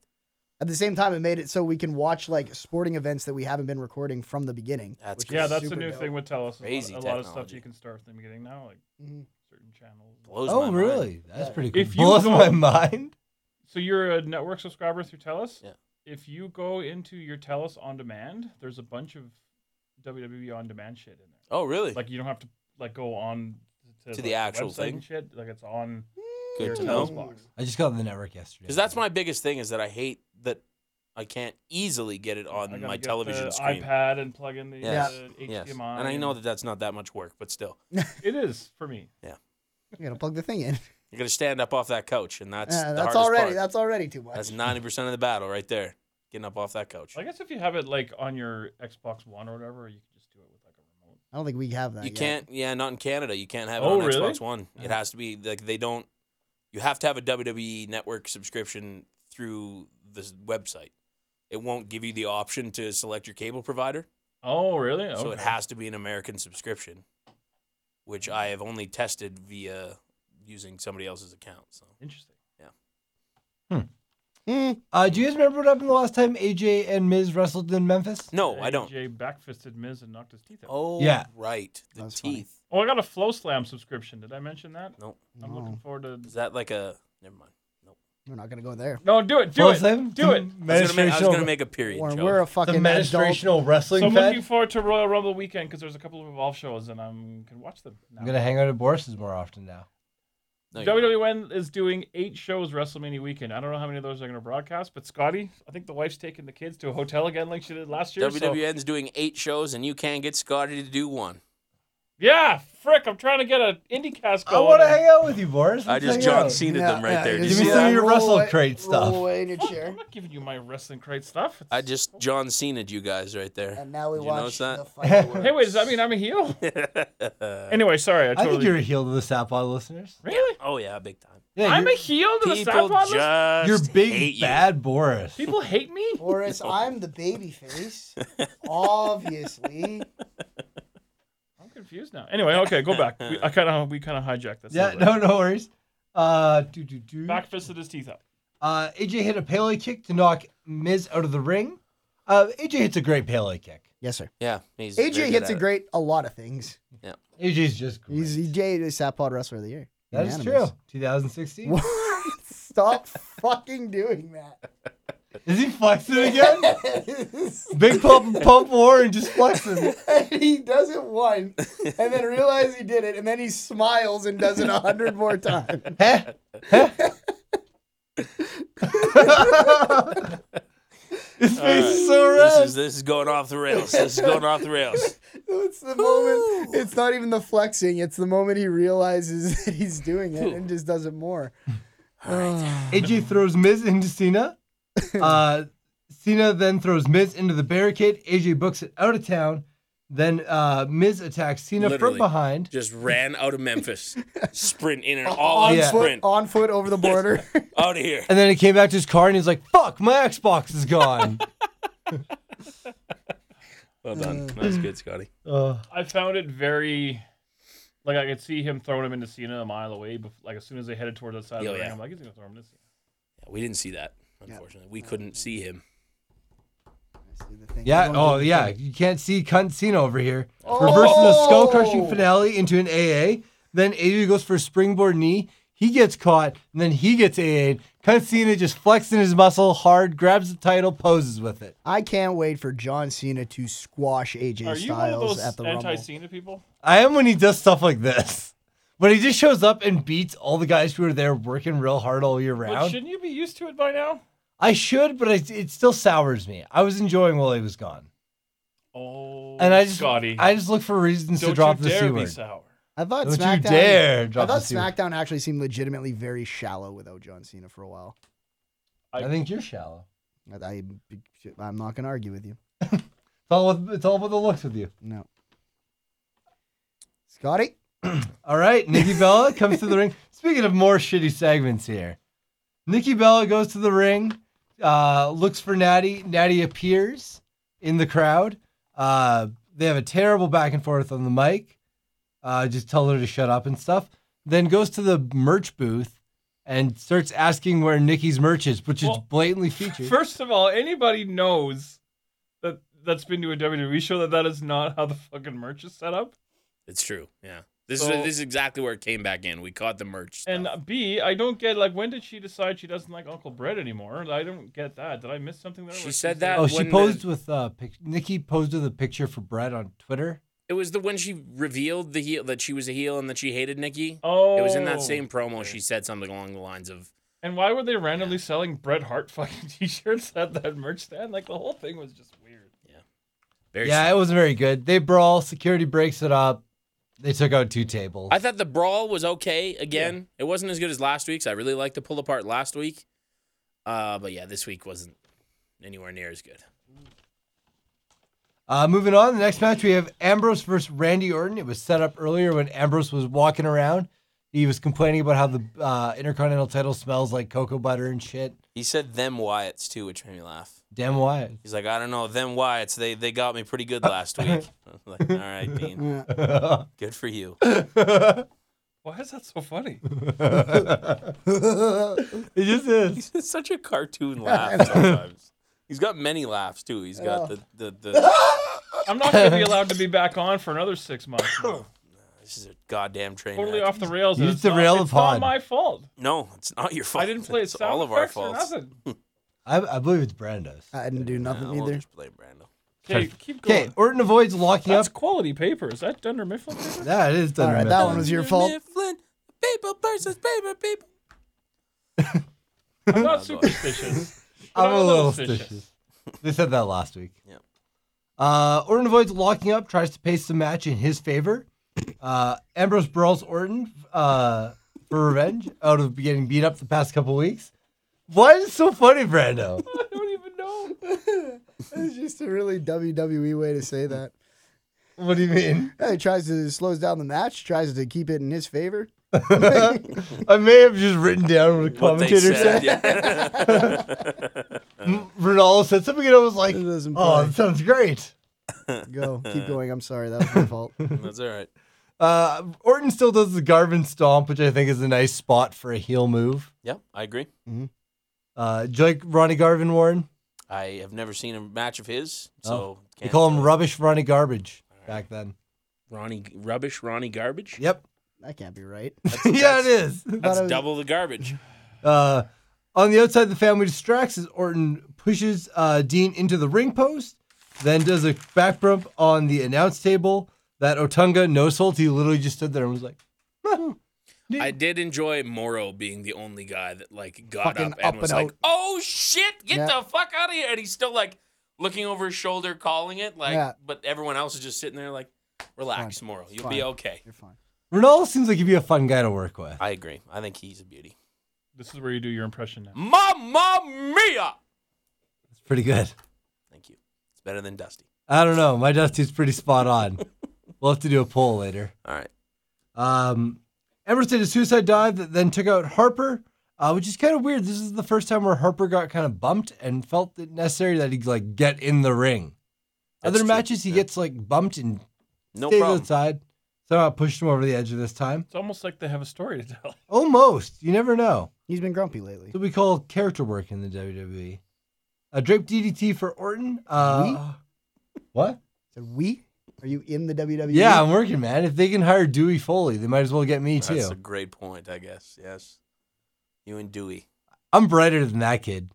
C: At the same time, it made it so we can watch like sporting events that we haven't been recording from the beginning.
A: That's
C: which
A: great.
D: Yeah,
C: is
D: that's the
C: super
D: new
C: dope.
D: thing with Telus.
A: Crazy
D: a lot, a lot of stuff
A: technology.
D: you can start from the beginning now, like
B: Mm-hmm.
C: Mhm.
D: certain channels.
A: Blows my
B: Oh,
A: mind.
B: really? That's pretty cool.
D: If you
B: Blows
D: go-
B: my mind.
D: So you're a network subscriber through Telus.
A: Yeah.
D: If you go into your Telus on demand, there's a bunch of WWE on demand shit in there.
A: Oh, really?
D: Like you don't have to like go on to,
A: To the
D: like,
A: actual
D: website and
A: thing?
D: shit. Like it's on
A: Good
D: your
A: to
D: Telus
A: know.
D: box.
B: I just got on the network yesterday.
A: Because that's my biggest thing is that I hate that I can't easily get it
D: I
A: on
D: gotta
A: my
D: get
A: television
D: the
A: screen.
D: iPad and plug in the
A: Yes.
D: uh, HDMI.
A: Yes. And I know that that's not that much work, but still.
D: it is for me.
C: You gotta plug the thing in.
A: You're gonna stand up off that couch, and that's
C: Yeah,
A: the
C: that's
A: hardest
C: already
A: part.
C: that's already too much.
A: That's ninety percent of the battle right there. Getting up off that couch.
D: I guess if you have it like on your Xbox One or whatever, you can just do it with like a remote.
C: I don't think we have that.
A: you
C: yet.
A: can't. Yeah, not in Canada. You can't have it
D: Oh,
A: on
D: really?
A: Xbox One. It has to be like they don't. You have to have a WWE Network subscription through this website. It won't give you the option to select your cable provider,
D: Oh, really? Okay.
A: so it has to be an American subscription, which I have only tested via using somebody else's account. So
D: Interesting.
C: Mm,
B: Uh, do you guys remember what happened the last time AJ and Miz wrestled in Memphis?
A: no, I don't.
D: AJ backfisted Miz and knocked his teeth out. Oh,
A: Oh,
B: Yeah.
A: right. The
C: That's funny.
A: teeth.
D: I got a Flow Slam subscription. Did I mention that?
A: No,
D: I'm looking forward to.
A: is that like a? Never mind. Nope.
C: we're not gonna go there.
D: No, do it, do
B: Flow
D: it,
B: Slam?
A: I
D: do it.
A: was gonna make, I was
B: Menstruational-
A: gonna make a period.
C: Warren,
A: joke.
C: we're a
B: the
C: fucking adult.
B: menstruational wrestling
D: So I'm
B: fest.
D: looking forward to Royal Rumble weekend because there's a couple of Evolve shows and I'm can watch them. Now.
B: I'm gonna hang out at Boris's more often now.
A: No, you're not.
D: WWN is doing eight shows WrestleMania weekend. I don't know how many of those are going to broadcast, but Scotty, I think the wife's taking the kids to a hotel again like she did last year. so-
A: WWN's doing eight shows, and you can't get Scotty to do one.
D: Yeah, frick, I'm trying to get an IndyCast
B: I
D: going.
B: want to hang out with you, Boris.
A: I
B: Let's
A: just
B: hang
A: John
B: out.
A: Cenaed them right there.
C: you
A: Did
B: Give
A: you
B: me
A: see
B: some of
A: that?
B: your
C: Roll
B: Russell
C: away-
B: Crate stuff.
C: Roll away in your chair.
D: I'm not giving you my wrestling crate stuff.
A: I just John Cena'd you guys right there.
C: And now we
A: Did you
C: watch
A: notice
C: the
A: that?
C: fireworks.
D: Hey, wait, does that mean I'm a heel?
A: that?
D: anyway, sorry. I
B: I
D: totally.
B: think you're a heel to the Sapod listeners.
D: Really?
A: oh yeah, big time.
B: Yeah,
D: I'm a
B: you're,
D: heel to the
A: People
D: South Island?
A: just
B: you're
A: hate
B: big
A: you.
B: bad Boris.
D: People hate me?
C: Boris, I'm the baby face. Obviously.
D: I'm confused now. Anyway, okay, go back. We, I kind of we kind of hijacked this. a
B: Yeah,
D: little bit.
B: no, no worries. Uh, do, do, do.
D: Back fisted his teeth out.
B: Uh, AJ hit a Pele kick to knock Miz out of the ring. Uh, AJ hits a great Pele kick.
C: Yes, sir.
A: Yeah, he's very
C: AJ
A: good
C: hits
A: at
C: a
A: it.
C: great a lot of things.
B: AJ's just great.
C: He's EJ is Sapod Wrestler of the Year.
B: That is true.
C: Unanimous.
B: 2016.
C: What? Stop fucking doing that.
B: Is he flexing again? Big Pump Pump Warren just flexing.
C: and he does it one and then realizes he did it and then he smiles and does it a hundred more times.
B: Heh, heh. His face is so
A: This
B: red.
A: is this is going off the rails. This is going off the rails.
C: It's the moment. It's not even the flexing. It's the moment he realizes that he's doing it and just does it more.
B: AJ throws Miz into Cena. Uh, Cena then throws Miz into the barricade. AJ books it out of town. Then uh, Miz attacks Cena
A: Literally.
B: from behind.
A: Just ran out of Memphis, sprint in and all
B: On
A: out
B: Yeah.
C: Foot,
A: sprint
C: on foot over the border.
A: out of here.
B: And then he came back to his car and he's like, fuck, my Xbox is gone.
A: Well done. That's good, Scotty.
B: uh,
D: I found it very. Like I could see him throwing him into Cena a mile away, but like as soon as they headed towards the side
A: Oh,
D: of the ring,
A: yeah.
D: I'm like, he's gonna throw him into Cena.
A: Yeah, we didn't see that, unfortunately. We couldn't see him.
B: yeah. Oh, yeah. You can't see cunt Cena over here. Reversing the skull crushing
C: Oh! finale
B: finale into an AA. Then AJ goes for a springboard knee. He gets caught, and then he gets AA'd. Cunt Cena just flexing his muscle hard, grabs the title, poses with it.
C: I can't wait for John Cena to squash AJ
D: Are you one of
C: Styles
D: those
C: at the
D: anti
C: Rumble.
D: Cena people?
B: I am when he does stuff like this. When he just shows up and beats all the guys who are there working real hard all year
D: But
B: round.
D: shouldn't you be used to it by now?
B: I should, but I, it still sours me. I was enjoying while he was gone.
D: Oh,
B: And I just,
D: Scotty,
B: I just look for reasons
D: don't
B: to drop
D: you
B: the
D: dare
B: C
D: be
B: word.
D: sour.
C: I thought
B: Don't you
C: SmackDown.
B: dare drop
C: I thought
B: the C word.
C: SmackDown actually seemed legitimately very shallow without John Cena for a while.
B: I think you're shallow.
C: I, I I'm not gonna argue with you.
B: It's all, with, it's all about the looks with you.
C: No. Scotty.
B: All right, Nikki Bella comes to the ring. Speaking of more shitty segments here, Nikki Bella goes to the ring, uh, looks for Natty. Natty appears in the crowd. Uh, they have a terrible back and forth on the mic. Uh, just tell her to shut up and stuff. Then goes to the merch booth and starts asking where Nikki's merch is, which is
D: Well,
B: blatantly featured.
D: First of all, anybody knows that that's been to a WWE show that that is not how the fucking merch is set up.
A: It's true. Yeah. This
D: So-
A: is this is exactly where it came back in. We caught the merch.
D: And
A: stuff.
D: B, I don't get like when did she decide she doesn't like Uncle Brett anymore? I don't get that. Did I miss something there?
A: She
D: Where
A: said that
B: oh, she
A: when the-
B: posed with uh, pic- Nikki posed with a picture for Brett on Twitter.
A: It was the when she revealed the heel that she was a heel and that she hated Nikki.
D: Oh,
A: It was in that same promo she said something along the lines of
D: And why were they randomly selling Bret Hart fucking T-shirts at that merch stand? Like the whole thing was just weird.
A: very
B: yeah, it wasn't very good. They brawl. Security breaks it up. They took out two tables.
A: I thought the brawl was okay again. It wasn't as good as last week's. I really liked the pull apart last week. Uh, but yeah, this week wasn't anywhere near as good.
B: Uh, moving on, the next match we have Ambrose versus Randy Orton. It was set up earlier when Ambrose was walking around. He was complaining about how the uh, Intercontinental title smells like cocoa butter and shit.
A: He said them Wyatts too, which made me laugh.
B: Damn Wyatt.
A: He's like, I don't know, them Wyatts, they they got me pretty good last week. I was like, all right, Dean. Good for you.
D: Why is that so funny?
B: It just is.
A: It's such a cartoon laugh sometimes. He's got many laughs too. He's got the, the, the
D: I'm not going to be allowed to be back on for another six months. now.
A: this is a goddamn train.
D: totally
A: wreck.
D: off the rails.
B: You
D: and
B: just
D: it's not-
B: derailed the
D: it's
B: pod.
D: not my fault.
A: No, it's not your fault.
D: I didn't play
A: It's
D: sound
A: all of our
D: effects or
A: faults.
D: nothing.
B: I, I believe it's Brando's.
C: I didn't do
A: Yeah,
C: nothing
A: we'll
C: either.
A: just blame Brando.
D: Okay, keep going.
B: Okay, Orton avoids locking
D: That's
B: up.
D: quality paper. Is that Dunder Mifflin? paper?
B: That is done.
C: All right, that one was your fault.
A: Mifflin, people versus paper people.
D: I'm not superstitious. but
B: I'm a little
D: suspicious.
B: suspicious. They said that last week.
A: Yep.
B: Uh, Orton avoids locking up, tries to pace the match in his favor. Uh, Ambrose brawls Orton uh, for revenge out of getting beat up the past couple weeks. Why is it so funny, Brando?
D: I don't even know.
C: It's just a really WWE way to say that.
B: what do you mean?
C: Yeah, he tries to slows down the match, tries to keep it in his favor.
B: I may have just written down what a
A: What they
B: commentator
A: said.
B: said.
A: Yeah.
B: Ronaldo said something, and I was like,
C: It doesn't
B: "Oh,
C: play.
B: that sounds great."
C: Go, keep going. I'm sorry, that was my fault.
A: That's all right.
B: Uh, Orton still does the Garvin stomp, which I think is a nice spot for a heel move.
A: Yeah, I agree.
B: Uh, do you like Ronnie Garvin, Warren?
A: I have never seen a match of his,
C: Oh.
A: so
B: They
A: can't uh,
B: call him
A: tell.
B: rubbish Ronnie Garbage back then.
A: Ronnie rubbish, Ronnie garbage.
B: Yep.
C: That can't be right.
B: yeah, it is.
A: That's
C: I was-
A: double the garbage.
B: Uh, on the outside, the family distracts as Orton pushes uh, Dean into the ring post, then does a back bump on the announce table. That Otunga no sold. He literally just stood there and was like, "Hmm,
A: I did enjoy Moro being the only guy that like got
C: Fucking
A: up and
C: up
A: was
C: and
A: like,
C: out.
A: "Oh shit, get
C: Yeah.
A: the fuck out of here!" And he's still like looking over his shoulder, calling it. Like,
C: Yeah.
A: but everyone else is just sitting there like, "Relax, Moro, you'll be
C: fine.
A: okay."
C: You're fine.
B: Ronaldo seems like he'd be a fun guy to work with.
A: I agree. I think he's a beauty.
D: This is where you do your impression now.
A: Mamma mia!
B: It's pretty good.
A: Thank you. It's better than Dusty.
B: I don't know. My Dusty's pretty spot on. we'll have to do a poll later.
A: All right.
B: Um, Emers did a suicide dive that then took out Harper, uh, which is kind of weird. This is the first time where Harper got kind of bumped and felt it necessary that he like get in the ring.
A: That's
B: Other
A: true,
B: matches, he
A: yeah.
B: gets like bumped and
A: No
B: stays
A: problem.
B: outside. Somehow pushed him over the edge of this time.
D: It's almost like they have a story to tell.
B: Almost. You never know.
C: He's been grumpy lately.
B: So we call character work in the WWE. A Uh, drape DDT for Orton. Uh, what?
C: said, we? Are you in the E? WWE?
B: Yeah, I'm working, man. If they can hire Dewey Foley, they might as well get me too.
A: That's a great point, I guess. Yes. You and Dewey.
B: I'm brighter than that kid.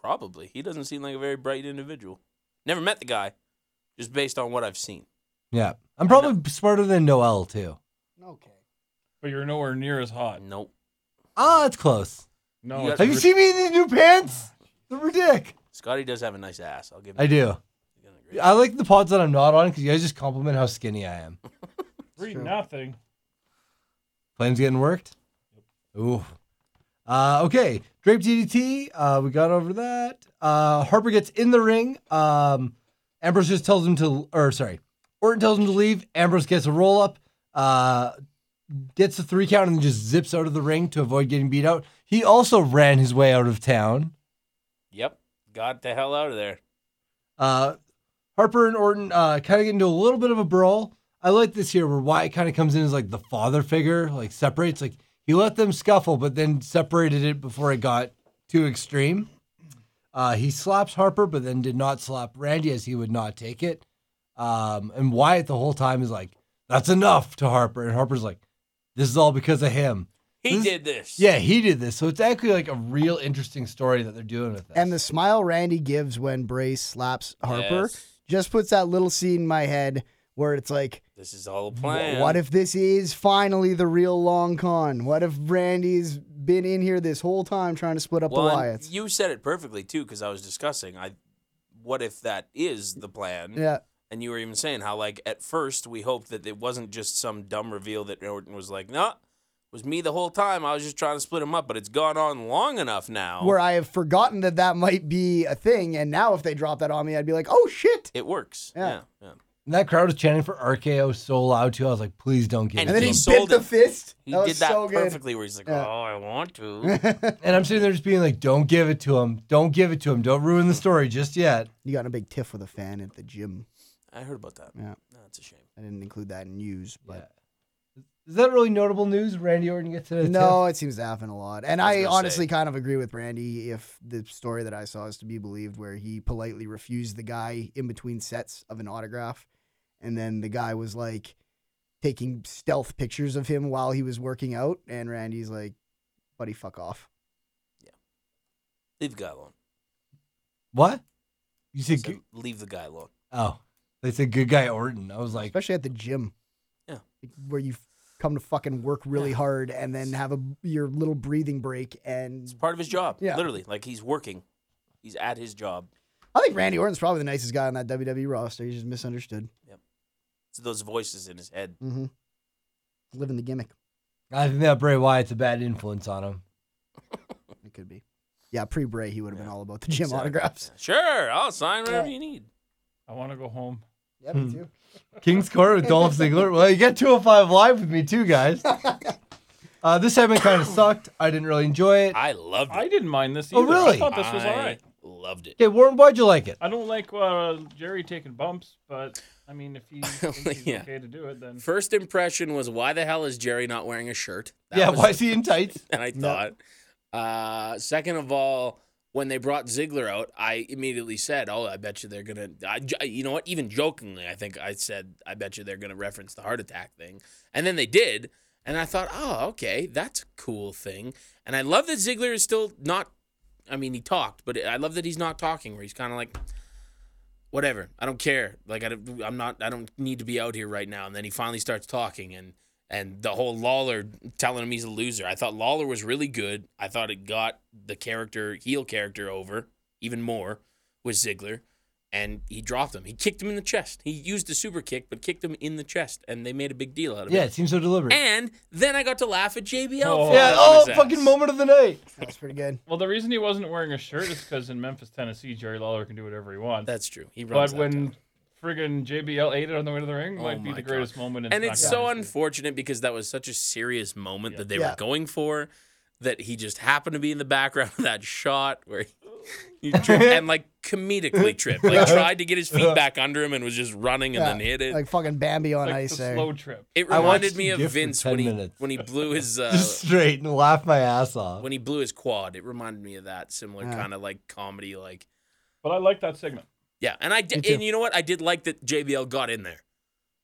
A: Probably. He doesn't seem like a very bright individual. Never met the guy, just based on what I've seen.
B: Yeah. I'm probably smarter than Noel too.
C: Okay.
D: But you're nowhere near as hot.
A: Nope.
B: Ah, it's close.
D: No,
A: You
D: it's
A: got-
B: Have you seen me in these new pants? They're ridiculous.
A: Scotty does have a nice ass. I'll give him
B: I
A: I'm
B: do.
A: gonna agree.
B: I like the pods that I'm not on because you guys just compliment how skinny I am.
D: three nothing.
B: Plane's getting worked. Ooh. Uh, okay. Drape DDT. Uh, we got over that. Uh, Harper gets in the ring. Um, Ambrose just tells him to, or sorry, Orton tells him to leave. Ambrose gets a roll up, uh, gets the three count, and then just zips out of the ring to avoid getting beat out. He also ran his way out of town.
A: Yep. Got the hell out of there.
B: Uh, Harper and Orton uh, kind of get into a little bit of a brawl. I like this here where Wyatt kind of comes in as like the father figure, like separates. Like he let them scuffle, but then separated it before it got too extreme. Uh, he slaps Harper, but then did not slap Randy as he would not take it. Um, and Wyatt the whole time is like, "That's enough" to Harper, and Harper's like, "This is all because of him."
A: He
B: This-
A: did this.
B: Yeah, he did this, so it's actually like a real interesting story that they're doing with this.
C: And the smile Randy gives when Brace slaps Harper
A: Yes.
C: just puts that little scene in my head where it's like,
A: This is all a
C: Wh-
A: plan.
C: What if this is finally the real long con? What if Randy's been in here this whole time trying to split up
A: Well,
C: the
A: and
C: Wyatts?
A: you said it perfectly too, because I was discussing. I, what if that is the plan?
C: yeah,
A: And you were even saying how, like, at first we hoped that it wasn't just some dumb reveal that Norton was like, no, nah, it was me the whole time. I was just trying to split him up, but it's gone on long enough now.
C: Where I have forgotten that that might be a thing, and now if they drop that on me, I'd be like, "Oh shit!"
A: it works.
C: Yeah.
A: Yeah. yeah.
B: And that crowd was chanting for RKO so loud too. I was like, please don't get
A: And
C: And
B: it.
C: then he,
A: He
C: bit
A: sold
C: the
A: it.
C: fist.
A: He
C: that
A: did
C: was
A: that
C: so good.
A: perfectly where he's like, oh, I want to.
B: And I'm sitting there just being like, don't give it to him. Don't give it to him. Don't ruin the story just yet.
C: You got in a big tiff with a fan at the gym.
A: I heard about that.
C: Yeah.
A: That's a shame.
C: I didn't include that in news,
B: Yeah.
C: but
B: Is that really notable news? Randy Orton gets to
C: no, it seems to happen a lot. And
A: I was
C: I,
A: gonna
C: honestly
A: say.
C: kind of agree with Randy if the story that I saw is to be believed, where he politely refused the guy in between sets of an autograph, and then the guy was like taking stealth pictures of him while he was working out, and Randy's like, "Buddy, fuck off."
A: Leave the guy alone.
B: What? You
A: I
B: said,
A: said,
B: good-
A: leave the guy alone.
B: oh, they said good guy Orton. I was like,
C: Especially at the gym.
A: Yeah.
C: Like, Where you come to fucking work really hard and then have a your little breathing break and
A: It's part of his job.
C: Yeah.
A: Literally. Like he's working. He's at his job.
C: I think Randy Orton's probably the nicest guy on that WWE roster. He's just misunderstood.
A: It's those voices in his head.
C: Mm-hmm. Living the gimmick.
B: I think that Bray Wyatt's a bad influence on him.
C: It could be. Yeah, pre Bray, he would have been all about the gym
A: Exactly.
C: autographs.
A: Sure, I'll sign whatever
C: Yeah.
A: you need.
D: I want to go home.
C: Yeah,
B: me too. King's Court with Dolph Ziggler. Well, you got 205 Live with me too, guys. Uh, this segment kind of sucked. I didn't really enjoy it.
A: I loved
D: I
A: it.
D: didn't mind this
B: Oh,
D: either.
B: really?
D: I thought this was all right.
A: I Loved it.
B: Okay, Warren, why'd you like it?
D: I don't like uh, Jerry taking bumps, but I mean, if he thinks he's
A: Yeah.
D: okay to do it, then
A: First impression was why the hell is Jerry not wearing a shirt? That
B: yeah,
A: was
B: why
A: the
B: is he in tights?
A: and I thought. Uh, second of all, when they brought Ziggler out, I immediately said, "Oh, I bet you they're gonna." I, j- you know what? Even jokingly, I think I said, "I bet you they're gonna reference the heart attack thing," and then they did, and I thought, "Oh, okay, that's a cool thing," and I love that Ziggler is still not. I mean, he talked, but I love that he's not talking. Where he's kind of like. Whatever, I don't care. Like I, don't- I'm not. I don't need to be out here right now. And then he finally starts talking, and and the whole Lawler telling him he's a loser. I thought Lawler was really good. I thought it got the character, heel character, over even more with Ziggler. And he dropped him. He kicked him in the chest. He used a super kick, but kicked him in the chest, and they made a big deal out of
B: Yeah,
A: it.
B: it seems so deliberate.
A: And then I got to laugh at JBL.
D: Oh.
A: falling
B: yeah,
A: on
B: oh,
A: his ass.
B: fucking moment of the night.
C: That's pretty good.
D: well, the reason he wasn't wearing a shirt is because in Memphis, Tennessee, Jerry Lawler can do whatever he wants.
A: That's true. He runs
D: but
A: that
D: when
A: down.
D: friggin' JBL ate it on the way to the ring,
A: Oh
D: might be
A: my
D: the greatest
A: God.
D: moment. In
A: and it's so
D: SmackDown history.
A: unfortunate because that was such a serious moment that they
C: Yeah.
A: were going for that he just happened to be in the background of that shot where he, he tripped and like comedically tripped like tried to get his feet back under him and was just running and
C: Yeah,
A: then hit it
C: Like fucking Bambi on
D: Like
C: ice
D: the
C: there.
D: slow trip.
A: it
B: I watched
A: reminded me of
B: Gift for
A: Vince
B: 10
A: when he
B: minutes.
A: when he blew his uh,
B: Just straight and laugh my ass off.
A: when he blew his quad it reminded me of that similar
C: Yeah.
A: kind of like comedy like
D: But I like that segment.
A: Yeah, and I did,
C: too.
A: and you know what? I did like that JBL got in there,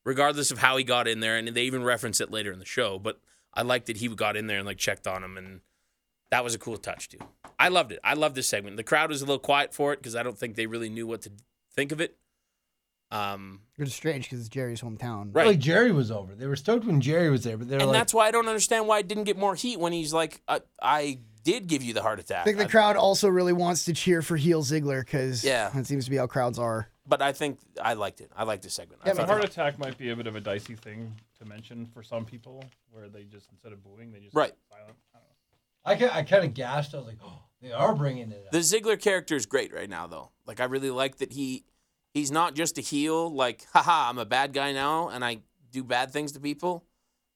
A: regardless of how he got in there, and they even reference it later in the show. But I liked that he got in there and like checked on him, and that was a cool touch too. I loved it. I loved this segment. The crowd was a little quiet for it because I don't think they really knew what to think of it. Um,
C: Which is strange because it's Jerry's hometown.
A: right,
B: Like Jerry was over. They were stoked when Jerry was there, but they were
A: and
B: like,
A: that's why I don't understand why it didn't get more heat when he's like, I, "I did give you the heart attack." uh,
C: I think the
A: I-
C: crowd also really wants to cheer for heel Ziggler because
A: Yeah.
C: that seems to be how crowds are. but
A: but I think I liked it. I liked this segment. I
C: Yeah,
D: The
A: thought
C: but-
A: that-
D: heart attack might be a bit of a dicey thing to mention for some people, where they just instead of booing, they just
A: Right.
D: Silent. I don't know.
B: I, ca- I kind of gasped. I was like, oh, they are bringing it up.
A: The Ziggler character is great right now, though. Like, I really like that he he's not just a heel. Like, haha, I'm a bad guy now, and I do bad things to people.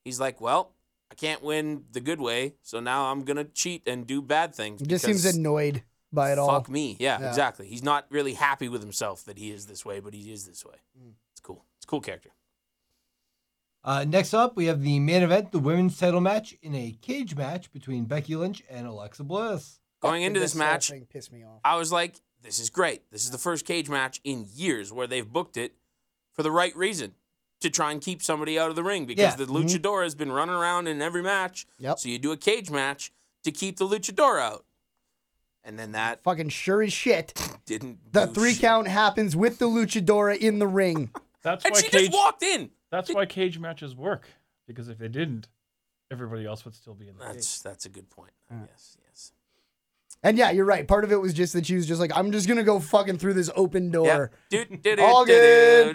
A: He's like, well, I can't win the good way, so now I'm gonna cheat and do bad things.
C: He just
A: because
C: seems annoyed by it all.
A: Fuck me. Yeah,
C: Yeah.
A: exactly. He's not really happy with himself that he is this way, but he is this way.
C: Mm.
A: It's cool. It's a cool character.
B: Uh, next up, we have the main event, the women's title match in a cage match between Becky Lynch and Alexa Bliss.
A: Going into this match,
C: thing pissed me off.
A: I was like, this is great. This is the first cage match in years where they've booked it for the right reason to try and keep somebody out of the ring because
B: Yeah.
A: the luchador has been running around in every match.
C: Mm-hmm. Yep.
A: So you do a cage match to keep the luchador out. And then that
C: Fucking sure as shit.
A: didn't.
C: The
A: do
C: three
A: Oh, shit.
C: count happens with the luchadora in the ring.
D: That's
A: And
D: why
A: she
D: Cage.
A: just walked in.
D: that's why cage matches work because if they didn't, everybody else would still be in the cage.
A: That's that's a good point. Yes, yes.
C: And yeah, you're right. Part of it was just that she was just like, I'm just gonna go fucking through this open door.
A: Do, do, do,
C: All
A: do,
C: good.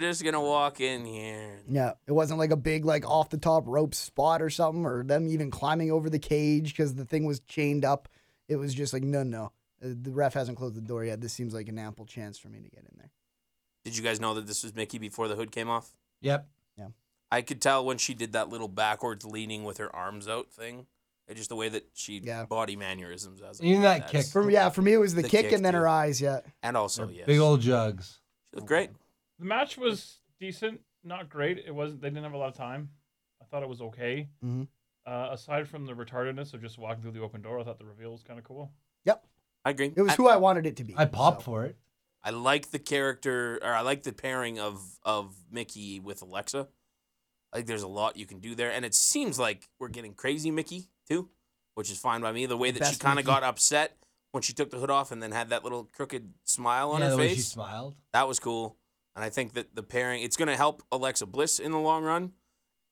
A: do. Just gonna walk in here.
C: Yeah, it wasn't like a big like off the top rope spot or something, or them even climbing over the cage because the thing was chained up. It was just like, no, no, Uh, the ref hasn't closed the door yet. This seems like an ample chance for me to get in there.
A: Did you guys know that this was Mickey before the hood came off?
B: Yep.
A: I could tell when she did that little backwards leaning with her arms out thing. It just the way that she
C: Yeah.
A: body mannerisms as
B: Even that kick.
C: For yeah, for me it was the,
A: The
C: kick
A: kick,
C: and then her
A: dude.
C: eyes. Yeah,
A: and also yes,
B: Big old jugs.
A: she looked great.
D: The match was decent, not great. It wasn't. They didn't have a lot of time. I thought it was okay.
C: Mhm.
D: Uh, aside from the retardedness of just walking through the open door, I thought the reveal was kind of cool.
A: I agree.
C: it was
A: I,
C: who I wanted it to be.
B: I popped
C: so.
B: for it.
A: I like the character, or I like the pairing of of Mickey with Alexa. I think there's a lot you can do there, and it seems like we're getting crazy Mickey too, which is fine by me. The way that she
C: Best
A: kind of
C: Mickey.
A: got upset when she took the hood off and then had that little crooked smile on
B: yeah,
A: her
B: the way she
A: face.
B: smiled.
A: That was cool. And I think that the pairing, it's going to help Alexa Bliss in the long run.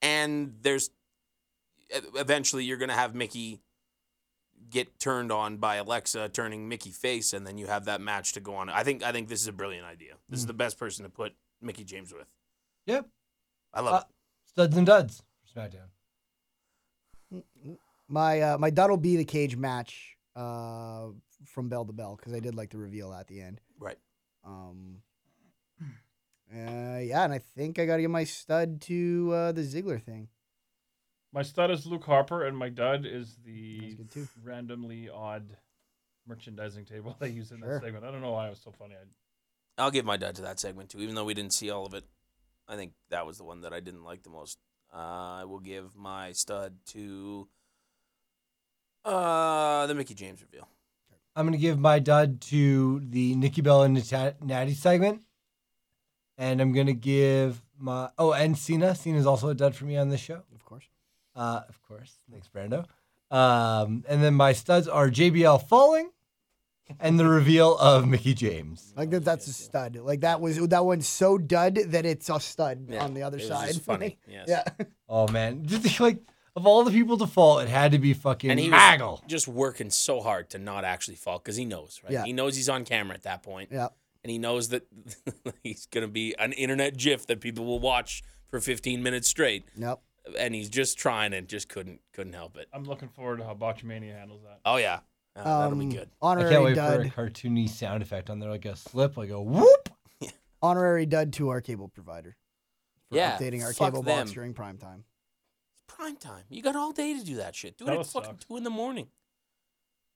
A: And there's e- eventually you're going to have Mickey get turned on by Alexa turning Mickey face and then you have that match to go on. I think I think this is a brilliant idea. This is the best person to put Mickey James with.
B: Yep.
A: I love
B: Uh, Studs and duds. for SmackDown.
C: My uh, my that'll be the cage match uh, from bell to bell because I did like the reveal at the end.
A: it. Right.
C: Um, uh, yeah, and I think I got to give my stud to uh, the Ziggler thing.
D: My stud is Luke Harper, and my dud
C: That's
D: is the
C: good too.
D: randomly odd merchandising table they use in
C: Sure.
D: that segment. I don't know why it was so funny. I,
A: I'll give my dad to that segment too even though we didn't see all of it. I think that was the one that I didn't like the most. Uh, I will give my stud to uh, the Mickey James reveal.
B: I'm gonna give my dud to the Nikki Bella and Nat- Natty segment, and I'm gonna give my oh and Cena. Cena's also a dud for me on this show,
C: Of course.
B: uh, of course. Thanks, Brando. Um, and then my studs are JBL falling, and the reveal of Mickey James.
A: Oh,
C: Like that, that's a stud. Like that was that one's so dud that it's a stud
A: Yeah,
C: on the other
A: it was
C: side.
A: just funny, yes.
C: Like, Yeah.
B: Oh man, Just, like of all the people to fall, it had to be fucking
A: and he was
B: Haggle.
A: just working so hard to not actually fall because he knows, right?
C: Yeah.
A: He knows he's on camera at that point,
C: Yeah.
A: and he knows that he's gonna be an internet GIF that people will watch for 15 minutes straight,
C: Nope.
A: and he's just trying and just couldn't couldn't help it.
D: I'm looking forward to how Botchamania handles that.
A: Oh yeah, Uh, that'll be
C: Um,
A: good.
B: I can't
C: Honorary
B: wait for a
C: dud.
B: cartoony sound effect on there, like a slip, like a whoop.
C: Honorary dud to our cable provider for
A: Yeah,
C: updating our
A: fuck
C: cable
A: them.
C: box during prime time.
A: It's prime time. You got all day to do that shit. Do it
D: Tell
A: at
D: us
A: fucking
D: sucks.
A: two in the morning.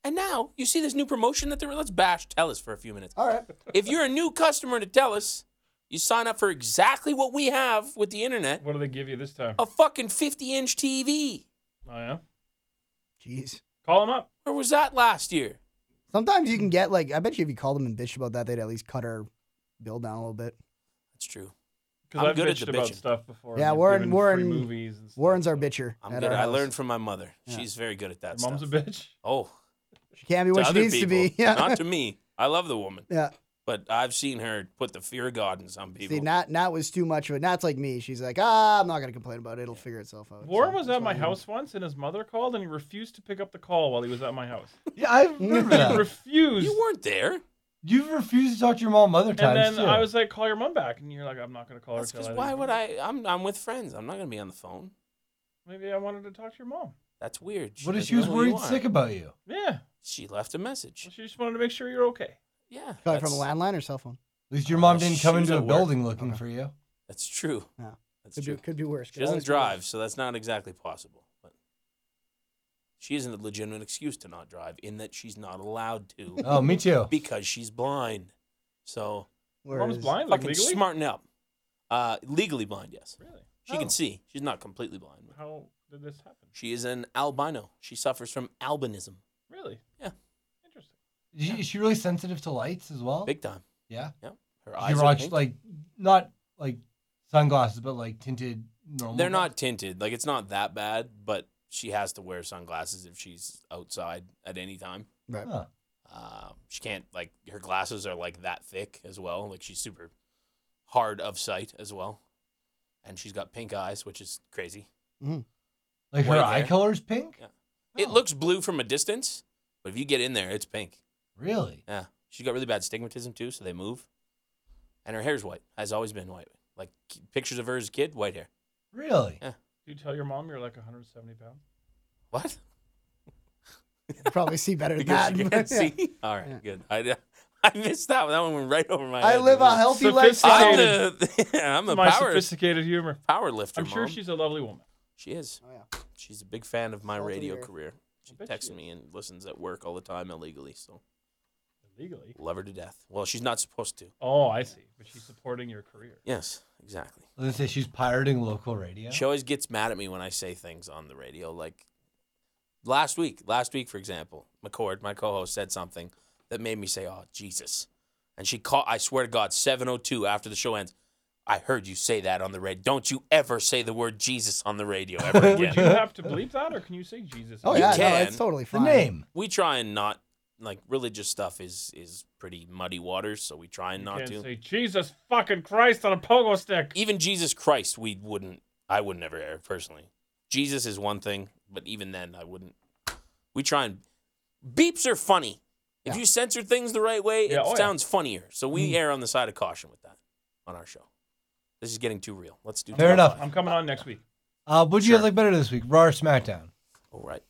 A: And now you see this new promotion that they're. Let's bash Telus for a few minutes.
C: All right.
A: if you're a new customer to Telus, you sign up for exactly what we have with the internet.
D: What do they give you this time?
A: a fucking 50 inch TV.
D: Oh yeah,
C: Jeez.
D: call them up.
A: Where was that last year?
C: Sometimes you can get like I bet you if you called them and bitched about that, they'd at least cut our bill down a little bit.
A: That's true.
D: Because
A: I'm
D: I've
A: good at
D: bitched
A: the
D: about
A: bitching.
D: stuff before.
C: Yeah,
D: We've
C: Warren-
D: given
C: Warren-
D: free movies. And stuff,
C: Warren's our
D: so-
C: bitcher.
A: I'm
C: at
A: good.
C: our
A: I
C: house.
A: learned from my mother.
C: Yeah.
A: She's very good at that
D: Your mom's a
A: stuff.
D: bitch.
A: oh,
C: She can't be
A: to
C: what she
A: other
C: needs
A: people,
C: to be. Yeah.
A: not to me. I love the woman,
C: yeah.
A: but I've seen her put the fear of God in some people.
C: See, Nat, Nat was too much of it. Nat's like me. She's like, ah, I'm not gonna complain about it. It'll figure itself out.
D: Warren
C: So
D: was
C: that's
D: at my
C: why-
D: house once, and his mother called, and he refused to pick up the call while he was at my house.
B: Yeah, I remember
D: He
B: that.
D: refused.
A: you weren't there.
B: You've refused to talk to your mom other
D: And
B: times.
D: then
B: too.
D: I was like, "Call your mom back," and you're like, "I'm not gonna call
A: That's
D: her." till
A: because why
D: I leave."
A: would I? I'm I'm with friends. I'm not gonna be on the phone.
D: Maybe I wanted to talk to your mom.
A: That's weird.
B: What if
A: doesn't
B: she was
A: know who you
B: worried
A: are.
B: sick about you?
D: Yeah,
A: She left a
D: well,
A: message.
D: she just wanted to make sure you're okay.
A: Yeah,
C: Probably from a
A: that's-
C: landline or cell phone.
B: At least your
A: Uh,
B: mom didn't
A: she
B: come
A: was
B: into
A: at
B: a
A: work.
B: building looking for you.
A: That's true.
C: Yeah.
A: That's
C: Could
A: true.
C: be, could be worse.
A: She
C: Could always
A: doesn't
C: be worse.
A: drive, so that's not exactly possible. But she isn't a legitimate excuse to not drive in that she's not allowed to
B: Oh, me too.
A: because she's blind. So
D: Your Mom's
C: Whereas-
D: blind, like
A: fucking
D: legally.
A: smarten up. Uh, legally blind, yes.
D: Really?
A: She
B: Oh.
A: can see. She's not completely blind.
D: How did this happen?
A: She is an albino. She suffers from albinism,
D: Really?
A: Yeah.
D: Interesting.
B: Is she- Is she really sensitive to lights as well?
A: big time.
B: Yeah.
A: Yeah, her
B: You
A: eyes.
B: ever
A: Are
B: watch
A: pink.
B: Oh. like not like sunglasses, but like tinted normal.
A: They're not tinted. Like it's not that bad, but she has to wear sunglasses if she's outside at any time.
C: Right.
B: Huh.
A: Um, she can't like her glasses are like that thick as well. Like she's super hard of sight as well, and she's got pink eyes, which is crazy.
C: Mm-hmm.
B: Like her
A: White
B: eye
A: hair.
B: color's pink.
C: Oh.
A: It looks blue from a distance, but if you get in there, it's pink.
B: Really?
A: Yeah. She's got really bad stigmatism too, so they move. And her hair's white. Has always been white. Like k- pictures of her as a kid, white hair.
B: Really?
D: Do you tell your mom you're like 170 pounds?
A: What?
C: Probably see better than
A: Because
C: that.
A: she
C: but
A: can't
C: yeah.
A: see. All right, good. I, I missed that one. That one went right over my head.
C: I live a healthy lifestyle.
A: I'm
D: Sophisticated.
A: the, I'm a
D: My
A: power,
D: sophisticated humor.
A: power lifter.
D: I'm sure
A: Mom.
D: she's a lovely woman.
A: She is.
C: Oh, yeah.
A: She's a big fan of my
C: Salt of the
A: radio
C: earth.
A: career. She
D: bet
A: texts
D: she
A: me and listens at work all the time illegally. So
D: Legally.
A: love her to death. Well, she's not supposed to.
D: Oh, I see. But she's supporting your career.
A: Yes, exactly.
B: Let's say she's pirating local radio.
A: She always gets mad at me when I say things on the radio. Like last week, last week, for example, McCord, my co-host, said something that made me say, "Oh Jesus!" And she caught. I swear to God, seven oh two after the show ends. I heard you say that on the radio. Don't you ever say the word Jesus on the radio ever
D: Would
A: again.
D: you have to bleep that, or can you say Jesus?
C: Oh
A: You
C: yeah, no,
A: can.
C: it's totally
B: the
C: fine.
B: name.
A: we try and not like religious stuff is is pretty muddy waters, so we try and
D: You
A: not
D: can't
A: to.
D: say Jesus fucking Christ on a pogo stick.
A: even Jesus Christ, we wouldn't. I would never air personally. Jesus is one thing, but even then, I wouldn't. We try and beeps are funny. If
C: Yeah.
A: you censor things the right way,
D: Yeah,
A: it
D: Mm-hmm. oh yeah.
A: sounds funnier. So we err on the side of caution with that on our show. This is getting too real. Let's do.
B: Fair
A: top
B: enough.
A: five.
D: I'm coming on next week.
B: Uh, what'd you
A: Sure.
B: guys like better this week, Raw or SmackDown?
A: All right.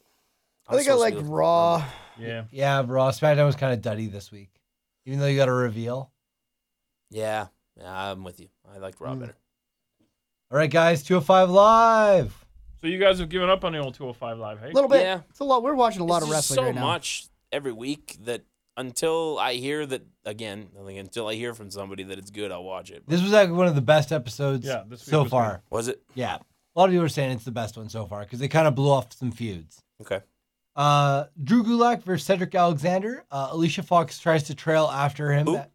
C: I think I like Raw.
D: Yeah.
B: Yeah, Raw. SmackDown was kind of duddy this week, even though you got a reveal.
A: Yeah, yeah, I'm with you. I liked
D: Mm.
A: Raw better.
B: All right, guys, 205 Live.
D: So you guys have given up on the old 205 live, hey?
C: A little bit.
A: Yeah.
C: It's a lot. We're watching a lot
A: It's
C: of
A: just
C: wrestling
A: so
C: right now.
A: much every week that until I hear that again, I think until I hear from somebody that it's good, I'll watch it.
B: This was like one of the best episodes
D: Yeah, this week
B: so
D: was
B: far.
A: Was it
B: Yeah. A lot of people are saying it's the best one so far because they kind of blew off some feuds.
A: okay?
B: Uh, Drew Gulak versus Cedric Alexander. Uh, Alicia Fox tries to trail after him.
A: Who?
B: That-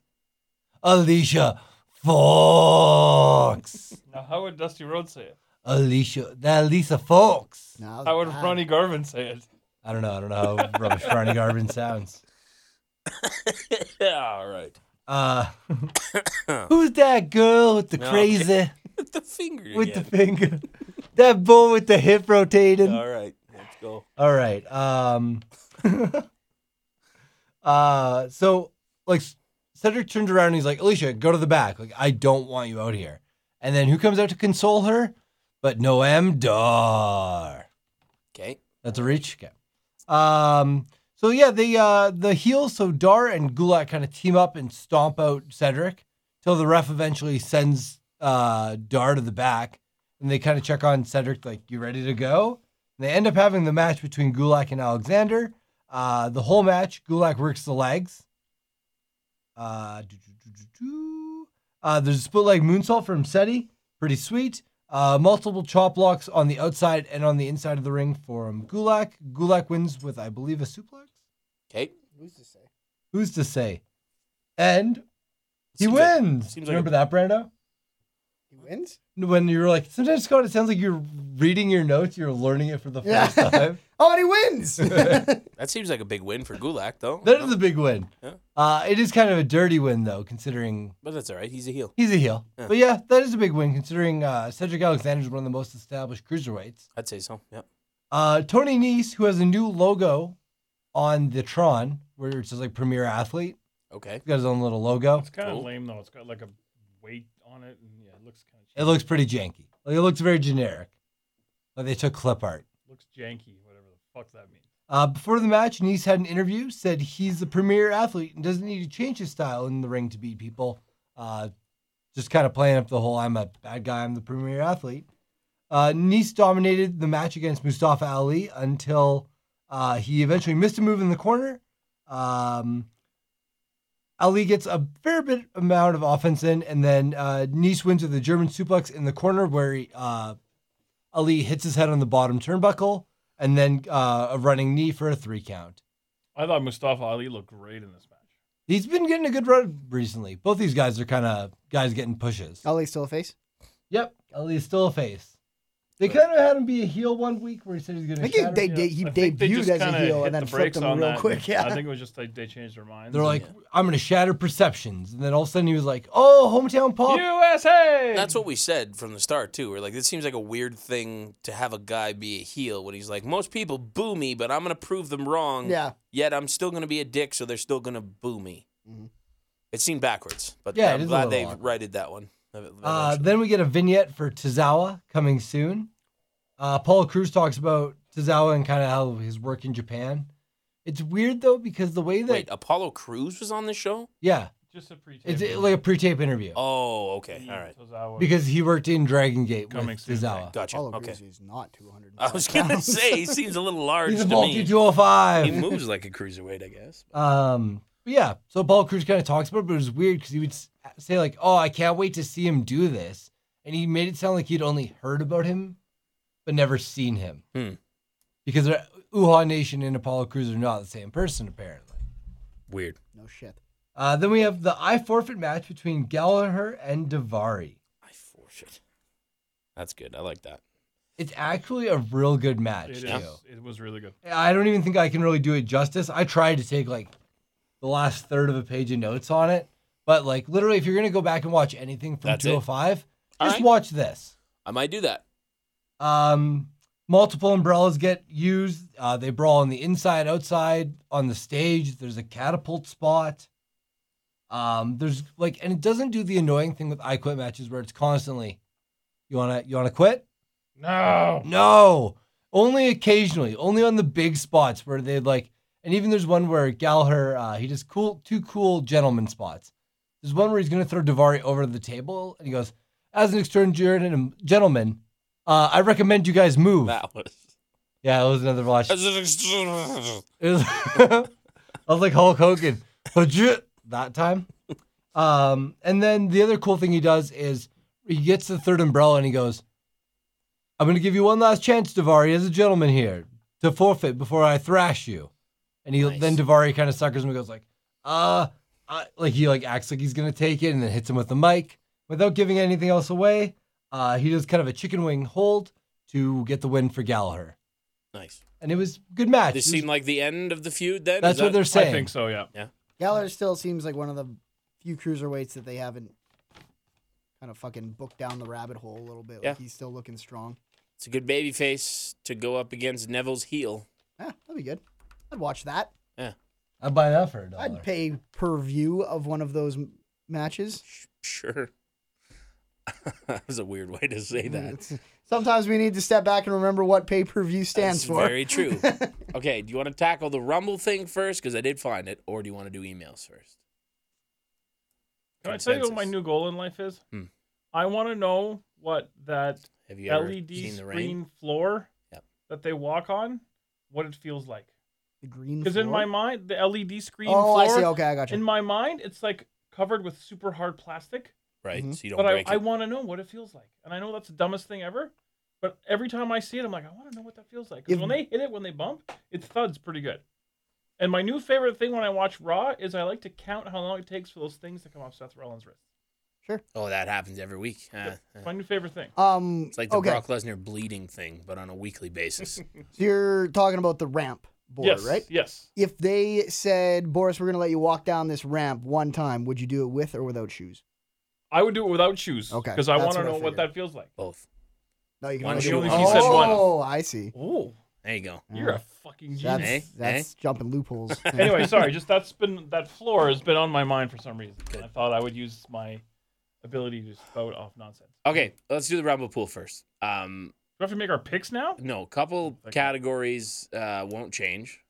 B: Alicia Fox.
D: Now, how would Dusty Rhodes say it?
B: Alicia. That Alicia Fox.
C: No,
D: How would
C: ah,
D: Ronnie Garvin say it?
B: I don't know. I don't know how rubbish Ronnie Garvin sounds.
A: yeah, all right.
B: Uh, who's that girl with the
A: No.
B: crazy
A: With the finger
B: with
A: again.
B: the finger? that bull with the hip rotating.
A: All right, let's go.
B: All right. Um uh so like Cedric turns around and he's like, Alicia, go to the back. Like, I don't want you out here. And then who comes out to console her? But Noam Dar.
A: Okay.
B: That's a reach. Okay. Um so yeah, the uh the heels, so Dar and Gulak kind of team up and stomp out Cedric till the ref eventually sends uh Dar to the back and they kind of check on Cedric, like, you ready to go? And they end up having the match between Gulak and Alexander. Uh, the whole match, Gulak works the legs. Uh, do, do, do, do, do. Uh, there's a split leg moonsault from Seti. Pretty sweet. Uh, multiple chop blocks on the outside and on the inside of the ring from Gulak. Gulak wins with, I believe, a suplex.
A: Okay.
C: who's to say?
B: Who's to say? And he
A: Seems like-
B: wins.
A: seems like a-
B: Remember that, Brando?
C: He wins.
B: When you were like, sometimes Scott, it sounds like you're reading your notes. You're learning it for the
C: Yeah.
B: first time.
C: Oh, and he wins.
A: That seems like a big win for Gulak, though.
B: That is a big win.
A: Yeah.
B: Uh, it is kind of a dirty win, though, considering
A: But that's all right. He's a heel.
B: he's a heel.
A: Yeah.
B: But yeah, that is a big win, considering uh, Cedric Alexander is one of the most established cruiserweights.
A: I'd say so. Yep.
B: Uh, Tony Nese, who has a new logo on the Tron, where it's just like Premier Athlete,
A: Okay.
B: he's got his own little logo.
D: It's kind of
A: Cool.
D: lame, though. It's got like a weight on it, and yeah, it looks kind of
B: It looks pretty janky. Like, it looks very generic. Like they took clip art.
D: looks janky, whatever the fuck that means.
B: Uh, before the match, Nice had an interview, said he's the premier athlete and doesn't need to change his style in the ring to beat people. Uh, just kind of playing up the whole I'm a bad guy, I'm the premier athlete. Uh, nice dominated the match against Mustafa Ali until uh, he eventually missed a move in the corner. Um, Ali gets a fair bit amount of offense in, and then uh, Nice wins with a German suplex in the corner where he, uh, Ali hits his head on the bottom turnbuckle and then uh, a running knee for a three count.
D: I thought Mustafa Ali looked great in this match.
B: He's been getting a good run recently. Both these
C: Oh,
B: guys are kind of guys getting pushes.
C: Ali's still a face.
B: Yep, Ali's still a face. They kind of had him be a heel one week where he said he's going
C: I
B: to
C: think
B: shatter.
C: they, they, he
D: I think they
C: debuted
D: just
C: as a
D: kinda
C: heel
D: hit
C: and then
D: the
C: flipped
D: brakes
C: him
D: on
C: real
D: that.
C: quick. Yeah.
D: I think it was just like they changed their minds.
B: They're like, I'm going to shatter perceptions. And then all of a sudden he was like, oh, hometown pop.
D: USA.
A: That's what we said from the start too. We're like, this seems like a weird thing to have a guy be a heel when he's like, most people boo me, but I'm gonna prove them wrong.
C: Yeah.
A: Yet I'm still gonna be a dick, so they're still gonna boo me. It seemed backwards, but
B: Mm-hmm. Yeah, it
A: I'm
B: is a
A: glad
B: little
A: they
B: awkward.
A: righted that one.
B: Uh,
A: eventually.
B: then we get a vignette for Tozawa coming soon. Uh, Paul Cruz talks about Tozawa and kind of how his work in Japan. It's weird though because the way that
C: uh,
A: Wait, Apollo Crews was on this show?
B: yeah,
D: just a pre
B: it's uh, like a pre-tape interview
A: Oh, okay, all right,
B: because he worked in Dragon Gate
D: Coming
B: with
D: soon,
B: Tozawa.
A: gotcha.
C: All
A: okay,
C: is not 200.
A: I was gonna say he seems a little large
B: He's a
A: to
B: multi
A: me. He
B: 205.
A: moves like a cruiserweight, I guess.
B: Um, but yeah, so Paul Cruz kind of talks about it, but it was weird because he would s- say like, "Oh, I can't wait to see him do this," and he made it sound like he'd only heard about him, but never seen him.
A: Hmm.
B: Because uh, Uha Nation and Apollo Cruz are not the same person, apparently.
A: Weird.
C: No shit.
B: Uh, then we have the I forfeit match between Gallagher and Davari.
A: I forfeit. That's good. I like that.
B: It's actually a real good match
D: it, is,
B: too.
D: it was really good.
B: I don't even think I can really do it justice. I tried to take like the last third of a page of notes on it, but like literally, if you're gonna go back and watch anything from
A: That's it.
B: 205, just
A: All right.
B: watch this.
A: I might do that.
B: Um, multiple umbrellas get used. Uh, they brawl on the inside, outside, on the stage. There's a catapult spot. Um, there's like, and it doesn't do the annoying thing with I quit matches where it's constantly, you wanna, you wanna quit?
D: No.
B: No, only occasionally, only on the big spots where they like, and even there's one where Gallagher, uh, he does cool, two cool gentleman spots. There's one where he's going to throw Davari over the table and he goes, as an external gen- gentleman, uh, I recommend you guys move.
A: That was.
B: Yeah, it was another watch. It
A: That's-
B: was, I was like Hulk Hogan. Legit, that time. Um, and then the other cool thing he does is he gets the third umbrella and he goes, I'm going to give you one last chance, Davari, as a gentleman here, to forfeit before I thrash you. And he
A: Nice.
B: then Davari kind of suckers him and goes like, uh, I, like he like acts like he's going to take it and then hits him with the mic without giving anything else away. Uh, he does kind of a chicken wing hold to get the win for Gallagher.
A: Nice.
B: And it was a good match.
A: This
B: It was-
A: seemed like the end of the feud then?
B: that's
A: Is
B: what
A: that-
B: they're saying.
D: I think so. Yeah.
C: Gallagher still seems like one of the few cruiserweights that they haven't kind of fucking booked down the rabbit hole a little bit.
A: Yeah.
C: Like he's still looking strong.
A: It's a good baby face to go up against Neville's heel.
C: Yeah, that'd be good. I'd watch that.
B: I'd buy that for a dollar.
C: I'd pay per view of one of those m- matches.
A: Sure. that was a weird way to say that.
C: It's- Sometimes we need to step back and remember what pay per view stands
A: That's
C: for.
A: Very true. okay, do you want to tackle the Rumble thing first? Because I did find it. Or do you want to do emails first?
D: Can I tell you what my
A: Consensus.
D: new goal in life is?
A: Hmm.
D: I want to know what that
A: Have you ever
D: LED
A: seen the rain?
D: E screen floor
A: Yep.
D: that they walk on, what it feels like.
C: The green.
D: Because in my
C: floor?
D: mind, the LED screen
C: Oh,
D: floor,
C: I see. Okay, I got you.
D: in my mind, it's like covered with super hard plastic.
A: Right,
C: Mhm.
A: so you don't
D: But I,
A: break
D: I
A: it.
D: want to know what it feels like. And I know that's the dumbest thing ever. But every time I see it, I'm like, I want to know what that feels like. Because
C: If-
D: when they hit it, when they bump, it thuds pretty good. And my new favorite thing when I watch Raw is I like to count how long it takes for those things to come off Seth Rollins' wrist.
A: oh, that happens every week. Uh,
D: It's
A: uh.
D: my new favorite thing.
C: um,
A: It's like the
C: okay.
A: Brock Lesnar bleeding thing, but on a weekly basis.
C: So you're talking about the ramp board,
D: yes,
C: right?
D: Yes.
C: If they said, Boris, we're going to let you walk down this ramp one time, would you do it with or without shoes?
D: I would do it without shoes.
C: Okay,
D: Because I
C: that's
D: want to
C: what I
D: know what
C: figured.
D: that feels like.
A: Both.
C: No, you can
A: One
C: only
A: shoe
C: do
A: only
C: one.
A: if you said
D: one.
C: Oh, I see.
D: Oh,
A: There you go.
D: you're a fucking
C: That's,
D: genius.
A: Eh?
C: that's jumping loopholes.
D: anyway, sorry. Just that's been that floor has been on my mind for some reason. I thought I would use my ability to spout off nonsense.
A: Okay, let's do the Rumble pool first. Um,
D: Do we have to make our picks now?
A: No, a couple
D: Thank you.
A: categories uh, won't change.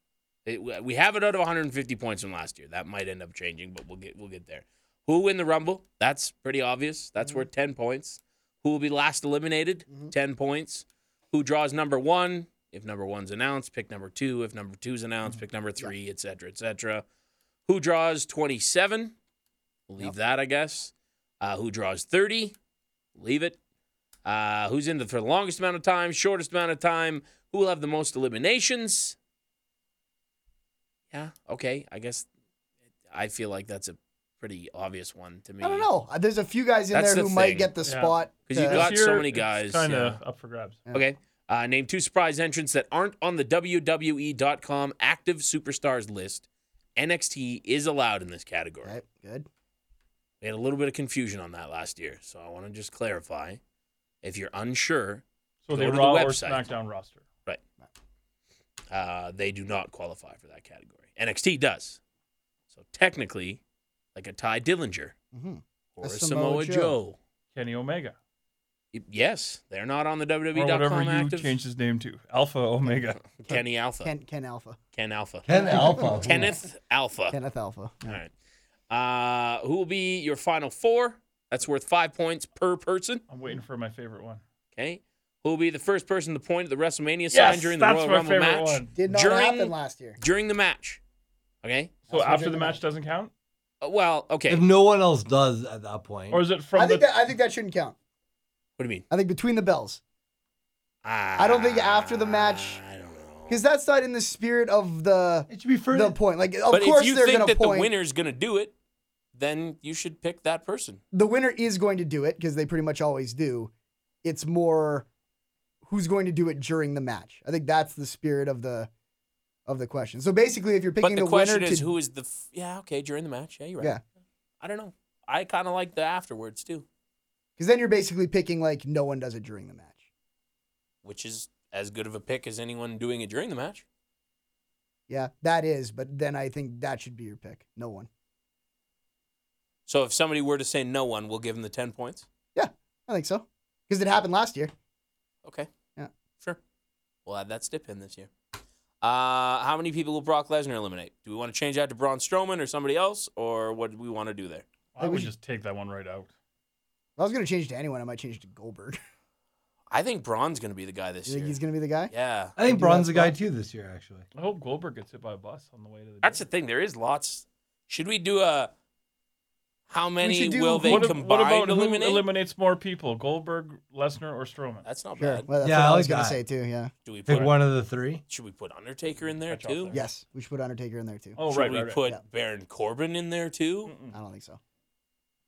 A: It, we have it out of 150 points from last year. That might end up changing, but we'll get we'll get there. Who will win the Rumble? That's pretty obvious.
D: Mm-hmm.
A: That's worth 10 points. Who will be last eliminated? 10 points. Who draws number one? If number one's announced, pick number two. If number two's announced,
D: Mm-hmm.
A: pick number three, et cetera, et cetera. Who draws 27? We'll leave that, I guess. Uh, who draws 30? Leave it. Uh, who's in it for the longest amount of time, shortest amount of time, who will have the most eliminations? Yeah, okay. I guess I feel like that's a pretty obvious one to me.
C: I don't know. Uh, There's a few guys in
A: That's
C: there
A: the
C: who might
A: thing.
C: get the
D: Yeah.
C: spot.
A: Because you
C: to-
A: got so many guys,
D: Kind of
A: yeah.
D: up for grabs.
A: Okay. Uh, name two surprise entrants that aren't on the WWE.com active superstars list. NXT is allowed in this category.
C: Right, good.
A: We had a little bit of confusion on that last year, so I want to just clarify. If you're unsure, Go
D: So they
A: to the
D: Raw or
A: website.
D: SmackDown roster.
A: uh, they do not qualify for that category. NXT does. So technically, like a Ty Dillinger
C: hmm
A: or a Samoa, Joe.
D: Kenny Omega.
A: Y- Yes, they're not on the
D: Or whatever
A: WWE.com
D: you
A: active.
D: changed his name to. Alpha Omega.
A: Kenny Alpha.
C: Ken, Ken Alpha.
A: Ken Alpha.
B: Ken Alpha.
A: Kenneth Alpha.
C: Kenneth Alpha.
A: All right. Uh, who will be your final four? That's worth five points per person.
D: I'm waiting for my favorite one.
A: Okay. Who will be the first person to point at the WrestleMania sign
D: Yes,
A: during the
D: that's
A: Royal
D: my
A: Rumble
D: favorite
A: match?
D: one.
C: Did not
A: During-
C: happen last year.
A: During the match. Okay.
D: So
C: That's my
D: after the
C: favorite
D: match
C: one.
D: doesn't count?
A: Uh, well, okay.
B: If no one else does at that point,
D: Or is it
C: I
D: from the.
C: think that I think that shouldn't count.
A: What do you mean?
C: I think between the bells,
A: I
C: don't think after the match-
A: Ah, I don't know.
C: because that's not in the spirit of the
B: it should be further.
C: the point. Like of
A: But
C: course
A: if you
C: they're
A: think
C: gonna
A: that
C: point.
A: the winner's going to do it, then you should pick that person.
C: the winner is going to do it because they pretty much always do. It's more who's going to do it during the match. I think that's the spirit of the of the question. So basically, if you're
A: But
C: picking
A: the,
C: the, winner
A: question is
C: to
A: who is the. F- yeah, okay, during the match. Yeah, you're right.
C: yeah,
A: I don't know. I kind of like the afterwards too,
C: because then you're basically picking like no one does it during the match.
A: which is as good of a pick as anyone doing it during the match.
C: Yeah, that is. But then I think that should be your pick. No one.
A: So if somebody were to say no one, we'll give them the 10 points.
C: Yeah, I think so because it happened last year.
A: Okay.
C: Yeah.
A: Sure. We'll add that stip in this year. Uh, how many people will Brock Lesnar eliminate? Do we want to change that to Braun Strowman or somebody else, or what do we want to do there?
D: I would just take that one right out.
C: If I was gonna change it to anyone. I might change it to Goldberg.
A: I think Braun's going to be the guy this
C: you think
A: year.
C: he's gonna be the guy?
A: Yeah.
B: I think
C: do
B: Braun's
C: that
B: a guy
C: spot.
B: too this year, actually.
D: I hope Goldberg gets hit by a bus on the way to the.
A: That's the thing. There is lots. Should we do a how many
C: should do-
A: will they
D: what, ab-
A: combine
D: what about who
A: eliminate?
D: eliminates more people, Goldberg, Lesnar, or Strowman?
A: That's not
C: Sure.
A: bad.
C: Well, that's
B: Yeah,
C: what
B: I
C: I
B: like
C: was gonna
B: that.
C: say too. Yeah.
A: Do we
B: Pick
A: put,
B: one of the three.
A: Should we put Undertaker in there
D: Catch off
A: too?
D: there.
C: Yes, we should put Undertaker in there too.
D: Oh,
A: Should
D: right,
A: we
D: right, right.
A: put
C: Yeah.
A: Baron Corbin in there too?
C: I don't think so.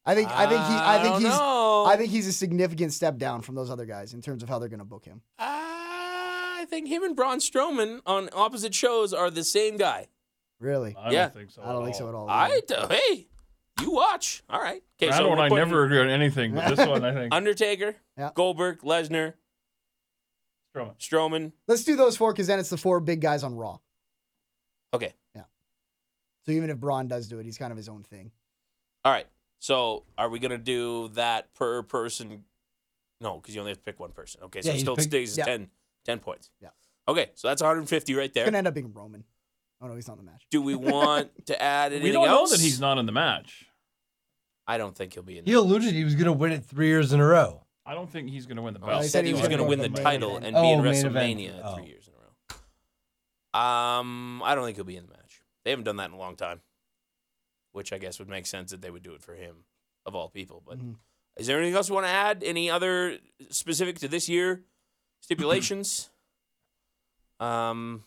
C: I think I think he I think
A: don't
C: he's
A: know.
C: I think he's a significant step down from those other guys in terms of how they're going to book him.
A: Uh, I think him and Braun Strowman on opposite shows are the same guy.
C: Really,
D: I
A: Yeah.
D: don't think so.
C: I don't think so at all.
A: I do- hey, you watch. All right. Okay,
D: That
A: so
D: one
A: we're
D: I
A: putting
D: never agree on anything, but this one I think.
A: Undertaker,
C: Yeah.
A: Goldberg, Lesnar,
D: Strowman.
A: Strowman.
C: Let's do those four because then it's the four big guys on Raw.
A: Okay.
C: So even if Braun does do it, he's kind of his own thing.
A: All right. So are we gonna do that per person? No, because you only have to pick one person. Okay, so
B: Yeah,
A: it
B: you
A: still
B: pick-
A: stays
C: yeah.
A: 10, 10 points.
C: Yeah.
A: Okay, so that's 150 right
C: It's
A: there.
C: going to end up being Roman. Oh no, he's not in the match.
A: do we want to add anything
D: We don't know
A: else?
D: that he's not in the match.
A: I don't think he'll be in.
B: He
A: He'll,
B: alluded he was going to win it three years in a row.
D: I don't think he's going to win the
A: well,
D: belt.
A: Oh, he
C: he
A: said
C: said
A: he
C: he
A: was
C: was
A: going to
C: gonna
A: win the
C: win the main
A: title
C: event.
A: and be in
B: Oh, main event.
A: WrestleMania
B: Oh.
A: three years in a row. Um, I don't think he'll be in the match. They haven't done that in a long time, which I guess would make sense that they would do it for him, of all people. But
C: Mhm.
A: is there anything else you want to add? Any other specific to this year stipulations? um,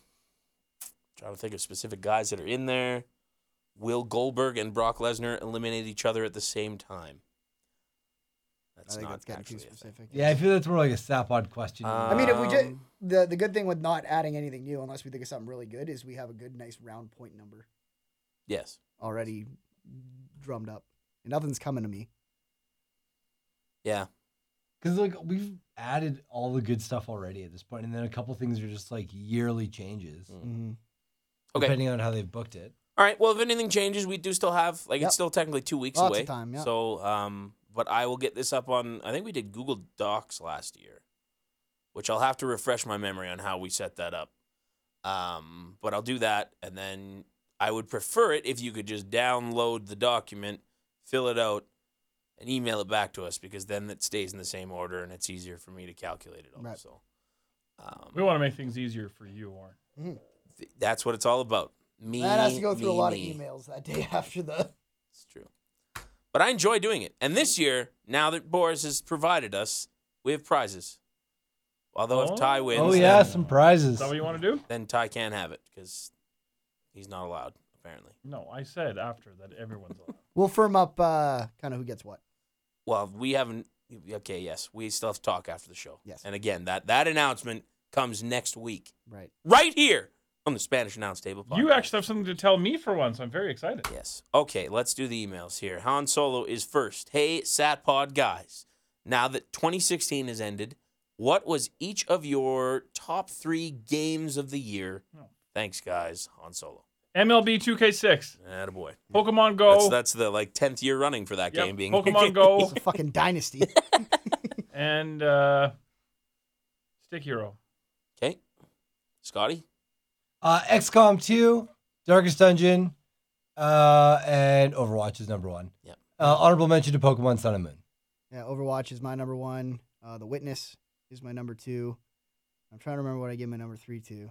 A: trying to think of specific guys that are in there. Will Goldberg and Brock Lesnar eliminate each other at the same time?
C: I
A: That's
C: think
A: not
C: that's getting
A: actually
C: too
A: a thing.
C: specific.
B: Yeah, I feel that's more like a Sapod question.
A: Uh,
C: I mean, if we just
A: Um,
C: the the good thing with not adding anything new, unless we think of something really good, is we have a good, nice round point number
A: Yes.
C: already drummed up, and nothing's coming to me.
A: Yeah.
B: Because like we've added all the good stuff already at this point, and then a couple things are just like yearly changes,
A: Mm. Okay.
B: depending on how they've booked it.
A: All right. Well, if anything changes, we do still have like
C: Yep.
A: it's still technically two weeks
C: Lots of
A: away.
C: time, yeah.
A: So, um, but I will get this up on. I think we did Google Docs last year, which I'll have to refresh my memory on how we set that up. Um, but I'll do that, and then I would prefer it if you could just download the document, fill it out, and email it back to us because then it stays in the same order and it's easier for me to calculate it all.
C: Right.
A: So, um,
D: We want to make things easier for you, Warren.
A: th- that's what it's all about. Me,
C: That has to go through a
A: me,
C: lot
A: me.
C: of emails that day after the.
A: It's true. But I enjoy doing it. And this year, now that Boris has provided us, we have prizes. Although if Ty
D: Oh.
A: wins,
B: Oh
A: then-
B: yeah, some
D: Is
B: prizes.
D: that what you want to do?
A: then, Ty can't have it because he's not allowed, apparently.
D: No, I said after that everyone's allowed.
C: We'll firm up uh, kind of who gets what.
A: Well, we haven't. Okay, yes, we still have to talk after the show.
C: Yes.
A: And again, that that announcement comes next week,
C: Right.
A: right here on the Spanish Announce Table. Podcast.
D: You actually have something to tell me for once. I'm very excited.
A: Yes. Okay, let's do the emails here. Han Solo is first. Hey, Satpod guys. Now that 2016 has ended, what was each of your top three games of the year? Thanks, guys. Han Solo.
D: MLB 2K6,
A: Attaboy.
D: Pokemon Go,
A: That's, that's the like 10th year running for that
D: yep,
A: game being
D: Pokemon Go,
C: It's a fucking dynasty.
D: and uh, Stick Hero.
A: Okay. Scotty?
B: Uh, XCOM 2, Darkest Dungeon, uh, and Overwatch is number one.
A: Yep.
B: Uh, honorable mention to Pokemon Sun and Moon.
C: yeah, Overwatch is my number one. Uh, the Witness is my number two. I'm trying to remember what I gave my number three to.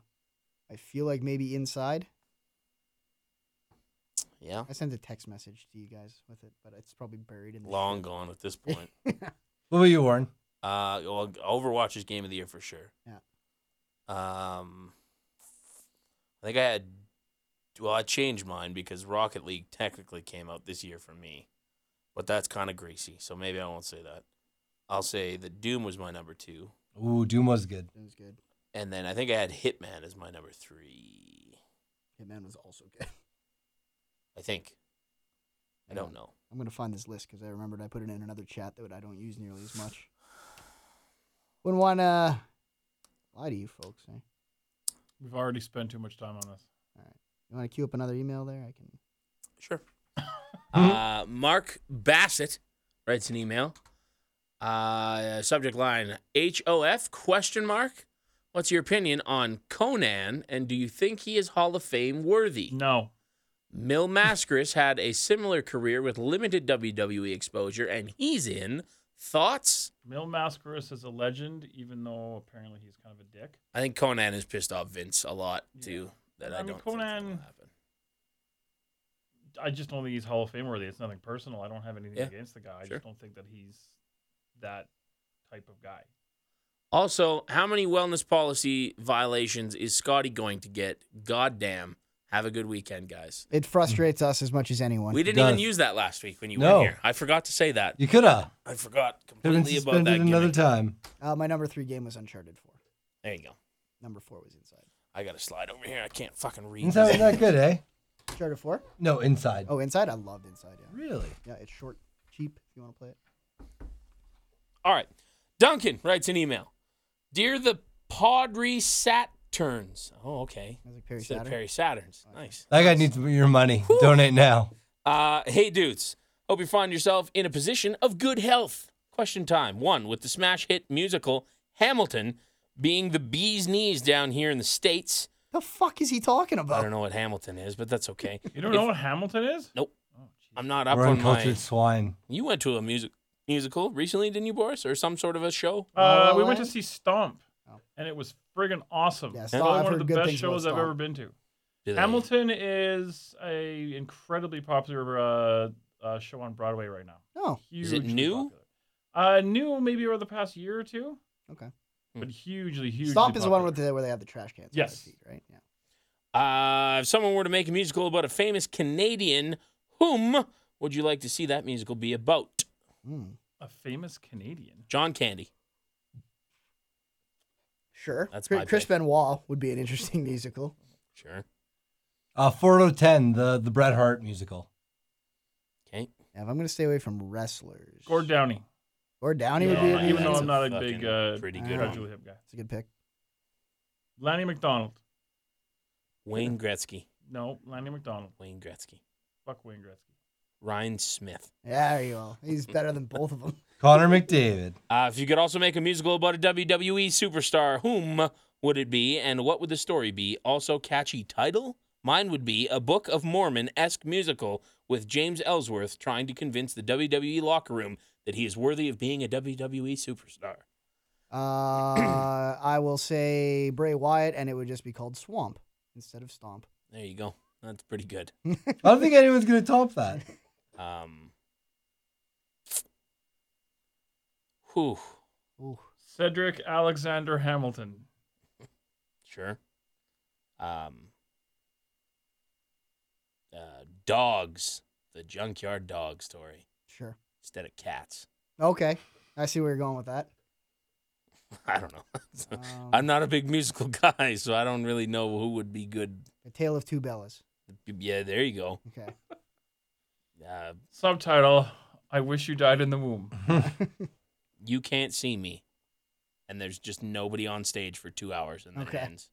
C: I feel like maybe Inside.
A: Yeah.
C: I sent a text message to you guys with it, but it's probably buried in the
A: Long gone at this point.
B: What about you, Warren?
A: Uh, well, Overwatch is game of the year for sure.
C: Yeah.
A: Um, I think I had. Well, I changed mine because Rocket League technically came out this year for me, but that's kind of greasy, so maybe I won't say that. I'll say that Doom was my number two,
B: Ooh, Doom was good.
C: It was good.
A: and then I think I had Hitman as my number three.
C: Hitman was also good.
A: I think. I don't know.
C: I'm gonna find this list because I remembered I put it in another chat that I don't use nearly as much. Wouldn't want to lie to you folks. Eh?
D: We've already spent too much time on this.
C: You want to queue up another email there? I can.
A: Sure.
D: Hmm?
A: uh, Mark Bassett writes an email. Uh, subject line: HOF question mark. What's your opinion on Conan, and do you think he is Hall of Fame worthy?
D: No.
A: Mil Mascaris had a similar career with limited WWE exposure, and he's in. Thoughts?
D: Mil Mascaris is a legend, even though apparently he's kind of a dick.
A: I think Conan has pissed off Vince a lot too. That I,
D: I mean,
A: don't. think that'll
D: Um, Conan-
A: happen.
D: I just don't think he's Hall of Fame worthy. It's nothing personal. I don't have anything
A: Yeah,
D: against the guy. I
A: sure.
D: just don't think that he's that type of guy.
A: Also, how many wellness policy violations is Scotty going to get? Goddamn. Have a good weekend, guys.
C: It frustrates us as much as anyone.
A: We didn't
B: Does-
A: even use that last week when you
B: No.
A: were here. I forgot to say that.
B: You could have.
A: I forgot
B: Could have been
A: completely about
B: suspended
A: that.
B: another
A: gimmick.
B: time.
C: Uh, my number three game was Uncharted Four.
A: There you go.
C: Number four was Inside.
A: I got to slide over here. I can't fucking read.
B: Inside was not good, eh?
C: Uncharted Four.
B: No, inside.
C: Oh, Inside. I loved Inside. Yeah.
B: really?
C: Yeah, it's short, cheap. If you want to play it.
A: All right. Duncan writes an email. Dear the Padre Saturns. Oh, okay.
C: I was like Perry
A: Instead of
C: Saturn.
A: Perry Saturns. Nice.
B: That guy needs your money. Donate now.
A: Uh, hey dudes, hope you find yourself in a position of good health. Question time one with the smash hit musical Hamilton being the bee's knees down here in the states.
C: The fuck is he talking
A: I
C: about?
A: don't know what Hamilton is, but that's okay.
D: You don't
A: If-
D: know what Hamilton is?
A: Nope, I'm not up
B: We're
A: on
B: uncultured
A: my.
B: swine.
A: You went to a music musical recently, didn't you, Boris, or some sort of a show?
D: Uh, we
C: La La
D: went to
C: Land?
D: see Stomp,
C: Oh.
D: and it was friggin' awesome.
C: Yeah,
D: It's
C: Stomp-
D: Probably
C: I've
D: one
C: heard
D: of the
C: good
D: best
C: things about
D: shows I've
C: Stomp.
D: ever been to.
A: Do they-
D: Hamilton is a incredibly popular uh, uh, show on Broadway right now.
C: Oh,
A: Is it
D: Hugely
A: new?
D: popular. Uh, new maybe over the past year or two,
C: okay.
D: but hugely, hugely.
C: Stomp is the one
D: popular.
C: with the, where they have the trash cans. on
D: Yes.
C: their feet, right. Yeah.
A: Uh, if someone were to make a musical about a famous Canadian, whom would you like to see that musical be about?
C: Mm.
D: a famous Canadian.
A: John Candy.
C: Sure.
A: That's
C: Chris,
A: my
C: Chris
A: pick.
C: Benoit would be an interesting musical.
A: Sure.
B: Uh, 4010, the, the Bret Hart musical.
A: Okay.
C: Now, if I'm going to stay away from wrestlers,
D: Gord Downey. Oh
C: Gord Downey
A: Yeah, oh
C: would be.
A: I
C: an
D: even though
A: that's
D: I'm
A: a
D: not a
A: fucking
D: big uh,
A: pretty
C: good
D: gradually hip guy.
C: It's a good pick.
D: Lanny McDonald.
A: Wayne Gretzky.
D: No, Lanny McDonald.
A: Wayne Gretzky.
D: Fuck Wayne Gretzky.
A: Ryan Smith.
C: Yeah, there you go. He's better than both of them.
B: Connor McDavid.
A: Uh, if you could also make a musical about a WWE superstar, whom would it be and what would the story be? Also, catchy title? Mine would be a Book of Mormon esque musical with James Ellsworth trying to convince the WWE locker room that he is worthy of being a WWE superstar.
C: Uh, I will say Bray Wyatt, and it would just be called Swamp instead of Stomp.
A: There you go. That's pretty good.
B: I don't think anyone's going to top that.
A: Um, whew,
C: Ooh,
D: Cedric Alexander Hamilton.
A: sure. Um, uh, dogs. the junkyard dog story
C: Sure.
A: instead of cats.
C: Okay. I see where you're going with that.
A: I don't know.
C: Um,
A: I'm not a big musical guy, so I don't really know who would be good.
C: the Tale of Two Bellas.
A: Yeah, there you go.
C: Okay.
A: Uh,
D: Subtitle: I wish you died in the womb.
A: you can't see me, and there's just nobody on stage for two hours, and then
C: Okay.
A: it ends.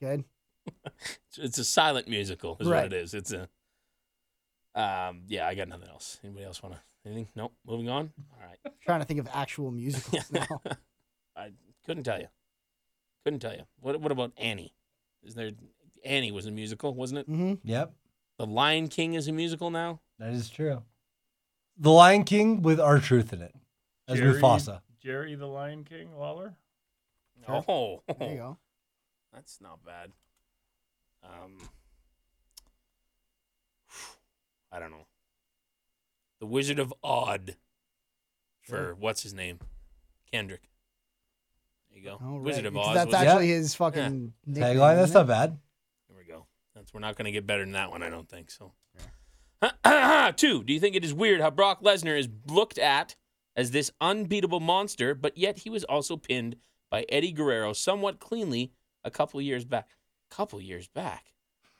C: Good.
A: It's- It's a silent musical, is
C: Right.
A: what it is. It's a. Um. Yeah, I got nothing else. Anybody else want to? Anything? Nope. Moving on. All right.
C: trying to think of actual musicals now.
A: Couldn't tell you. Couldn't tell you. What What about Annie? Is there Annie was a musical, wasn't it?
C: hmm
B: Yep,
A: The Lion King is a musical now.
B: that is true. The Lion King with our truth in it as
D: Jerry-
B: Mufasa.
D: Jerry the Lion King, Lawler.
C: Sure.
A: Oh,
C: There you go.
A: that's not bad. Um, I don't know. The Wizard of Odd for what's his name, Kendrick. There you go.
C: All right.
A: Oh, Wizard of
C: Because
A: Oz.
C: That's
A: was-
B: Yeah.
C: actually his fucking nickname,
B: Tagline, that's
C: isn't
B: not
C: it?
B: bad.
A: There we go. That's we're not going to get better than that one, I don't think. So, two. Do you think it is weird how Brock Lesnar is looked at as this unbeatable monster, but yet he was also pinned by Eddie Guerrero somewhat cleanly a couple years back? Couple years back.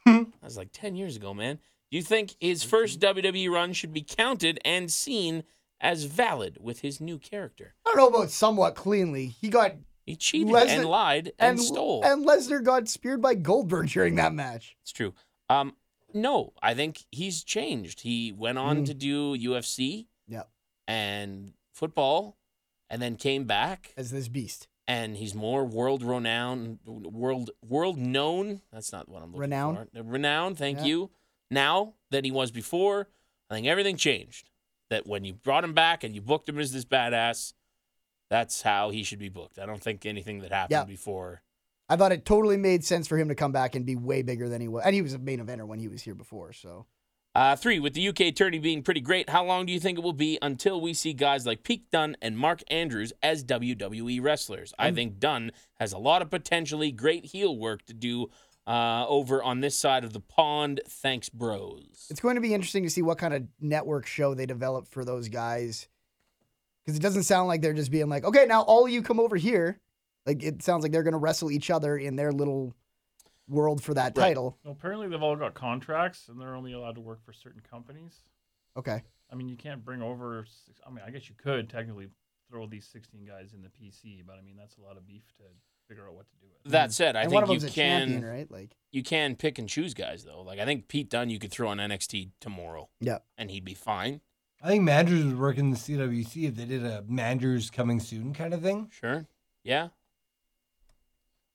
A: that was like ten years ago, man. Do you think his first WWE run should be counted and seen as valid with his new character?
C: I don't know about somewhat cleanly. He got
A: He cheated and
C: Lesnar-
A: lied and,
C: and
A: stole.
C: and Lesnar got speared by Goldberg during that match.
A: It's true. Um, no, I think he's changed. He went on
C: Mm.
A: to do UFC
C: Yep.
A: and football, and then came back,
C: As this beast,
A: and he's more world renowned, world world known. That's not what I'm looking
C: Renowned?
A: for. Renowned. Thank
C: Yeah.
A: you. Now than he was before. I think everything changed. That when you brought him back and you booked him as this badass, that's how he should be booked. I don't think anything that happened
C: Yeah.
A: before.
C: I thought it totally made sense for him to come back and be way bigger than he was. And he was a main eventer when he was here before. So
A: Uh, three, with the UK tourney being pretty great, how long do you think it will be until we see guys like Pete Dunne and Mark Andrews as WWE wrestlers?
C: Mm.
A: I think Dunne has a lot of potentially great heel work to do uh, over on this side of the pond. Thanks, bros.
C: it's going to be interesting to see what kind of network show they develop for those guys, because it doesn't sound like they're just being like, okay, now all you come over here. Like it sounds like they're going to wrestle each other in their little world for that
A: Right.
C: title.
D: Well, apparently they've all got contracts and they're only allowed to work for certain companies.
C: Okay.
D: I mean, you can't bring over. Six, I mean, I guess you could technically throw these 16 guys in the PC, but I mean, that's a lot of beef to figure out what to do with.
A: That said, I
C: mm. and one
A: think
C: of
A: you
C: them's a
A: can
C: champion, right? Like,
A: you can pick and choose guys though. Like I think Pete Dunne you could throw on NXT tomorrow
C: yeah.
A: and he'd be fine.
B: I think Mandrews would work in the CWC if they did a Mandrews coming soon kind of thing.
A: Sure. Yeah.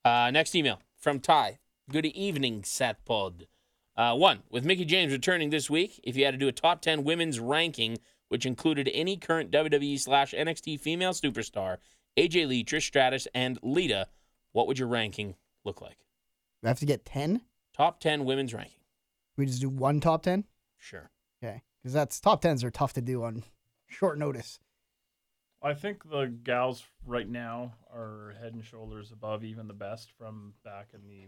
A: Uh, next email from Ty. Good evening, Satpod. Uh, one, with Mickey James returning this week, if you had to do a top 10 women's ranking, which included any current WWE slash NXT female superstar, AJ Lee, Trish Stratus, and Lita, what would your ranking look like?
C: We have to get 10.
A: Top 10 women's ranking.
C: We just do one top 10.
A: Sure.
C: Okay. Because that's top 10s are tough to do on short notice.
D: I think the gals right now are head and shoulders above even the best from back in the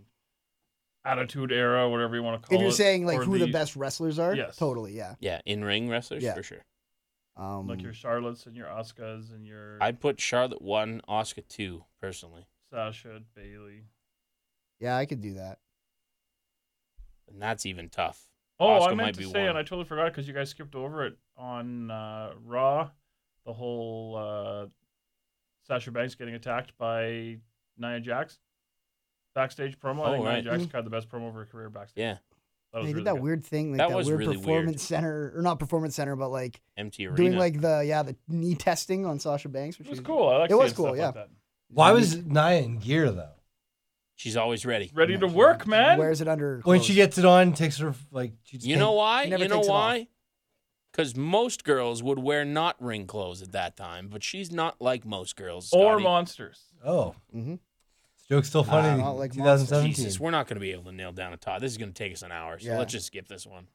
D: Attitude Era, whatever you want to call
C: if
D: it.
C: you're saying like
D: or
C: who the, best wrestlers are,
D: Yes.
C: totally, yeah.
A: Yeah, in ring wrestlers,
C: Yeah.
A: for sure.
C: Um,
D: like your Charlottes and your Oscars and your
A: I'd put Charlotte 1, Oscar 2, personally.
D: Sasha Bailey.
C: yeah, I could do that.
A: And that's even tough.
D: Oh,
A: Asuka
D: I
A: might
D: meant to
A: be
D: say,
A: one.
D: and I totally forgot because you guys skipped over it on uh, Raw. The whole uh, Sasha Banks getting attacked by Nia Jax backstage promo. I
A: Oh,
D: think Nia
A: right.
D: Jax cut the best promo of her career backstage.
A: Yeah,
D: that
C: Mm-hmm.
D: was
C: they
D: really
C: did that
D: good.
C: weird thing, like
A: That
C: that,
A: was
C: weird
A: really weird.
C: performance center, or not performance center, but like
A: empty arena.
C: doing like the yeah the knee testing on Sasha Banks, which
D: It was
C: is-
D: cool. I like
C: It was
D: seeing
C: cool,
D: stuff
C: yeah.
D: Like that.
B: Why was Nia in gear though?
A: She's always ready.
D: Ready
C: Yeah,
D: to
C: she
D: work, man.
C: Wears it under her
B: When
C: clothes.
B: she gets it on, takes her like she just
A: You know
B: can't-
A: why?
C: never
A: You know
C: takes it off.
A: why? Because most girls would wear not ring clothes at that time, but she's not like most girls.
D: or
A: Scotty.
D: monsters.
B: Oh,
C: Mhm.
B: This joke's still funny.
C: Ah,
B: in
C: not like
A: Jesus,
B: 2017.
A: we're not going to be able to nail down a tie. This is going to take us an hour, so
C: Yeah.
A: let's just skip this one.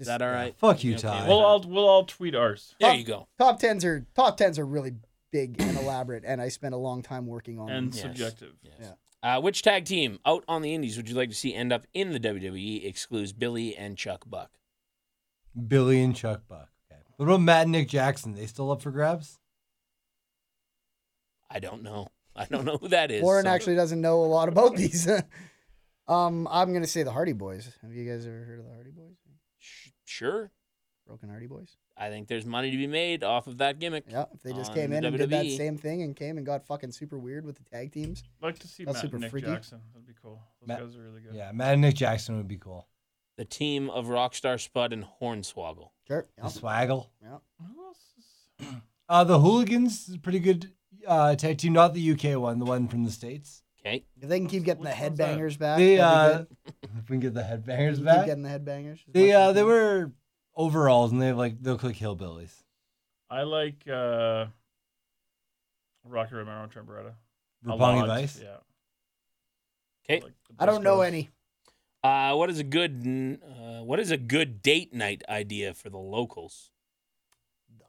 A: Is
C: Just-
A: that all
C: yeah.
A: right?
B: Fuck you,
A: Okay,
B: Ty.
D: We'll all we'll all tweet ours.
A: there you go.
C: Top tens are top tens are really big and elaborate, and I spent a long time working on.
D: And
C: them.
A: Yes.
D: subjective.
A: Uh, which tag team E out on the Indies would you like to see end up in the WWE? Excludes Billy and Chuck Buck.
B: Billy and Chuck Buck. Okay. What about Matt and Nick Jackson? They still up for grabs?
A: I don't know. I don't know who that is.
C: Warren
A: so-
C: actually doesn't know a lot about these. um, I'm gonna say the Hardy Boys. Have you guys ever heard of the Hardy Boys?
A: Sh- sure.
C: Broken Hardy Boys.
A: I think there's money to be made off of that gimmick.
C: Yeah, if they just
A: on
C: came
A: the
C: in and did that
D: E.
A: WWE.
C: same thing and came and got fucking super weird with the tag teams.
D: like to see
C: That's
D: Matt
C: super
D: and Nick
C: freaky.
D: Jackson. That'd be cool. Those
B: Matt-
D: guys are really good.
B: Yeah, Matt and Nick Jackson would be cool.
A: The team of Rockstar Spud and Hornswoggle.
C: Sure.
B: The
C: yeah.
B: Swaggle.
C: Yeah.
D: Who else is?
B: Uh, the Hooligans is a pretty good uh, tag team, not the UK one, the one from the States.
A: Okay.
C: If they can keep getting the
D: Which one's that?
C: headbangers back,
B: They,
C: that'd
B: uh,
C: be
B: if we can get the
C: good.
B: headbangers
C: Keep
B: back,
C: getting the headbangers. as
B: they
C: much as
B: uh,
C: you
B: they
C: can.
B: were overalls and they have like they look like hillbillies.
D: I like uh, Rocky Romero and Trent Beretta. A
B: Roppongi
D: lot,
B: Vice.
D: Yeah.
A: Okay.
D: Like the
C: I don't know
D: Briscoes.
C: any.
A: Uh, what is a good n- uh, what is a good date night idea for the locals?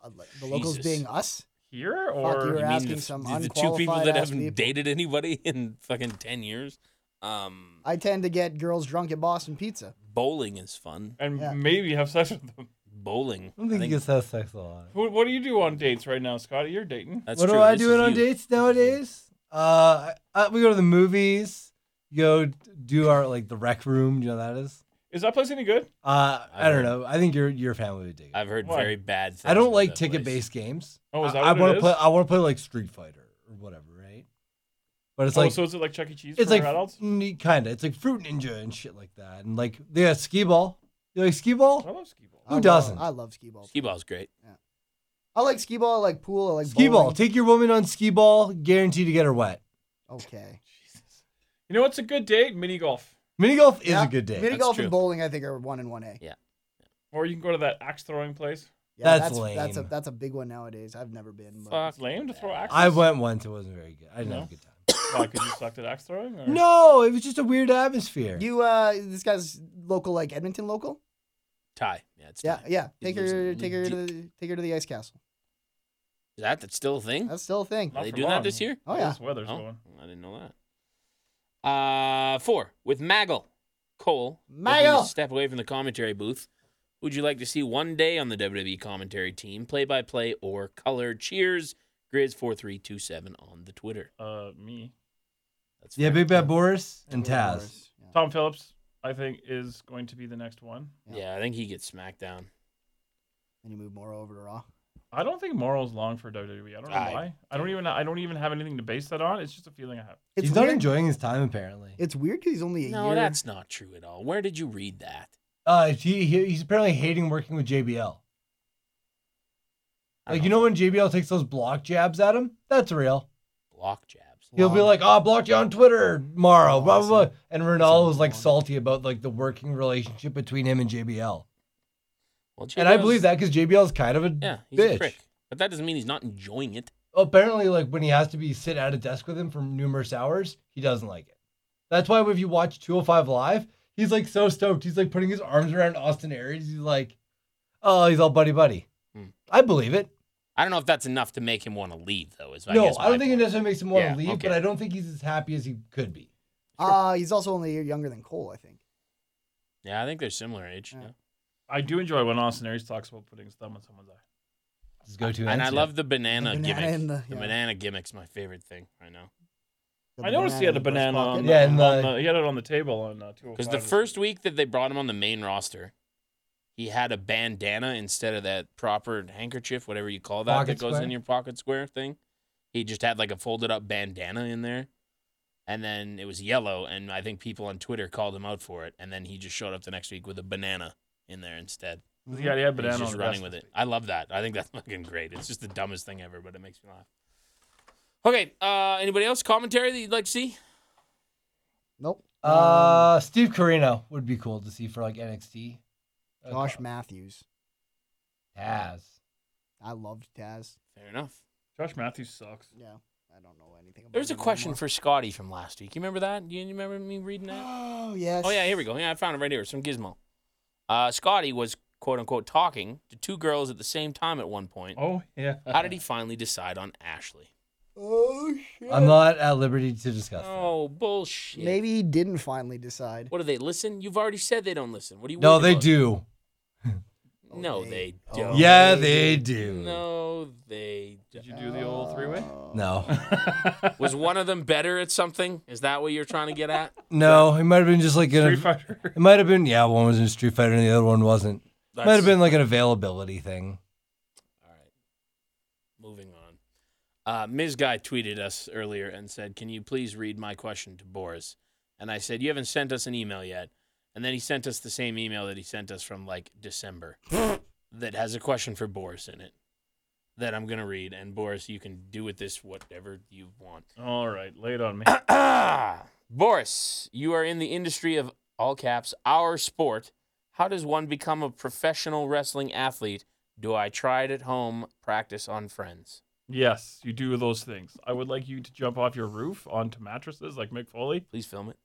C: Uh, like, The locals
A: Jesus.
C: being us.
D: here
C: Fuck,
D: or
C: you were
A: You mean
C: asking
A: the,
C: some
A: the two people
C: unqualified
A: that
C: ass
A: haven't
C: people.
A: dated anybody in fucking ten years. Um,
C: I tend to get girls drunk at Boston Pizza.
A: bowling is fun.
D: and
C: Yeah.
D: maybe have sex with them.
A: Bowling.
B: I don't think,
A: I
B: he
A: think-
B: gets that sex a lot.
D: What, what do you do on dates right now, Scotty? You're dating.
A: that's
B: what
A: true.
B: do I
A: This
B: do
A: is
B: it on
A: you.
B: dates nowadays? Uh, I, I, we go to the movies. Go do our like the rec room. You know what that is.
D: Is that place any good?
B: Uh, I,
A: heard-
B: don't know. I think your your family would dig it.
A: I've heard
D: Why?
A: very bad things.
B: I don't
A: about
B: like
A: that
B: ticket
A: place.
B: based games.
D: Oh, is that
B: I, I
D: what it
B: wanna
D: is?
B: play. I want to play like Street Fighter or whatever, right? But it's
D: oh,
B: like
D: so is it like Chuck E. Cheese
B: it's
D: for
B: like
D: adults?
B: kind of. It's like Fruit Ninja and shit like that, and like they got skee ball. You like skee ball?
D: I love skee ball.
B: Who
C: I love-
B: doesn't?
C: I love skee ball.
A: Skee ball's great.
C: I like skee ball. I like pool. I like
B: Skee ball.
C: bowling.
B: Take your woman on skee ball. Guaranteed to get her wet.
C: Okay.
D: You know what's a good date? Mini golf.
B: Mini golf is
C: Yeah,
B: a good day.
C: Mini
A: That's
C: golf
A: true.
C: and bowling, I think, are one and one A.
D: Or you can go to that axe throwing place.
B: That's
C: that's That's a
B: lame.
C: that's a big one nowadays. I've never been. But
A: Fuck.
D: It's lame to throw axes.
B: I went once. It wasn't very good. I didn't
D: No?
B: have a good time.
D: Why, 'cause you sucked at axe throwing? Or?
B: No, it was just a weird atmosphere.
C: You uh, this guy's local, like Edmonton local.
A: Tie. Yeah, it's
C: Yeah,
A: tied.
C: yeah.
A: He
C: Take
A: lives
C: her,
A: in
C: take her to
A: Leduc.
C: the, take her to the ice castle.
A: Is that that's still a
B: Hmm.
A: thing?
C: That's still a thing.
A: Are
D: Not
A: they
D: for
A: doing that
D: long.
A: this year?
C: Oh,
D: All
C: yeah.
D: This weather's
A: Oh,
D: going.
A: I didn't know that. Uh, four with Maggle, Cole. looking to
C: Maggle!
A: step away from the commentary booth. Would you like to see one day on the WWE commentary team, play by play or color? Cheers, Grizz four three two seven on the Twitter.
D: Uh, me.
A: That's
B: yeah,
A: fair.
B: Big Bad Boris and
C: Of
B: Taz.
C: course, yeah.
D: Tom Phillips, I think, is going to be the next one.
A: Yeah, I think he gets SmackDown.
C: And you move more over to Raw.
D: I don't think Morrow's long for WWE. I don't know
A: I-
D: why. I don't even. I don't even have anything to base that on. It's just a feeling I have.
C: It's
B: he's
C: weird.
B: not enjoying his time apparently.
C: It's weird because he's only a
A: No,
C: year.
A: that's not true at all. Where did you read that?
B: Uh, he, he he's apparently hating working with JBL.
A: I
B: Like
A: don't
B: you know when JBL takes those block jabs at him, that's real.
A: block jabs.
B: He'll be like, "Oh, I blocked you on Twitter, Morrow." Blah blah blah. And Ronaldo was like
C: Awesome.
B: salty about like the working relationship between him and JBL.
A: Well,
B: And I
A: JBL's
B: believe that because JBL is kind of a
A: Yeah, he's a
B: bitch.
A: prick. But that doesn't mean he's not enjoying it.
B: Apparently, like when he has to be sit at a desk with him for numerous hours, he doesn't like it. That's why if you watch 205 live, he's like so stoked. He's like putting his arms around Austin Aries. He's like, "Oh, he's all buddy buddy."
A: Hmm.
B: I believe it.
A: I don't know if that's enough to make him want to leave, though. Is I
B: no,
A: guess
B: I
A: my
B: don't think it
A: point.
B: necessarily makes him want
A: Yeah,
B: to leave,
A: okay.
B: but I don't think he's as happy as he could be.
C: Uh, he's also only a year younger than Cole, I think.
A: Yeah, I think they're similar age.
C: Yeah.
A: yeah.
D: I do enjoy when Austin Aries talks about putting his thumb on someone's eye.
B: His go-to.
A: And I
B: answer.
A: love the banana,
C: The banana
A: gimmick.
C: in the-
A: the,
C: yeah.
A: banana gimmick's my favorite thing right now.
C: The
D: I noticed he had a
C: banana in
D: banana on
C: his
B: pocket.
D: the,
B: Yeah, and
D: on
B: the-
D: the- Uh, he had it on the table on uh, two.
A: Because the first week that they brought him on the main roster, he had a bandana instead of that proper handkerchief, whatever you call that,
B: Pocket
A: that goes
B: square?
A: in your pocket square thing. He just had like a folded up bandana in there. And then it was yellow, and I think people on Twitter called him out for it. And then he just showed up the next week with a banana in there instead.
D: yeah, he had
A: And He's
D: banana.
A: just
D: on the
A: running
D: desk
A: with
D: this
A: it. I love that. I think that's fucking great. It's just the dumbest thing ever, but it makes me laugh. Okay, uh, anybody else commentary that you'd like to see?
C: Nope. Um,
B: Uh, Steve Carino would be cool to see for like NXT. Uh,
C: Josh Matthews.
B: Taz.
C: I loved Taz.
A: Fair enough.
D: week. Josh Matthews sucks.
C: Yeah, I don't know anything about.
A: There's a
C: him
A: question
C: anymore.
A: for Scotty from last week. You remember that? You you remember me reading that?
C: Oh yes.
A: Oh yeah, here we go. Yeah, I found it right here. It's from Gizmo. Uh, Scotty was quote unquote talking to two girls at the same time at one point.
D: Oh yeah.
A: How did he finally decide on Ashley?
C: Oh shit.
B: I'm not at liberty to discuss. that.
A: Oh bullshit.
C: Maybe he didn't finally decide.
A: What do they listen? You've already said they don't listen. What do you?
B: No,
A: worried
B: they
A: about?
B: do.
A: No, they don't.
B: Yeah, they do.
A: No, they
D: Did you do the old three-way?
C: Uh,
B: No.
A: Oh. was one of them better at something. Is that what you're trying to get at?
B: No, it might have been just like an.
D: Street Fighter.
B: It might have been yeah, one was in Street Fighter and the other one wasn't.
A: That's,
B: might have been like an availability thing.
A: All right. Moving on. Uh, Ms. Guy tweeted us earlier and said, Can you please read my question to Boris? And I said, You haven't sent us an email yet. And then he sent us the same email that he sent us from like December that has a question for Boris in it that I'm going to read. And Boris, you can do with this whatever you want.
D: All right, lay it on me.
A: Boris, you are in the industry of all caps, our sport. How does one become a professional wrestling athlete? Do I try it at home, practice on friends?
D: yes, you do those things. I would like you to jump off your roof onto mattresses like Mick Foley.
A: Please film it.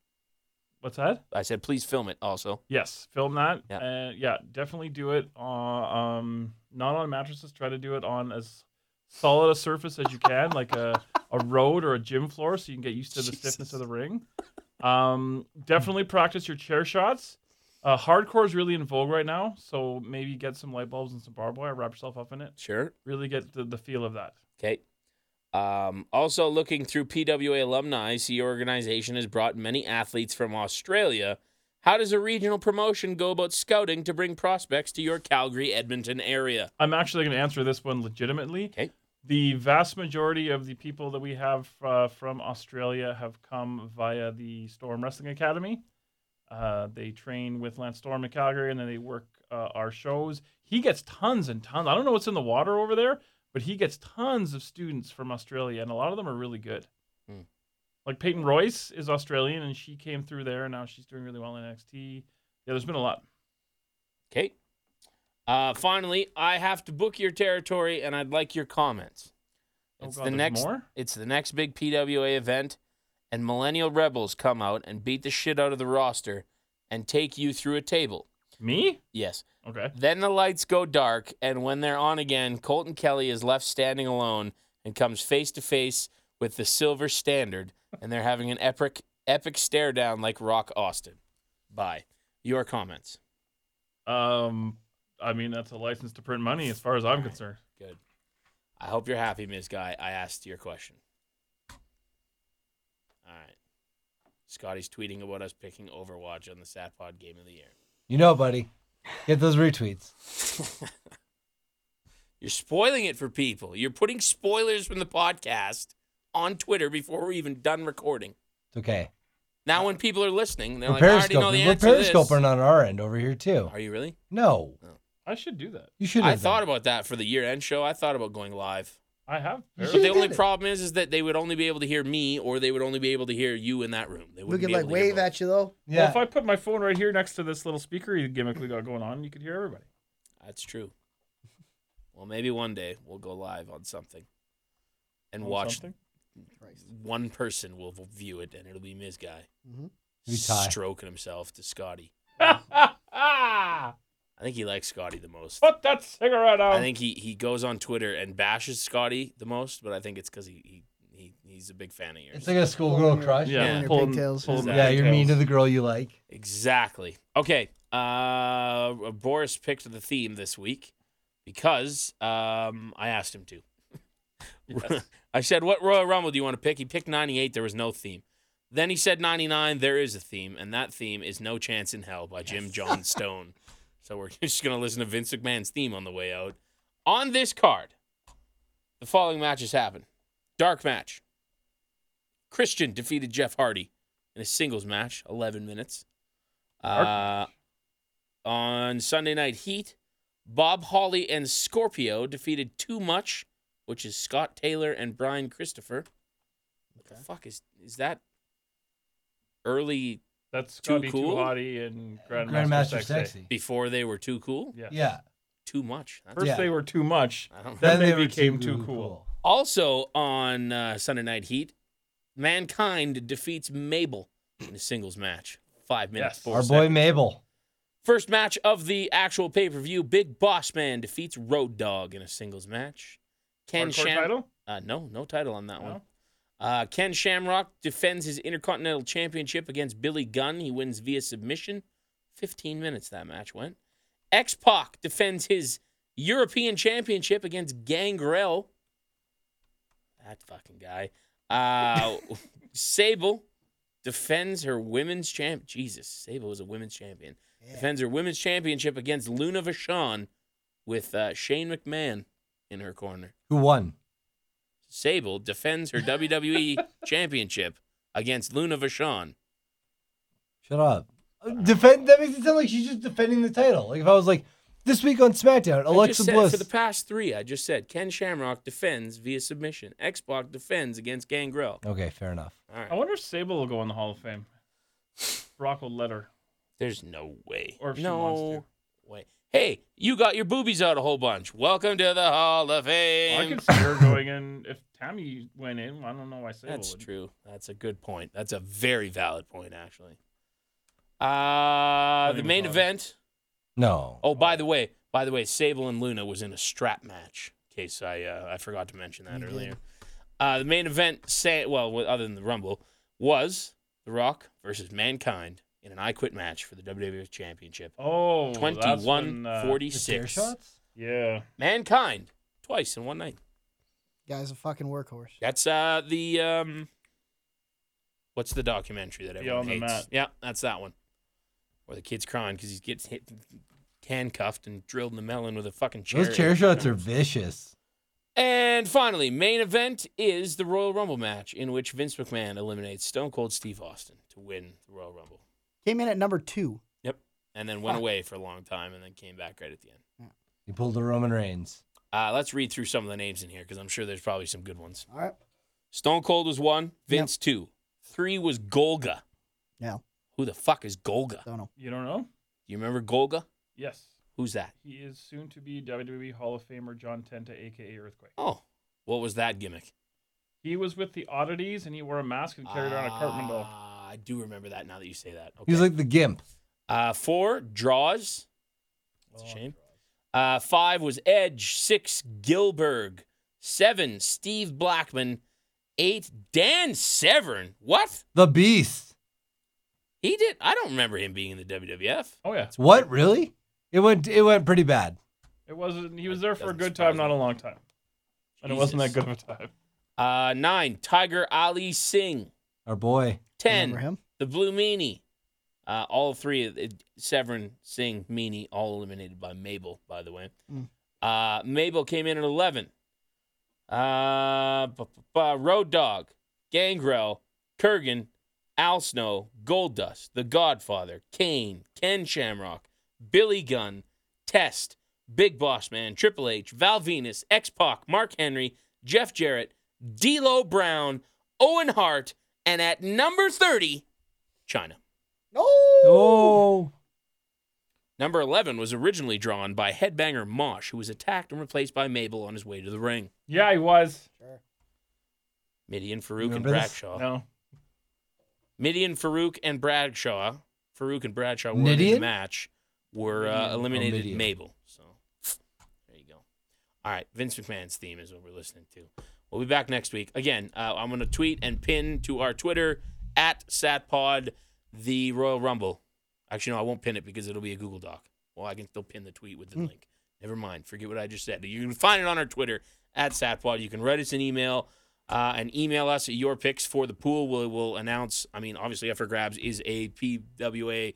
D: What's that?
A: I said, please film it also.
D: Yes, film that.
A: Yeah.
D: Uh, yeah, definitely do it. Uh, um, not on mattresses. Try to do it on as solid a surface as you can, like a, a road or a gym floor, so you can get used to the stiffness of the ring. Um, definitely practice your chair shots. Uh, hardcore is really in vogue right now, so maybe get some light bulbs and some barbed wire, wrap yourself up in it.
A: Sure.
D: Really get the, the feel of that.
A: Okay. Um, also, looking through PWA alumni, I see your organization has brought many athletes from Australia. How does a regional promotion go about scouting to bring prospects to your Calgary, Edmonton area?
D: I'm actually going to answer this one legitimately.
A: 'Kay.
D: The vast majority of the people that we have uh, from Australia have come via the Storm Wrestling Academy. Uh, they train with Lance Storm in Calgary, and then they work uh, our shows. He gets tons and tons. I don't know what's in the water over there, but he gets tons of students from Australia, and a lot of them are really good.
A: Hmm.
D: Like Peyton Royce is Australian, and she came through there, and now she's doing really well in NXT. Yeah, there's been a lot.
A: Okay. Uh, finally, I have to book your territory, and I'd like your comments.
D: Oh
A: It's
D: God,
A: the
D: there's
A: next.
D: more?
A: It's the next big PWA event, and Millennial Rebels come out and beat the shit out of the roster, and take you through a table.
D: Me?
A: Yes.
D: Okay.
A: Then the lights go dark, and when they're on again, Colton Kelly is left standing alone and comes face to face with the silver standard, and they're having an epic, epic stare down like Rock Austin. Bye. Your comments.
D: Um, I mean that's a license to print money, as far as I'm concerned.
A: Good. I hope you're happy, Ms. Guy. I asked your question. All right. Scotty's tweeting about us picking Overwatch on the Satpod Game of the Year.
B: You know, buddy. Get those retweets.
A: You're spoiling it for people. You're putting spoilers from the podcast on Twitter before we're even done recording.
B: It's okay.
A: Now, when people are listening, they're
B: We're
A: like, I already know the
B: periscoping. We're
A: answer to this.
B: periscoping on our end over here too.
A: Are you really?
B: No,
D: I should do that.
B: you should have.
A: I thought about that for the year end show. I thought about going live.
D: I have.
B: You
A: But
B: should
A: the
B: have
A: only
B: done it.
A: problem is, is that they would only be able to hear me, or they would only be able to hear you in that room. They
C: We
A: wouldn't
C: could
A: be
C: like
A: able to hear
C: wave
A: both.
C: at you though.
D: Well,
B: Yeah.
D: if I put my phone right here next to this little speakery gimmick we got going on, you could hear everybody.
A: That's true. Well, maybe one day we'll go live on something and
D: Want
A: watch.
D: something?
A: One person will v- view it, and it'll be Miz guy
C: Mm-hmm.
B: Maybe Ty.
A: stroking himself to Scotty.
D: Ah!
A: I think he likes Scotty the most.
D: Put that cigarette out.
A: I think he, he goes on Twitter and bashes Scotty the most, but I think it's because he, he, he he's a big fan of yours.
B: It's like a schoolgirl crush.
D: yeah,
A: Yeah.
C: your
D: pull 'em-
C: pigtails.
D: pull 'em
A: Yeah,
B: Yeah, you're mean to
D: pigtails.
B: the girl you like.
A: Exactly. Okay. Uh, Boris picked the theme this week because um, I asked him to.
D: Yes.
A: I said, "What Royal Rumble do you want to pick?" He picked '98. There was no theme. Then he said '99. There is a theme, and that theme is "No Chance in Hell" by Jim John Stone. so we're just gonna listen to Vince McMahon's theme on the way out. On this card, the following matches happen: dark match. Christian defeated Jeff Hardy in a singles match, 11 minutes.
D: Dark
A: Uh, on Sunday Night Heat, Bob Hawley and Scorpio defeated Too Much, which is Scott Taylor and Brian Christopher. What the fuck is is that? Early
D: That's
A: Too
D: Scotty
A: cool?
D: Too Hotty and Grandmaster,
B: Grandmaster
D: Sexy.
B: sexy.
A: before they were too cool,
D: Yeah.
B: Yeah.
A: too much. That's,
D: First
B: Yeah.
D: they were too much.
A: I don't know.
D: Then they
B: were
D: became too cool.
A: Also on uh, Sunday Night Heat, Mankind defeats Mabel in a singles match, five minutes.
D: Yes.
A: four
B: Our
A: seconds.
B: boy Mabel.
A: First match of the actual pay per view: Big Boss Man defeats Road Dog in a singles match. Ken
D: Hardcore
A: Sham-
D: title?
A: Uh, no, no title on that
D: No?
A: one. Uh, Ken Shamrock defends his Intercontinental Championship against Billy Gunn. He wins via submission. Fifteen minutes that match went. X Pac defends his European championship against Gangrel. That fucking guy. Uh, Sable defends her women's champ. Jesus, Sable was a women's champion. Defends her women's championship against Luna Vachon with uh, Shane McMahon in her corner.
B: Who won?
A: Sable defends her WWE championship against Luna Vachon.
B: Shut up. Defend. That makes it sound like she's just defending the title. Like if I was like, this week on SmackDown,
A: I
B: Alexa
A: just said,
B: Bliss.
A: For the past three, I just said Ken Shamrock defends via submission. X Pac defends against Gangrel.
B: okay, fair enough.
A: All
D: I
A: right.
D: wonder if Sable will go in the Hall of Fame. Brock will let her.
A: There's no way.
D: Or if she
A: no
D: wants
A: way. Hey, you got your boobies out a whole bunch. Welcome to the Hall of
D: I
A: Fame.
D: could see her going in. If Tammy went in, I don't know why Sable
A: That's
D: would.
A: true. That's a good point. That's a very valid point, actually. Uh,
D: Don't
A: the
D: even
A: main
D: bother.
A: event.
B: No.
A: Oh, by the way, by the way, Sable and Luna was in a strap match. In case I uh, I forgot to mention that earlier. Uh, the main event, say well, wa- other than the Rumble, was The Rock versus Mankind in an I Quit match for the WWE Championship.
D: Oh, that's when,
A: Twenty-one
D: uh,
B: The chair
A: forty-six.
B: shots.
D: Yeah.
A: Mankind twice in one night.
C: Guy's a fucking workhorse.
A: That's uh the um what's the documentary that everyone
D: Beyond the
A: hates?
D: Mat.
A: Yeah, that's that one. Where the kid's crying because he gets hit handcuffed and drilled in the melon with a fucking chair.
B: Those chair shots are vicious.
A: And finally, main event is the Royal Rumble match in which Vince McMahon eliminates Stone Cold Steve Austin to win the Royal Rumble.
C: Came in at number two.
A: Yep. And then went
C: Huh.
A: away for a long time and then came back right at the end.
B: He pulled the Roman Reigns.
A: Uh, let's read through some of the names in here because I'm sure there's probably some good ones.
C: All right.
A: Stone Cold was one, Vince two, three was Golga.
C: No,
A: Who the fuck is Golga?
C: don't know.
D: You don't know?
A: You remember Golga?
D: Yes.
A: Who's that?
D: He is soon to be WWE Hall of Famer John Tenta, aka Earthquake.
A: Oh, what was that gimmick?
D: He was with the Oddities and he wore a mask and carried around a Cartman doll.
A: Ah, I do remember that now that you say that.
B: He was
A: Okay.
B: like the Gimp.
A: uh, four draws. That's a shame. Uh, five was Edge. Six Gilberg. Seven Steve Blackman. Eight Dan Severn. What
B: The Beast.
A: he did? I don't remember him being in the WWF.
D: Oh yeah.
B: What really? It went. It went pretty bad.
D: It wasn't he was there for a
A: Doesn't
D: good time,
A: surprise
D: not
A: me.
D: a long time. And it wasn't that
A: Jesus.
D: good of a time.
A: Uh, nine Tiger Ali Singh.
B: Our boy.
A: Ten
C: Remember him?
A: the Blue Meanie. Uh, all three, of the- Severin, Singh, Meanie, all eliminated by Mabel, by the way.
C: Mm.
A: Uh, Mabel came in at 11. Uh, bu- bu- bu- Road Dog, Gangrel, Kurgan, Al Snow, Goldust, The Godfather, Kane, Ken Shamrock, Billy Gunn, Test, Big Boss Man, Triple H, Val Venus, X Pac, Mark Henry, Jeff Jarrett, D'Lo Brown, Owen Hart, and at number 30, China.
C: No.
B: Oh.
A: Number 11 was originally drawn by headbanger Mosh, who was attacked and replaced by Mabel on his way to the ring.
D: Yeah, he was.
A: Midian, Farouk,
B: Remember
A: and
B: this?
A: Bradshaw.
D: No.
A: Midian, Farouk, and Bradshaw, Farouk and Bradshaw were in the
B: Nidian?
A: match, were
D: Midian.
A: uh,
D: Oh,
A: eliminated
B: Midian.
A: Mabel. So there you go. All right, Vince McMahon's theme is what we're listening to. We'll be back next week. Again, uh, I'm going to tweet and pin to our Twitter at SatPod the Royal Rumble. Actually, no, I won't pin it because it'll be a Google Doc. Well, I can still pin the tweet with the link. Never mind. Forget what I just said. You can find it on our Twitter at SatPod. You can write us an email uh, and email us your picks for the pool. We'll, we'll announce. I mean, obviously, Up for Grabs is a PWA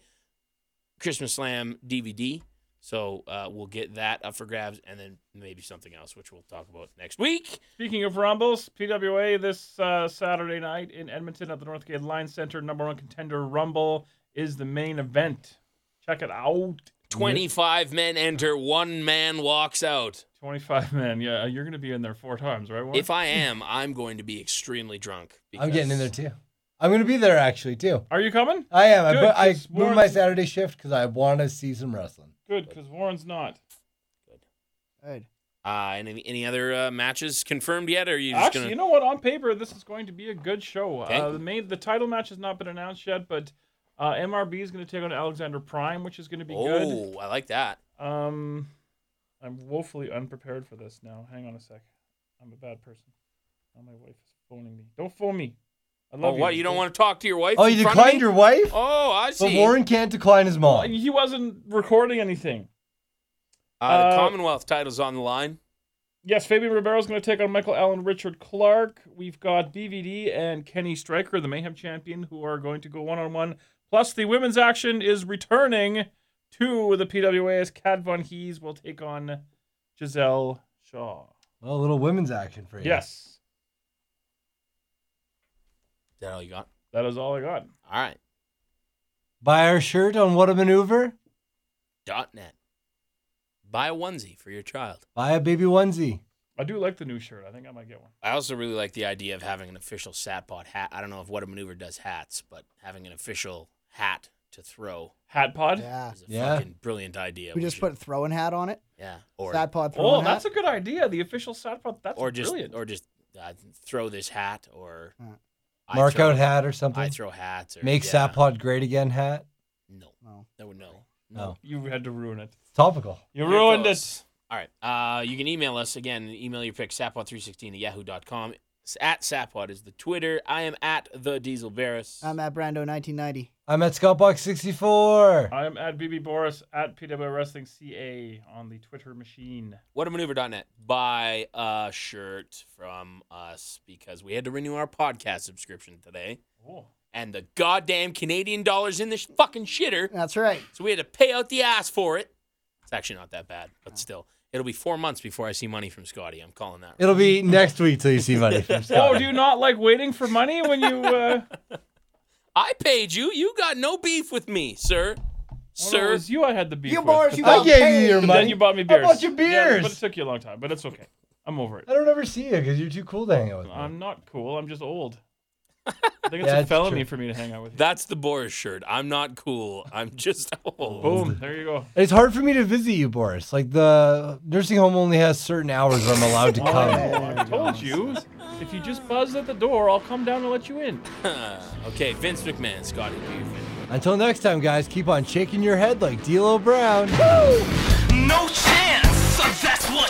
A: Christmas Slam DVD. So uh, we'll get that up for grabs and then maybe something else, which we'll talk about next week.
D: Speaking of Rumbles, PWA this uh, Saturday night in Edmonton at the Northgate Line Center, number one contender Rumble is the main event. Check it out.
A: 25 men enter, one man walks out.
D: 25 men. Yeah, you're going to be in there four times, right? Warren?
A: If I am, I'm going to be extremely drunk.
B: I'm getting in there
A: because-
B: too. I'm gonna be there actually too.
D: Are you coming?
B: I am. I,
D: Good,
B: bu- I
D: 'cause
B: moved my
D: Warren's-
B: Saturday shift because I want to see some wrestling.
D: Good, because Warren's not.
C: Good.
A: Uh, and any, any other uh, matches confirmed yet? Or are you just
D: Actually,
A: going
D: you know what? On paper, this is going to be a good show.
A: Okay.
D: Uh, the main, the title match has not been announced yet, but uh, MRB is going to take on Alexander Prime, which is going to be
A: Oh, I like that.
D: good. Um, I'm woefully unprepared for this now. Hang on a sec. I'm a bad person. Now my wife is phoning me. Don't phone me. I
A: Oh,
D: love you.
A: what? You don't want to talk to your wife?
B: Oh,
A: in
B: you
A: front of me?
B: declined your wife,
A: Oh, I see.
B: but Warren can't decline his mom.
D: He wasn't recording anything.
A: Uh, the
D: Uh,
A: Commonwealth title's on the line.
D: Yes, Fabian Ribeiro's going to take on Michael Allen, Richard Clark. We've got BVD and Kenny Stryker, the Mayhem champion, who are going to go one on one. Plus, the women's action is returning to the PWA's. Kat Von Hees will take on Giselle Shaw.
B: Well, a little women's action for you.
D: Yes,
A: Is that all you got?
D: that is all I got.
A: All right.
B: Buy our shirt on What a Maneuver.
A: Dot net. Buy a onesie for your child.
B: Buy a baby onesie.
D: I do like the new shirt. I think I might get one.
A: I also really like the idea of having an official Satpod hat. I don't know if what a maneuver does hats, but having an official hat to throw
D: Hat pod.
C: Yeah.
A: is a
B: Yeah.
A: fucking brilliant idea.
C: We just
A: should-
C: put throwing hat on it.
A: yeah, or
C: Sad pod throwing
D: Oh,
C: hat.
D: that's a good idea. The official stat pod. That's
A: or just
D: brilliant.
A: or just uh, throw this hat or
C: Mm.
A: I
B: Mark
A: throw-
B: out hat or something.
A: I throw hats or
B: Make
A: yeah.
B: Sapod great again hat.
A: No,
C: No.
A: no, no.
B: No.
D: you had to ruin it.
B: Topical.
D: You
A: You're
D: ruined it.
A: close. All right. Uh, you can email us again. Email your pick, sapod316 at yahoo.com. It's at sapod is the Twitter. I am at the Diesel Barris.
C: I'm at Brando 1990.
B: I'm at Scottbox64.
D: I'm at BB Boris at PW Wrestling CA on the Twitter machine.
A: whatamaneuver.net. Buy a shirt from us because we had to renew our podcast subscription today.
D: Oh.
A: And the goddamn Canadian dollar's in this fucking shitter.
C: That's right.
A: So we had to pay out the ass for it. It's actually not that bad, but still. It'll be four months before I see money from Scotty. I'm calling that.
B: It'll be next week till you see money from
D: Oh,
B: Scott.
D: do you not like waiting for money when you? Uh,
A: I paid you. You got no beef with me, sir.
D: Well, it
A: Sir.
D: was you I had the beef
C: You
D: with.
C: boys, you
D: but
B: I
C: got
B: gave
C: paid.
B: you your
D: then
B: money.
D: you bought me
B: I
D: beers.
B: bought you
D: Yeah, but
B: beers.
D: it took you a long time, but it's okay. I'm over it.
B: I don't ever see you because you're too cool to hang out with me.
D: I'm not cool. I'm just old. I think it's
B: Yeah,
D: a
B: it's
D: felony
B: true.
D: for me to hang out with you.
A: That's the Boris shirt. I'm not cool. I'm just old.
D: Boom. There you go.
B: It's hard for me to visit you, Boris. Like the nursing home only has certain hours where I'm allowed to come.
D: Oh, I told you. If you just buzz at the door, I'll come down and let you in.
A: okay, Vince McMahon, Scotty. who you think?
B: Until next time, guys, keep on shaking your head like D'Lo Brown.
G: No chance, so that's what